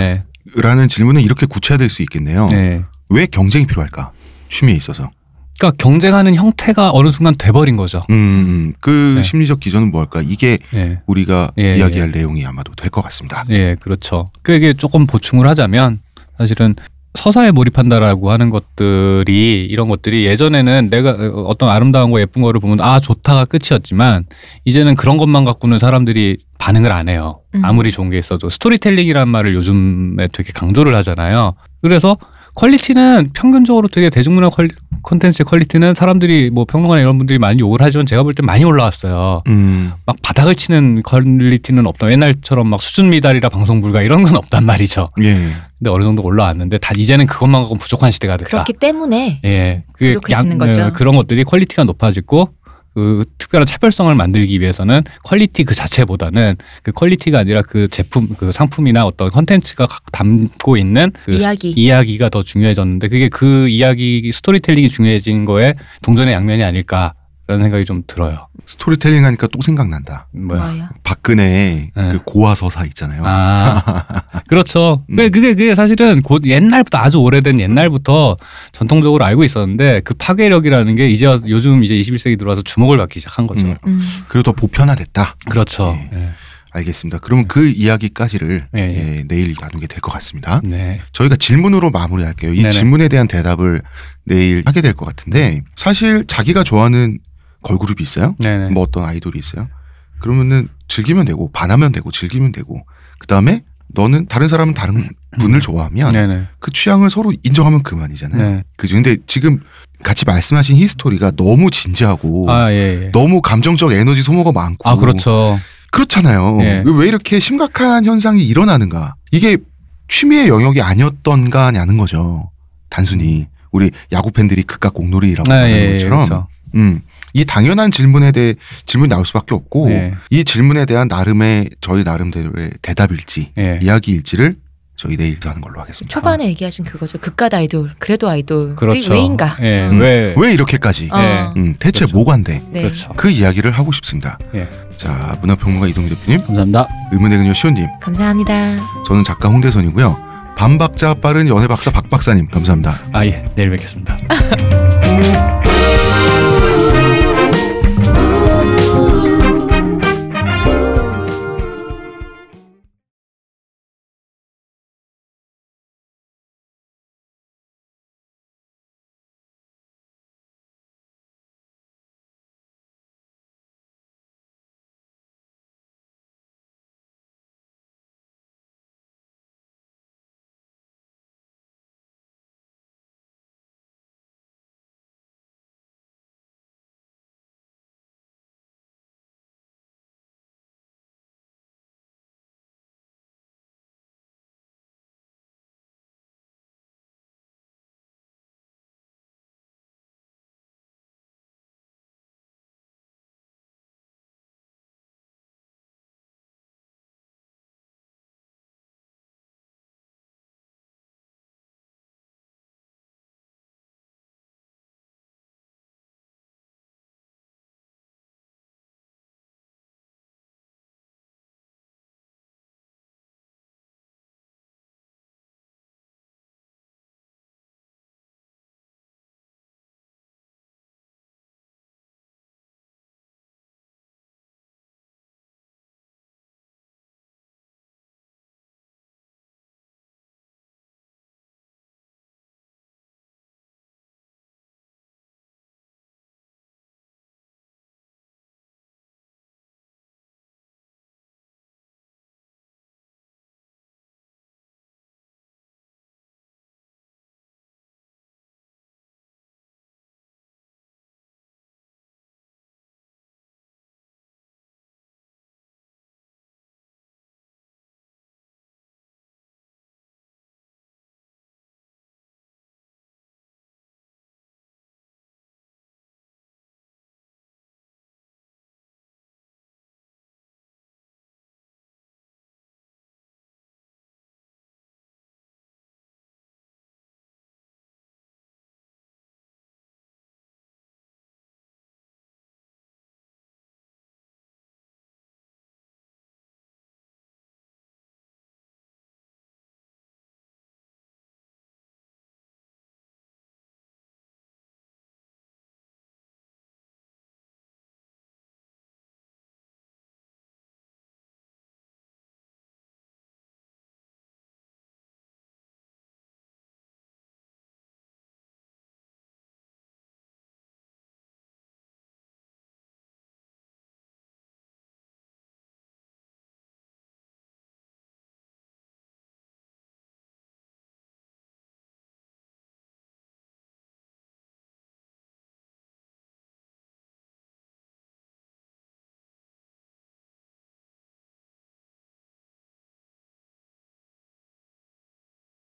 Speaker 2: 네.
Speaker 1: 질문은 이렇게 구체화될 수 있겠네요.
Speaker 2: 네.
Speaker 1: 왜 경쟁이 필요할까? 취미에 있어서.
Speaker 2: 그러니까 경쟁하는 형태가 어느 순간 돼버린 거죠.
Speaker 1: 음, 그
Speaker 2: 네.
Speaker 1: 심리적 기전은 뭘까? 이게
Speaker 2: 네.
Speaker 1: 우리가
Speaker 2: 예,
Speaker 1: 이야기할 내용이 아마도 될 것 같습니다.
Speaker 2: 예, 그렇죠. 그게 조금 보충을 하자면 사실은 서사에 몰입한다라고 하는 것들이 이런 것들이 예전에는 내가 어떤 아름다운 거 예쁜 거를 보면 아 좋다가 끝이었지만 이제는 그런 것만 갖고는 사람들이 반응을 안 해요.
Speaker 3: 음.
Speaker 2: 아무리 좋은 게 있어도 스토리텔링이란 말을 요즘에 되게 강조를 하잖아요. 그래서 퀄리티는 평균적으로 되게 대중문화 퀄- 콘텐츠의 퀄리티는 사람들이 뭐 평론가나 이런 분들이 많이 욕을 하지만 제가 볼 때 많이 올라왔어요.
Speaker 1: 음,
Speaker 2: 막 바닥을 치는 퀄리티는 없다. 옛날처럼 막 수준 미달이라 방송 불가 이런 건 없단 말이죠.
Speaker 1: 예.
Speaker 2: 근데 어느 정도 올라왔는데 다 이제는 그것만 갖고 부족한 시대가 됐다.
Speaker 3: 그렇기 때문에
Speaker 2: 예, 그
Speaker 3: 부족해지는 거죠.
Speaker 2: 예, 그런 것들이 퀄리티가 높아지고 그 특별한 차별성을 만들기 위해서는 퀄리티 그 자체보다는 그 퀄리티가 아니라 그 제품, 그 상품이나 어떤 컨텐츠가 각- 담고 있는 그
Speaker 3: 이야기.
Speaker 2: 이야기가 더 중요해졌는데 그게 그 이야기 스토리텔링이 중요해진 거에 동전의 양면이 아닐까라는 생각이 좀 들어요.
Speaker 1: 스토리텔링 하니까 또 생각난다.
Speaker 2: 뭐야?
Speaker 3: 뭐야?
Speaker 1: 박근혜의
Speaker 2: 네.
Speaker 1: 그 고아서사 있잖아요.
Speaker 2: 아, 그렇죠.
Speaker 1: 음.
Speaker 2: 그게, 그게, 그게 사실은 곧 옛날부터 아주 오래된 옛날부터 전통적으로 알고 있었는데 그 파괴력이라는 게 이제 와서- 요즘 이제 21세기 들어와서 주목을 받기 시작한 거죠.
Speaker 1: 음.
Speaker 3: 음.
Speaker 1: 그리고 더 보편화됐다.
Speaker 2: 그렇죠. 네.
Speaker 1: 알겠습니다. 그러면 그 이야기까지를
Speaker 2: 예, 예.
Speaker 1: 예, 내일 나누게 될 것 같습니다.
Speaker 2: 네.
Speaker 1: 저희가 질문으로 마무리할게요. 이
Speaker 2: 네네.
Speaker 1: 질문에 대한 대답을 내일 하게 될 것 같은데 사실 자기가 좋아하는 걸그룹이 있어요?
Speaker 2: 네네.
Speaker 1: 음. 뭐 어떤 아이돌이 있어요? 그러면은 즐기면 되고 반하면 되고 즐기면 되고 그 다음에 너는 다른 사람은 다른 분을 좋아하면
Speaker 2: 네네.
Speaker 1: 그 취향을 서로 인정하면 그만이잖아요.
Speaker 2: 네.
Speaker 1: 그죠? 근데 지금 같이 말씀하신 히스토리가 너무 진지하고
Speaker 2: 아 예. 예.
Speaker 1: 너무 감정적 에너지 소모가 많고
Speaker 2: 아 그렇죠.
Speaker 1: 그렇잖아요.
Speaker 2: 예.
Speaker 1: 왜 이렇게 심각한 현상이 일어나는가? 이게 취미의 영역이 아니었던가냐는 거죠. 단순히 우리 야구 팬들이 그깟 공놀이라고
Speaker 2: 아,
Speaker 1: 하는
Speaker 2: 예, 예,
Speaker 1: 것처럼
Speaker 2: 그렇죠.
Speaker 1: 음, 이 당연한 질문에 대해 질문이 나올 수밖에 없고
Speaker 2: 예.
Speaker 1: 이 질문에 대한 나름의 저희 나름대로의 대답일지
Speaker 2: 예. 아,
Speaker 1: 이야기일지를 저희 내일도 하는 걸로 하겠습니다.
Speaker 3: 초반에 얘기하신 그거죠. 극갓 아이돌, 그래도 아이돌이
Speaker 2: 어. 그렇죠.
Speaker 3: 왜인가?
Speaker 2: 예.
Speaker 3: 음.
Speaker 2: 왜?
Speaker 1: 왜 이렇게까지?
Speaker 3: 어,
Speaker 2: 예.
Speaker 1: 음, 대체
Speaker 2: 그렇죠.
Speaker 1: 뭐가인데?
Speaker 3: 네.
Speaker 2: 그렇죠.
Speaker 1: 그 이야기를 하고 싶습니다.
Speaker 2: 예.
Speaker 1: 자, 문화평론가 이동희 대표님,
Speaker 4: 감사합니다.
Speaker 1: 의문의 그녀 시온님,
Speaker 3: 감사합니다.
Speaker 1: 저는 작가 홍대선이고요. 반박자 빠른 연애 박사 박 박사님 감사합니다.
Speaker 2: 아 예. 내일 뵙겠습니다.